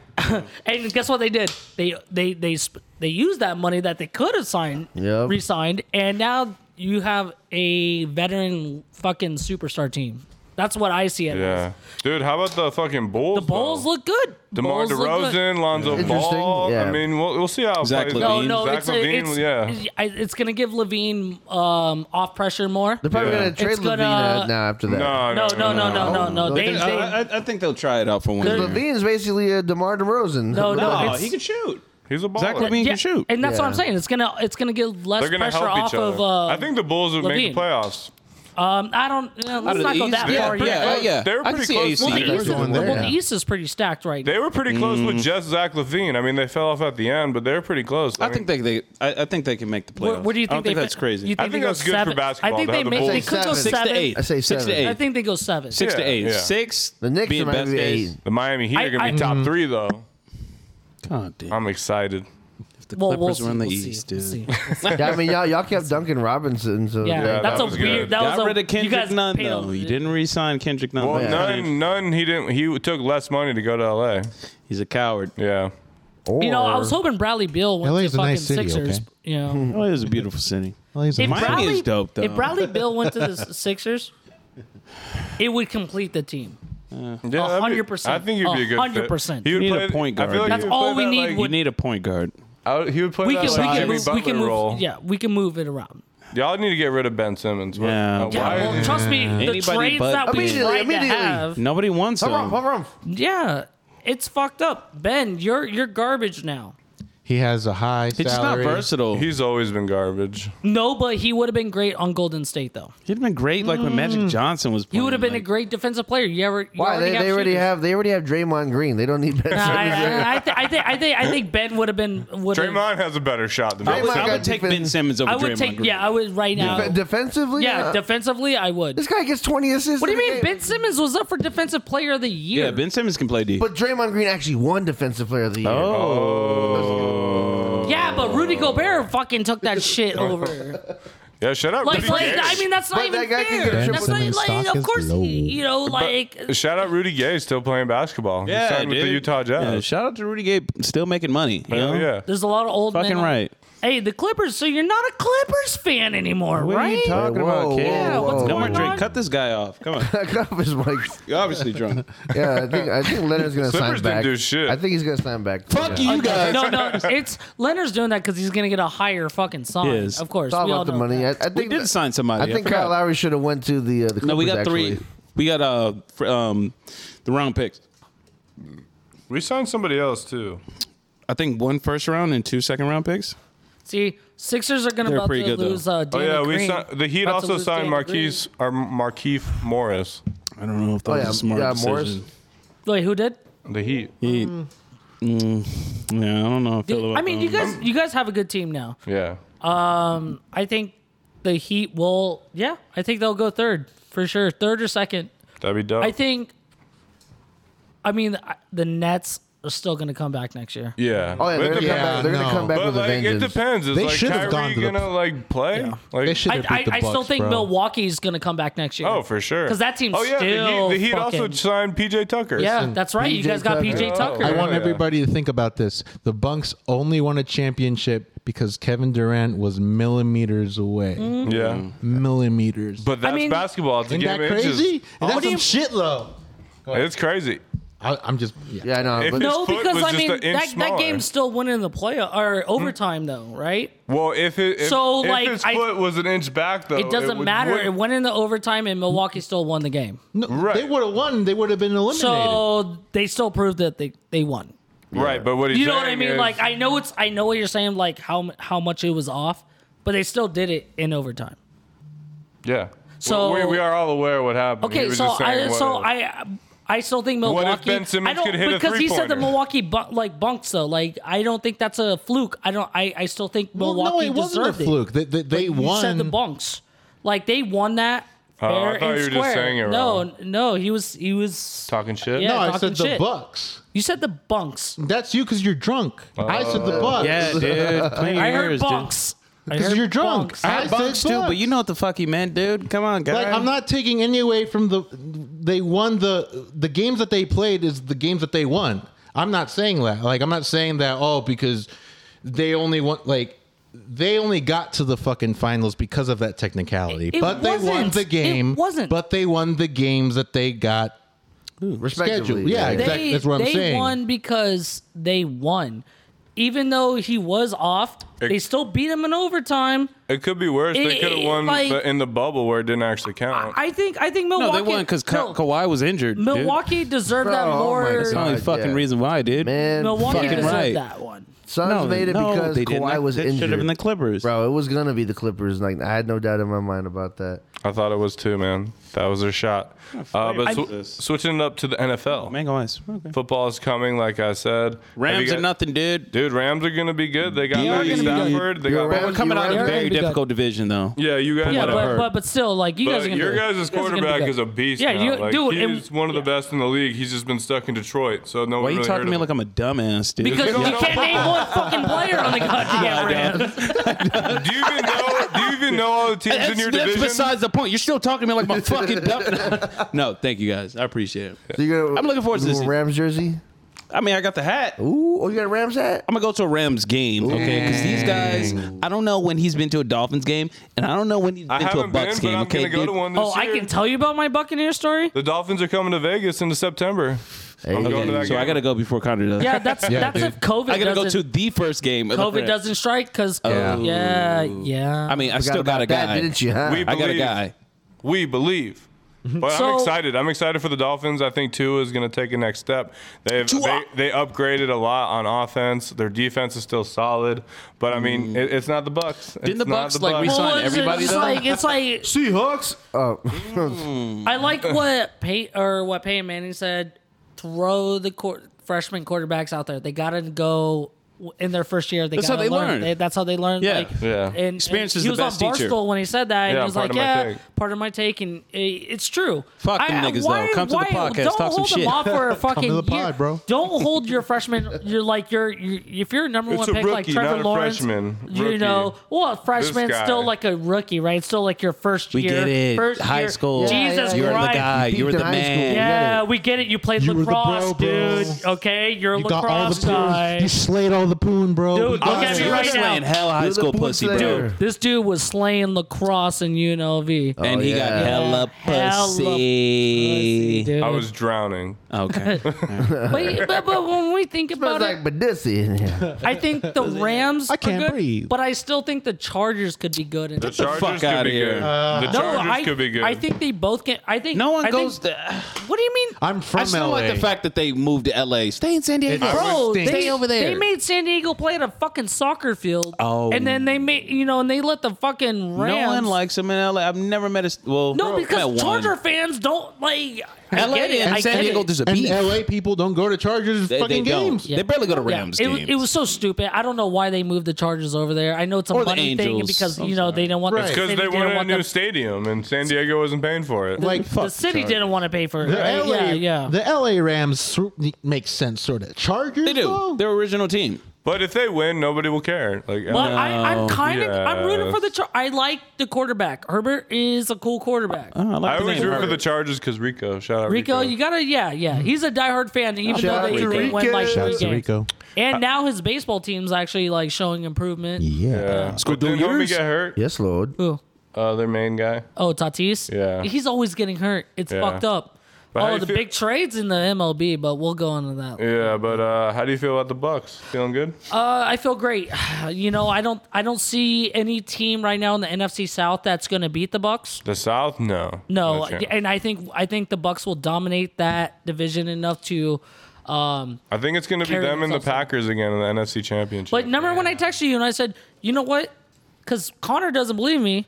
And guess what they did? They they they sp- they used that money that they could have signed,
Yep.
re-signed, and now you have a veteran fucking superstar team. That's what I see it.
Yeah,
as.
dude. How about the fucking Bulls?
The Bulls
though?
look good. The
DeMar
Bulls look good.
DeRozan, Lonzo
Interesting,
Ball.
yeah.
I mean, we'll, we'll see how it
Zach
plays.
Levine.
No, no,
Zach
it's,
Levine,
a, it's
yeah.
I- it's gonna give Levine um, off pressure more.
They're probably
Yeah.
gonna trade
It's
Levine
gonna-
uh, now after that.
No,
no, no, no, no, no, no.
no.
They,
I,
they,
I, I think they'll try it out for one year.
Levine's basically a DeMar DeRozan.
No, no.
Oh,
it's-
he can shoot.
He's a baller.
Zach Levine
yeah,
can shoot.
and that's what
Yeah.
I'm saying. It's gonna it's gonna give less
They're gonna
pressure
help
off
each other.
of. Uh,
I think the Bulls would make
Levine.
the playoffs.
Um, I don't. you know, let's
Out of
not
the
go
East?
that
yeah,
far yet.
Yeah,
Well,
yeah.
They were
I can
pretty
see
close
AC.
to
the
it.
East is,
going there.
well, the East is pretty stacked right now.
They were pretty close
Mm-hmm.
with just Zach Levine. I mean, they fell off at the end, but they were pretty close.
I think they, they I, I think they can make the playoffs.
Where, where do you
I
think
don't
they
think that's crazy.
You
I
they
think
go
that's good for
seven?
basketball
I think
to
they
have the
make they
Bulls-
could go
Six
six
seven.
to eight.
I say
six to
seven.
eight.
I think they go seven.
six to
Yeah,
eight.
yeah.
Six.
The Knicks
being
might
best
be
case.
eight.
the Miami Heat
I-
are gonna
I- Mm-hmm.
be top three though.
God damn.
I'm excited.
the
Well, we'll
Clippers
see.
were in the
we'll
East,
see.
dude.
We'll see.
Yeah, I mean, y'all, y'all kept Duncan Robinson, so
Yeah,
Yeah,
that's
that
a
was
weird.
good.
That was
Got
a,
rid of
Oh, you
Kendrick
guys
Nunn
paid
though.
a-
You didn't re-sign Kendrick Nunn.
Well,
Yeah.
none, none. He didn't. He took less money to go to L.A.
He's a coward.
Yeah.
You know, I was hoping Bradley Beal went
LA
to
is a
fucking
nice city,
Sixers.
okay?
You know,
Oh, it was a beautiful city.
Well, he's a-
if
Miami
Bradley
is dope, though.
If Bradley Beal went to the S- Sixers, it would complete the team.
Yeah, that'd be-
100%.
I think he'd be a good fit.
100%.
He would
You need
play-
a point
I feel
guard,
like
dude.
he would
That's
play
all we
that,
need
You
Like,
would-
need a point guard.
I would- he would play
We
that
can, we
like
can
Jimmy
move. We
Butler
can move.
role.
Yeah, we can move it around.
Y'all need to get rid of Ben Simmons. What-
Yeah.
uh,
Yeah,
why-
well, trust me, the
Anybody
trades
but
that we
Beal.
tried to
Immediately,
have,
Nobody wants him.
Home run.
yeah, it's fucked up. Ben, you're you're garbage now.
he has a high
He's just not
salary.
versatile.
He's always been garbage.
No, but he would have been great on Golden State though.
He'd been great like when Magic Johnson was.
Mm. He would have been a
playing,
great defensive player. You ever? You
Why they,
got
they already
shooters.
have they already have Draymond Green. They don't need Ben
Nah,
Simmons.
I, I, I, thi- I think I think I think Ben would have been would have.
Draymond has a better shot than Ben
Draymond
like-
Simmons.
I would
got
take Ben
defense-
Simmons over
I would
Draymond
take
Green.
yeah. I would right now.
But defensively, uh,
Yeah, defensively, I would.
this guy gets twenty assists.
What do you
every
mean?
game.
Ben Simmons was up for Defensive Player of the Year.
Yeah, Ben Simmons can play D.
But Draymond Green actually won Defensive Player of the Year.
Yeah, but Rudy Gobert fucking took that shit over.
Yeah, shut up.
Like,
Rudy
like,
Gay.
I mean, that's not
But
even
that guy can
fair.
get
That's
triple
not
double.
like,
Stock
of
is
course,
low.
you know, like
shout out Rudy Gay still playing basketball. He signed with the
dude.
Utah
Yeah,
Jazz.
shout out to Rudy Gay, still making money. You
Hell
know?
yeah.
there's a lot of old
Fucking
men.
right.
Hey, the Clippers. So you're not a Clippers fan anymore,
What are
right?
you talking
Whoa,
about,
whoa,
kid?
Yeah, what's
no more
going on?
drink. Cut this guy off. Come on.
That guy was like,
You're obviously drunk.
yeah, I think I think Leonard's gonna
Clippers
sign
didn't
back.
do shit.
I think he's gonna sign back.
Fuck
Yeah.
you guys.
no, no, it's Leonard's doing that because he's gonna get a higher fucking sign.
He is.
Of course,
It's all
we all
about the
know
money. I,
that.
I think
We did sign somebody.
I think
forgot.
Kyle Lowry should have went to the uh, the Clippers.
No, we got three.
actually.
We got uh fr- um the round picks.
We signed somebody else too.
I think one first round and two second round picks.
See, Sixers are gonna
They're
about
pretty
to
good, though.
lose. Uh,
Oh
Danny
yeah, we
Green.
signed. The Heat
About to
also
lose
signed
Danny
Marquise or Markeith Morris.
I don't know if that
Oh,
was
yeah,
a smart
yeah,
decision.
Morris.
Green. Wait, who did?
The Heat.
He- Mm, yeah, I don't know. I, feel about
I mean,
that.
you guys, you guys have a good team now.
Yeah.
I think the Heat will. Yeah, I think they'll go third for sure, third or second.
That'd be dope.
I think. I mean, I- the Nets are still going to come back next year.
Yeah.
Oh yeah,
But
they're
it
gonna,
depends-
come back, they're gonna
Yeah,
come
no.
back
But
with a
like, it
vengeance.
depends. It's
They
like
should have
Kyrie
gone to the-
gonna like play. Like
They should
I,
have beat
I,
the
I still
Bucks,
think
bro.
Milwaukee's going to come back next year.
Oh, for sure.
'Cause that team's
Oh yeah,
still
the Heat, the Heat also
fucking-
signed PJ Tucker.
Yeah,
Listen,
that's right. You
PJ
guys got PJ
Tucker.
Tucker.
I
Oh,
want
yeah.
everybody to think about this. The Bucks only won a championship because Kevin Durant was millimeters away.
Mm.
Yeah.
Millimeters.
But that's
mean,
basketball. It's a
Isn't that
game of inches.
crazy? That's
do
some
you-
shit, though.
It's crazy.
I, I'm just. Yeah.
Yeah, I know.
If
But
it-
no,
foot
because
was
I
just
mean
an inch
that, that
smaller.
game's still winning the playoff or overtime though, right?
Well, if it if,
So,
if
like,
his
I-
foot was an inch back though,
It doesn't
would-
matter.
would-
It went in the overtime, and Milwaukee still won the game.
No,
Right.
They would have won. They would have been eliminated.
So they still proved that they, they won.
Right, but what he's
You know what I
saying
mean?
is-
Like I know it's I know what you're saying. Like how m- how much it was off, but they still did it in overtime.
yeah.
So-
we, we are all aware of what happened. He
Okay,
was
so
just saying
I
what-
so I I still think Milwaukee.
if Ben Simmons
I don't,
could hit a
because he said the
three-pointer?
Milwaukee bu- like bunks though. Like I don't think that's a fluke. I don't. I I still think
well,
Milwaukee
no, it wasn't a
deserved
fluke. They, they, they
It. You
won.
said the bunks, like they won that.
Oh, I
fair
thought
and
you were just
square.
saying it
no,
wrong.
n- no, he was he was.
talking shit.
Yeah.
no, I
talking
said the
shit.
Bucks.
You said the bunks.
That's you because you're drunk. I said
Uh,
the Bucks.
Yeah, dude. Clean
I
yours,
heard
dude.
bunks. I
Because
heard
you're drunk.
bunks.
I heard
said
bunks too, but
Bucks.
you know what the fuck he meant, dude. Come on, guys.
Like I'm not taking any away from the they won the the games that they played is the games that they won. I'm not saying that. Like, I'm not saying that. Oh, because they only want like they only got to the fucking finals because of that technicality.
It- it
but they won
wasn't.
the
It
game.
wasn't.
But they won the games that they got
Respectively.
scheduled. Yeah,
They,
exactly. That's what I'm
they
saying.
won because they won. Even though he was off, they still beat him in overtime.
It could be worse. they
It-
could have won
like-
the, in the bubble where it didn't actually count.
I think. I think
No,
Milwaukee.
they won because
no,
Kawhi was injured. dude.
Milwaukee deserved that
Bro, oh my
more.
That's the only
God,
fucking
yeah.
reason why, dude.
Man,
Milwaukee
Fucking
deserved
right.
that one.
Suns made it
no,
because
they didn't.
Kawhi
That-
was
that
injured.
Should have been the Clippers.
Bro, it was gonna be the Clippers. Like I had no doubt in my mind about that.
I thought it was two, man. That was their shot. Uh, but sw-
Jesus.
switching it up to the NFL.
Mango ice. Okay.
Football is coming, like I said. Have you
Rams
guys-
are nothing, dude.
Dude, Rams are gonna be good. They got
They are
Matthew
gonna be good.
Stafford. They got
You're Rams-
We're coming out of
You're
a
right.
very
They got-
difficult division, though.
Yeah, you guys.
Yeah,
are
but,
hurt.
but but still, like you guys are
But
gonna.
your
do it.
guys'
You are gonna
quarterback
do it.
is a beast.
Yeah,
now.
you-
Like,
dude,
He's
and-
one of the best in the league. He's just been stuck in Detroit, so no
Why
one
are you
really
talking
heard
to me
of
like
him.
I'm a dumbass, dude?
Because
don't
you
know
can't name one fucking player on the goddamn Rams.
Do you even know? Do you even know all the teams in
That's,
your
that's
division?
besides the point. You're still talking to me like my fucking dumb. no, thank you guys. I appreciate it.
So you're gonna,
I'm looking forward to
you
this
want
season.
Rams jersey.
I mean, I got the hat.
Ooh, oh, you got a Rams hat?
I'm gonna go to a Rams game, okay? Because these guys, I don't know when he's been to a Dolphins game, and I don't know when he's
I
been to a
haven't been,
Bucks
but
game.
I'm
okay,
gonna go
dude?
to one this
Oh, I
year.
can tell you about my Buccaneer story.
the Dolphins are coming to Vegas in September. I'm
Okay,
going to that
so I
game.
gotta go before Connor does.
Yeah, that's
Yeah,
that's
dude.
if COVID
I gotta go to
doesn't
the first game. of the
COVID
Rams.
doesn't strike because yeah.
Oh.
yeah, yeah.
I mean, I
Forgot
still
about
got a guy.
that, didn't you? Huh?
We
I got a
Believe.
guy.
We believe. But I'm
Mm-hmm. So-
excited. I'm excited for the Dolphins. I think Tua is going to take a next step. They've, they they upgraded a lot on offense. Their defense is still solid, but I
Mm.
mean, it, it's not the Bucks. Didn't
the Bucs, like,
Well,
resign
it's-
everybody,
it's
though?
like it's like
Seahawks. Oh,
I like what Pay or what Peyton Manning said. Throw the quar freshman quarterbacks out there. They gotta go w- in their first year. They
That's how
gotta
they
learn.
learn.
They- that's how they learn.
Yeah.
like,
Yeah.
And
Experience
and
is
he
the
was
best
on
teacher.
Barstool when he said that. and
Yeah,
he was
part
like,
of my
"Yeah,
take."
part of my take," and it, it's true.
Fuck them niggas, though. Come to the podcast,
Don't
talk some
hold them
shit.
off for a fucking
to the
year.
pod, bro.
Don't hold your freshman. You're like you're, you if you're a number
It's
one
a
pick like
rookie,
Trevor
not a
Lawrence.
freshman.
You
Rookie.
know, well, a freshman
guy.
still like a rookie, right? It's still like your first
We
year.
get it.
First
High
year.
school.
Jesus
You're
Christ.
the guy.
You
You're
peaked
the
in high
man.
school.
Yeah, we get it. You played
You were the
lacrosse,
bro, bro.
dude. Okay, you're a
you got all the
lacrosse
poon.
guy.
You slayed all the poon, bro.
Dude, look
I'm
at me right
seriously in
now.
hell high
You're the
school
pool
pussy, bro.
player.
This dude was slaying lacrosse in UNLV.
And he
yeah.
got hella
Hella
pussy.
Dude.
I was drowning.
okay.
but, but, but when we think
smells
about
like
it,
Badissi.
I think the Rams.
I
are
can't
good,
breathe.
But I still think the Chargers could be good. And
The Chargers
fuck
could
outta
be
here.
good.
Uh,
the
no,
Chargers
I,
could be good.
I think they both can. I think
No one
I think-
goes. to-
what do you mean?
I'm from
I still
LA.
like the fact that they moved to LA. Stay in San Diego.
It's- I
Bro,
would
they,
think- Stay over there.
they made San Diego play at a fucking soccer field.
Oh.
And then they made, you know, and they let the fucking Rams.
No one likes him in LA. I've never met a well.
No,
met one.
because Charger fans don't like. I
LA
get it,
and
I
San
get
Diego
it.
there's a
and
beef.
LA people don't go to Chargers
They- they
fucking
don't.
games.
They barely go to Rams
it, was-
games.
it was so stupid. I don't know why they moved the Chargers over there. I know it's a
Or the
money thing
Angels.
because
I'm
you know they didn't want
Right.
the
It's
because
city
they
didn't
wanted a
want
new
the-
stadium and San Diego wasn't paying for it.
Like
the city didn't want to pay for it.
The
right?
LA,
yeah, yeah.
The LA Rams sort- makes sense, sort of. Chargers,
They do.
though?
Their original team.
but if they win, nobody will care. Like
but
uh,
I, I'm kind of I'm rooting
yes.
for the. Char- I like the quarterback. Herbert is a cool quarterback.
Oh,
I, like
I
the
always
name.
root for the Chargers because Rico. Shout out Rico.
Rico, you gotta yeah yeah. He's a diehard fan, even
Shout
though they
out to
didn't win
Rico.
like
Shout
three
Shout out to
games.
Mm-hmm. Rico. Uh,
And now his baseball team's actually like showing improvement.
Yeah.
yeah.
Let's go
But
do
didn't homie
yours.
get hurt?
yes, Lord.
Who?
Uh, their main guy.
Oh, Tatis.
Yeah.
he's always getting hurt. It's
Yeah.
fucked up.
But how do
oh,
you
the
feel-
big trades in the MLB, but we'll go into that.
Yeah, but uh, how do you feel about the Bucks? Feeling good?
Uh, I feel great. You know, I don't I don't see any team right now in the NFC South that's going to beat the Bucks.
The South? No.
No,
chance.
and I think I think the Bucks will dominate that division enough to. Um,
I think it's going to be
Carry
them and the
themselves up.
Packers again in the NFC Championship.
but remember when I texted you and I said, you know what? Because Connor doesn't believe me,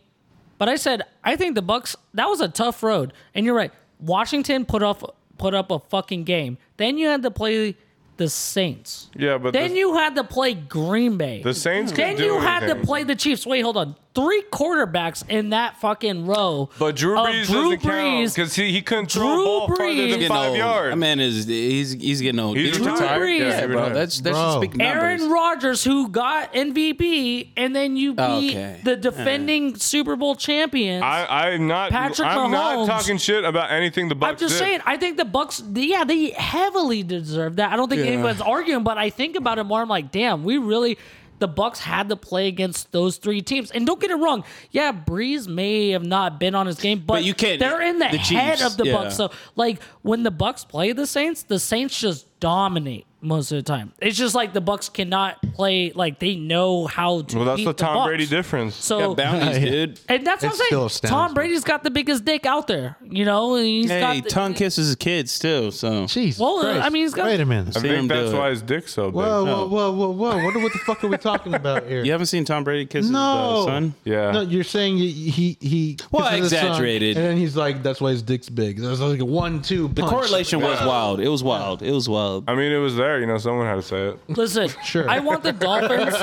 but I said I think the Bucks. That was a tough road, and you're right. Washington put off put up a fucking game. Then you had to play the Saints.
yeah, but
Then
the,
you had to play Green Bay.
the Saints.
Then
could do
you had to
anything.
play the Chiefs. Wait, hold on. three quarterbacks in that fucking row.
But Drew
of
Brees
Oh, Drew
doesn't count
Brees,
because he, he couldn't throw
Drew
a ball farther
Brees-
than
Getting
five
old.
yards.
That man is he's he's getting old.
He's
Did you-
retired.
Brees.
Yeah,
Yeah, bro.
retired.
That's that's
Bro.
speaking numbers.
Aaron Rodgers, who got MVP, and then you beat
Okay.
the defending Super Bowl champions.
I, I'm not.
Patrick
I'm
Mahomes.
not talking shit about anything the Bucks
I'm just
did.
saying. I think the Bucks. they- Yeah, they heavily deserve that. I don't think anyone's arguing, but I think about it more. I'm like, damn, we really. The Bucks had to play against those three teams, and don't get it wrong. Yeah, Breeze may have not been on his game, but,
you can't-
They're in the,
the
head
Chiefs,
of the
yeah.
Bucks, so like when the Bucks play the Saints, the Saints just dominate most of the time. It's just like the Bucks cannot play like they know how to.
Well, that's
beat
the Tom
Bucks.
Brady difference.
So
Got bounties, dude.
and that's
It
what
still
I'm saying.
astounds
Tom
me.
Brady's got the biggest dick out there, you know. And he's
Hey,
got the,
tongue kisses his kids too. So
Jeez.
Well, uh,
Christ.
I mean, he's got-
Wait a minute.
I
See him
think
do
that's
it.
why his dick's so big.
Whoa, whoa, whoa, whoa, whoa! What, what the fuck are we talking about here?
you haven't seen Tom Brady kiss his
No.
uh, son?
Yeah.
No, you're saying he he, he
Well,
kisses his son,
exaggerated.
and then he's like, "That's why his dick's big." That's like a one-two.
The correlation was wild. It was wild. It was wild.
I mean, it was there. You know, someone had to say it.
Listen,
Sure.
I want the Dolphins.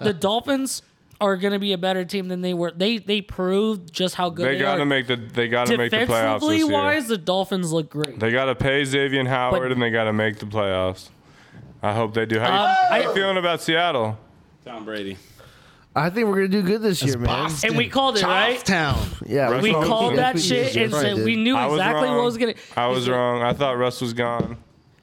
the Dolphins are going to be a better team than they were. They they proved just how good
They,
they,
got to
are.
make the. They got to make the playoffs this
Defensively
year.
wise, the Dolphins look great.
They got to pay Xavier Howard,
But-
and they got to make the playoffs. I hope they do. How
Um,
you, how
I-
you feeling about Seattle?
Tom Brady.
I think we're gonna do good this year, man.
and we called it right.
Town.
Yeah,
We
Russell-
called
Yes,
that
we
shit
did.
and
Yes, we
said
did.
we knew
I was
exactly
wrong.
what was going to.
I was wrong. I thought Russ was gone.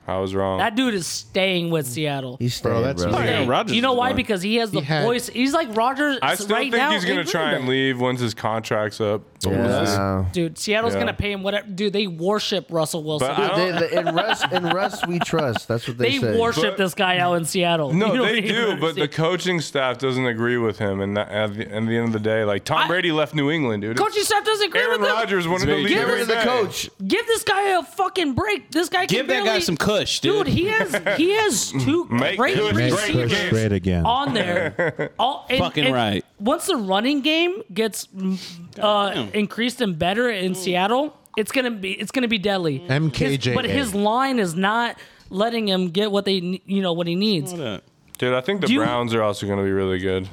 I was wrong.
That dude is staying with Seattle.
He's staying,
Bro,
bro.
that's
Aaron
Staying.
Rodgers
you know
is
why?
gone.
Because he has the
He had-
voice. He's like Rogers.
I still
right
think
now
he's gonna
in
try
Green
and
Bay.
leave once his contract's up. But we'll see.
Yeah.
Dude, Seattle's
Yeah.
gonna pay him whatever. Dude, they worship Russell Wilson.
But I don't-
They- they- in Russ, in Russ, we trust. That's what they,
they
say.
worship
But-
this guy out in Seattle.
No,
You don't
they
even
do, but the
understand.
coaching staff doesn't agree with him. And that, at, the, at the end of the day, like Tom
I-
Brady left New England, dude.
coaching staff doesn't agree
Aaron
with him.
Rodgers wanted to
very
leave.
good.
Get rid
every
of the
day.
coach.
Give this guy a fucking break. This guy
Give
can
that guy
barely-
some cush, dude.
Dude, he has he has two
Make
great
good
Make
Great
Kush
again.
great again.
on there. All, and-
Fucking
and
right.
Once the running game gets mm, uh, increased and better in Seattle, it's gonna be it's gonna be deadly.
MKJ.
His- but his line is not letting him get what they ne- you know what he needs.
Dude, I think the
Do you-
Browns are also going to be really good.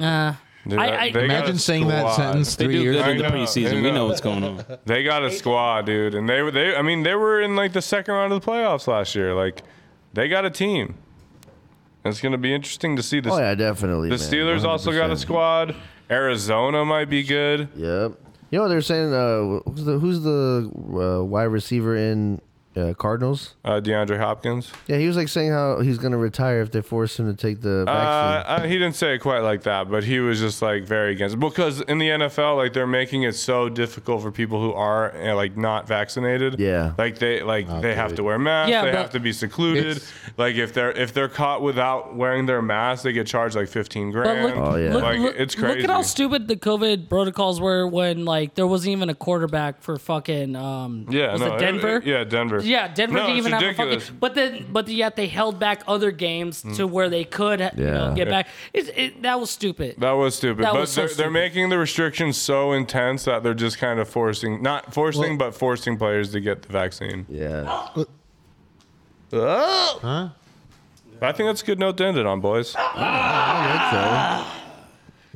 Uh,
Dude,
I-
that-
I-
they got
Imagine
a
saying that
squad.
sentence
They
three
do
years
good
ago.
in the
I know,
preseason.
I
We
know.
know what's going on.
They got a squad, dude, and they were they. I mean, they were in like the second round of the playoffs last year. Like, they got a team. It's going to be interesting to see this.
Oh yeah, definitely.
The
man.
Steelers also got a
100%.
squad. Arizona might be good.
Yep. You know what they're saying? Uh, who's the who's the uh, wide receiver in uh, Cardinals?
Uh, DeAndre Hopkins.
Yeah, he was like saying how he's gonna retire if they force him to take the
Uh,
vaccine.
uh, he didn't say it quite like that, but he was just like very against because in the NFL, like they're making it so difficult for people who are uh, like not vaccinated.
Yeah.
like they like they have to wear masks.
Yeah,
they
but-
have to be secluded.
It's-
Like if they're if they're caught without wearing their mask, they get charged like fifteen
But
grand.
look,
Oh, yeah.
look,
like
look-
it's crazy.
Look at how stupid the COVID protocols were when like there wasn't even a quarterback for fucking um
yeah,
was
no,
it
it-
Denver?
it- yeah, Denver.
Yeah, Denver
No,
didn't
it's
even have a
ridiculous. Mm.
fucking. But then, but yet they held back other games to where they could you know,
Yeah.
get back. It, it, that was stupid.
That was stupid.
That
but
was so
they're, they're
stupid.
making the restrictions so intense that they're just kind of forcing, not forcing, but forcing players to get the vaccine.
yeah.
I think that's a good note to end it on, boys.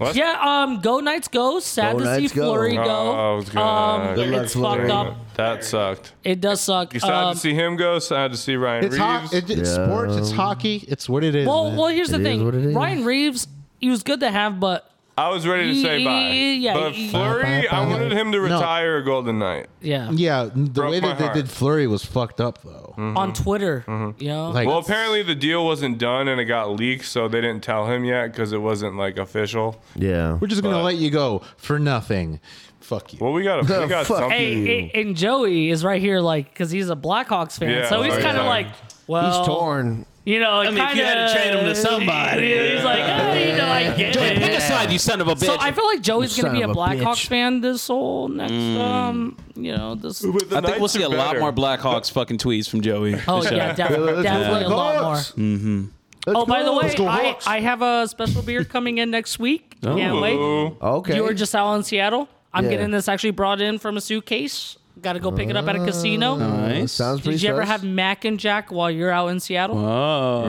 I
yeah, um, go Knights go. Sad
Go
to
Knights,
see
go.
Flurry go.
Oh, it's good.
Um,
Good
luck,
it's
Fleury.
fucked up.
That sucked.
It does suck.
You sad
Um,
to see him go. Sad to see Ryan
It's
Reeves.
ho- it- it's
Yeah.
sports. It's hockey. It's what it is.
well,
man.
well, here's the
It is what it
thing.
is.
Ryan Reeves, he was good to have, but
I was ready to say bye.
Yeah,
but
he-
Flurry, I wanted him to
No.
retire a Golden Knight.
yeah,
yeah, the
Broke
way
my
that they
heart. Mm-hmm.
did Flurry was fucked up though.
on Twitter, you know,
Like,
Well, apparently the deal wasn't done and it got leaked, so they didn't tell him yet because it wasn't like official.
Yeah.
we're just gonna let you go for nothing. Fuck you.
Well, we got a, we got
Fuck
something.
Hey,
you.
and Joey is right here, like, because he's a Blackhawks fan,
Yeah,
so he's
like,
kind of
yeah.
like,
He's
well,
torn.
You know, I
mean, if you had to trade him to somebody.
he's like, oh, you know, I get it.
Pick a side, you son of a bitch.
So I feel like Joey's
You
gonna be a
son of a
Blackhawks
bitch.
fan this whole next,
Mm.
um, you know, this. Oh
But the
I think we'll
Knights
see a
are
lot
better.
more Blackhawks fucking tweets from Joey. This
yeah,
year.
definitely, definitely a lot more.
Mm-hmm.
Oh, by the way, I, I have a special beer coming in next week.
Oh.
Can't wait.
Ooh.
okay.
You were just out in Seattle. I'm
Yeah.
getting this actually brought in from a suitcase. Got to go pick it up at a casino.
Uh,
Nice.
Sounds pretty
Did you ever
sus.
have Mac and Jack while you're out in Seattle?
Oh,
I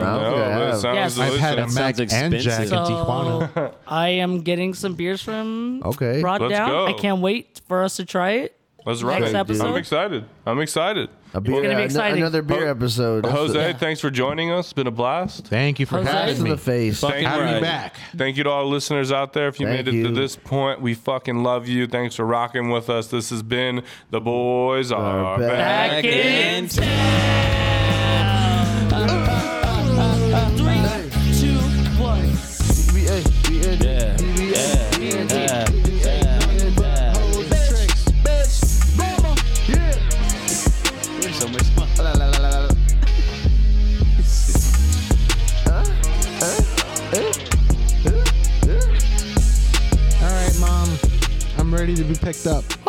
No,
don't think I
but it
have.
sounds
Yes.
I've
delicious.
had a
That
Mac
sounds
and Jack in
expensive.
Tijuana.
Oh.
So I am getting some beers from
Okay.
brought
Let's
down.
go.
I can't wait for us to try it.
Let's run
Next
it.
episode?
I'm excited. I'm excited.
A beer,
It's gonna be
ano-
exciting.
another beer episode. That's
Jose,
the-
thanks for joining us. It's been a blast.
Thank you for
Jose?
Slaps
having
in
me.
the face.
Fucking
Have me
right.
back.
Thank you to all the listeners out there. If you
Thank
made it to
you.
this point, we fucking love you. Thanks for rocking with us. This has been The Boys Are
back.
back.
Back in
BA, BA, BA.
So much fun.
All right, mom. I'm ready to be picked up.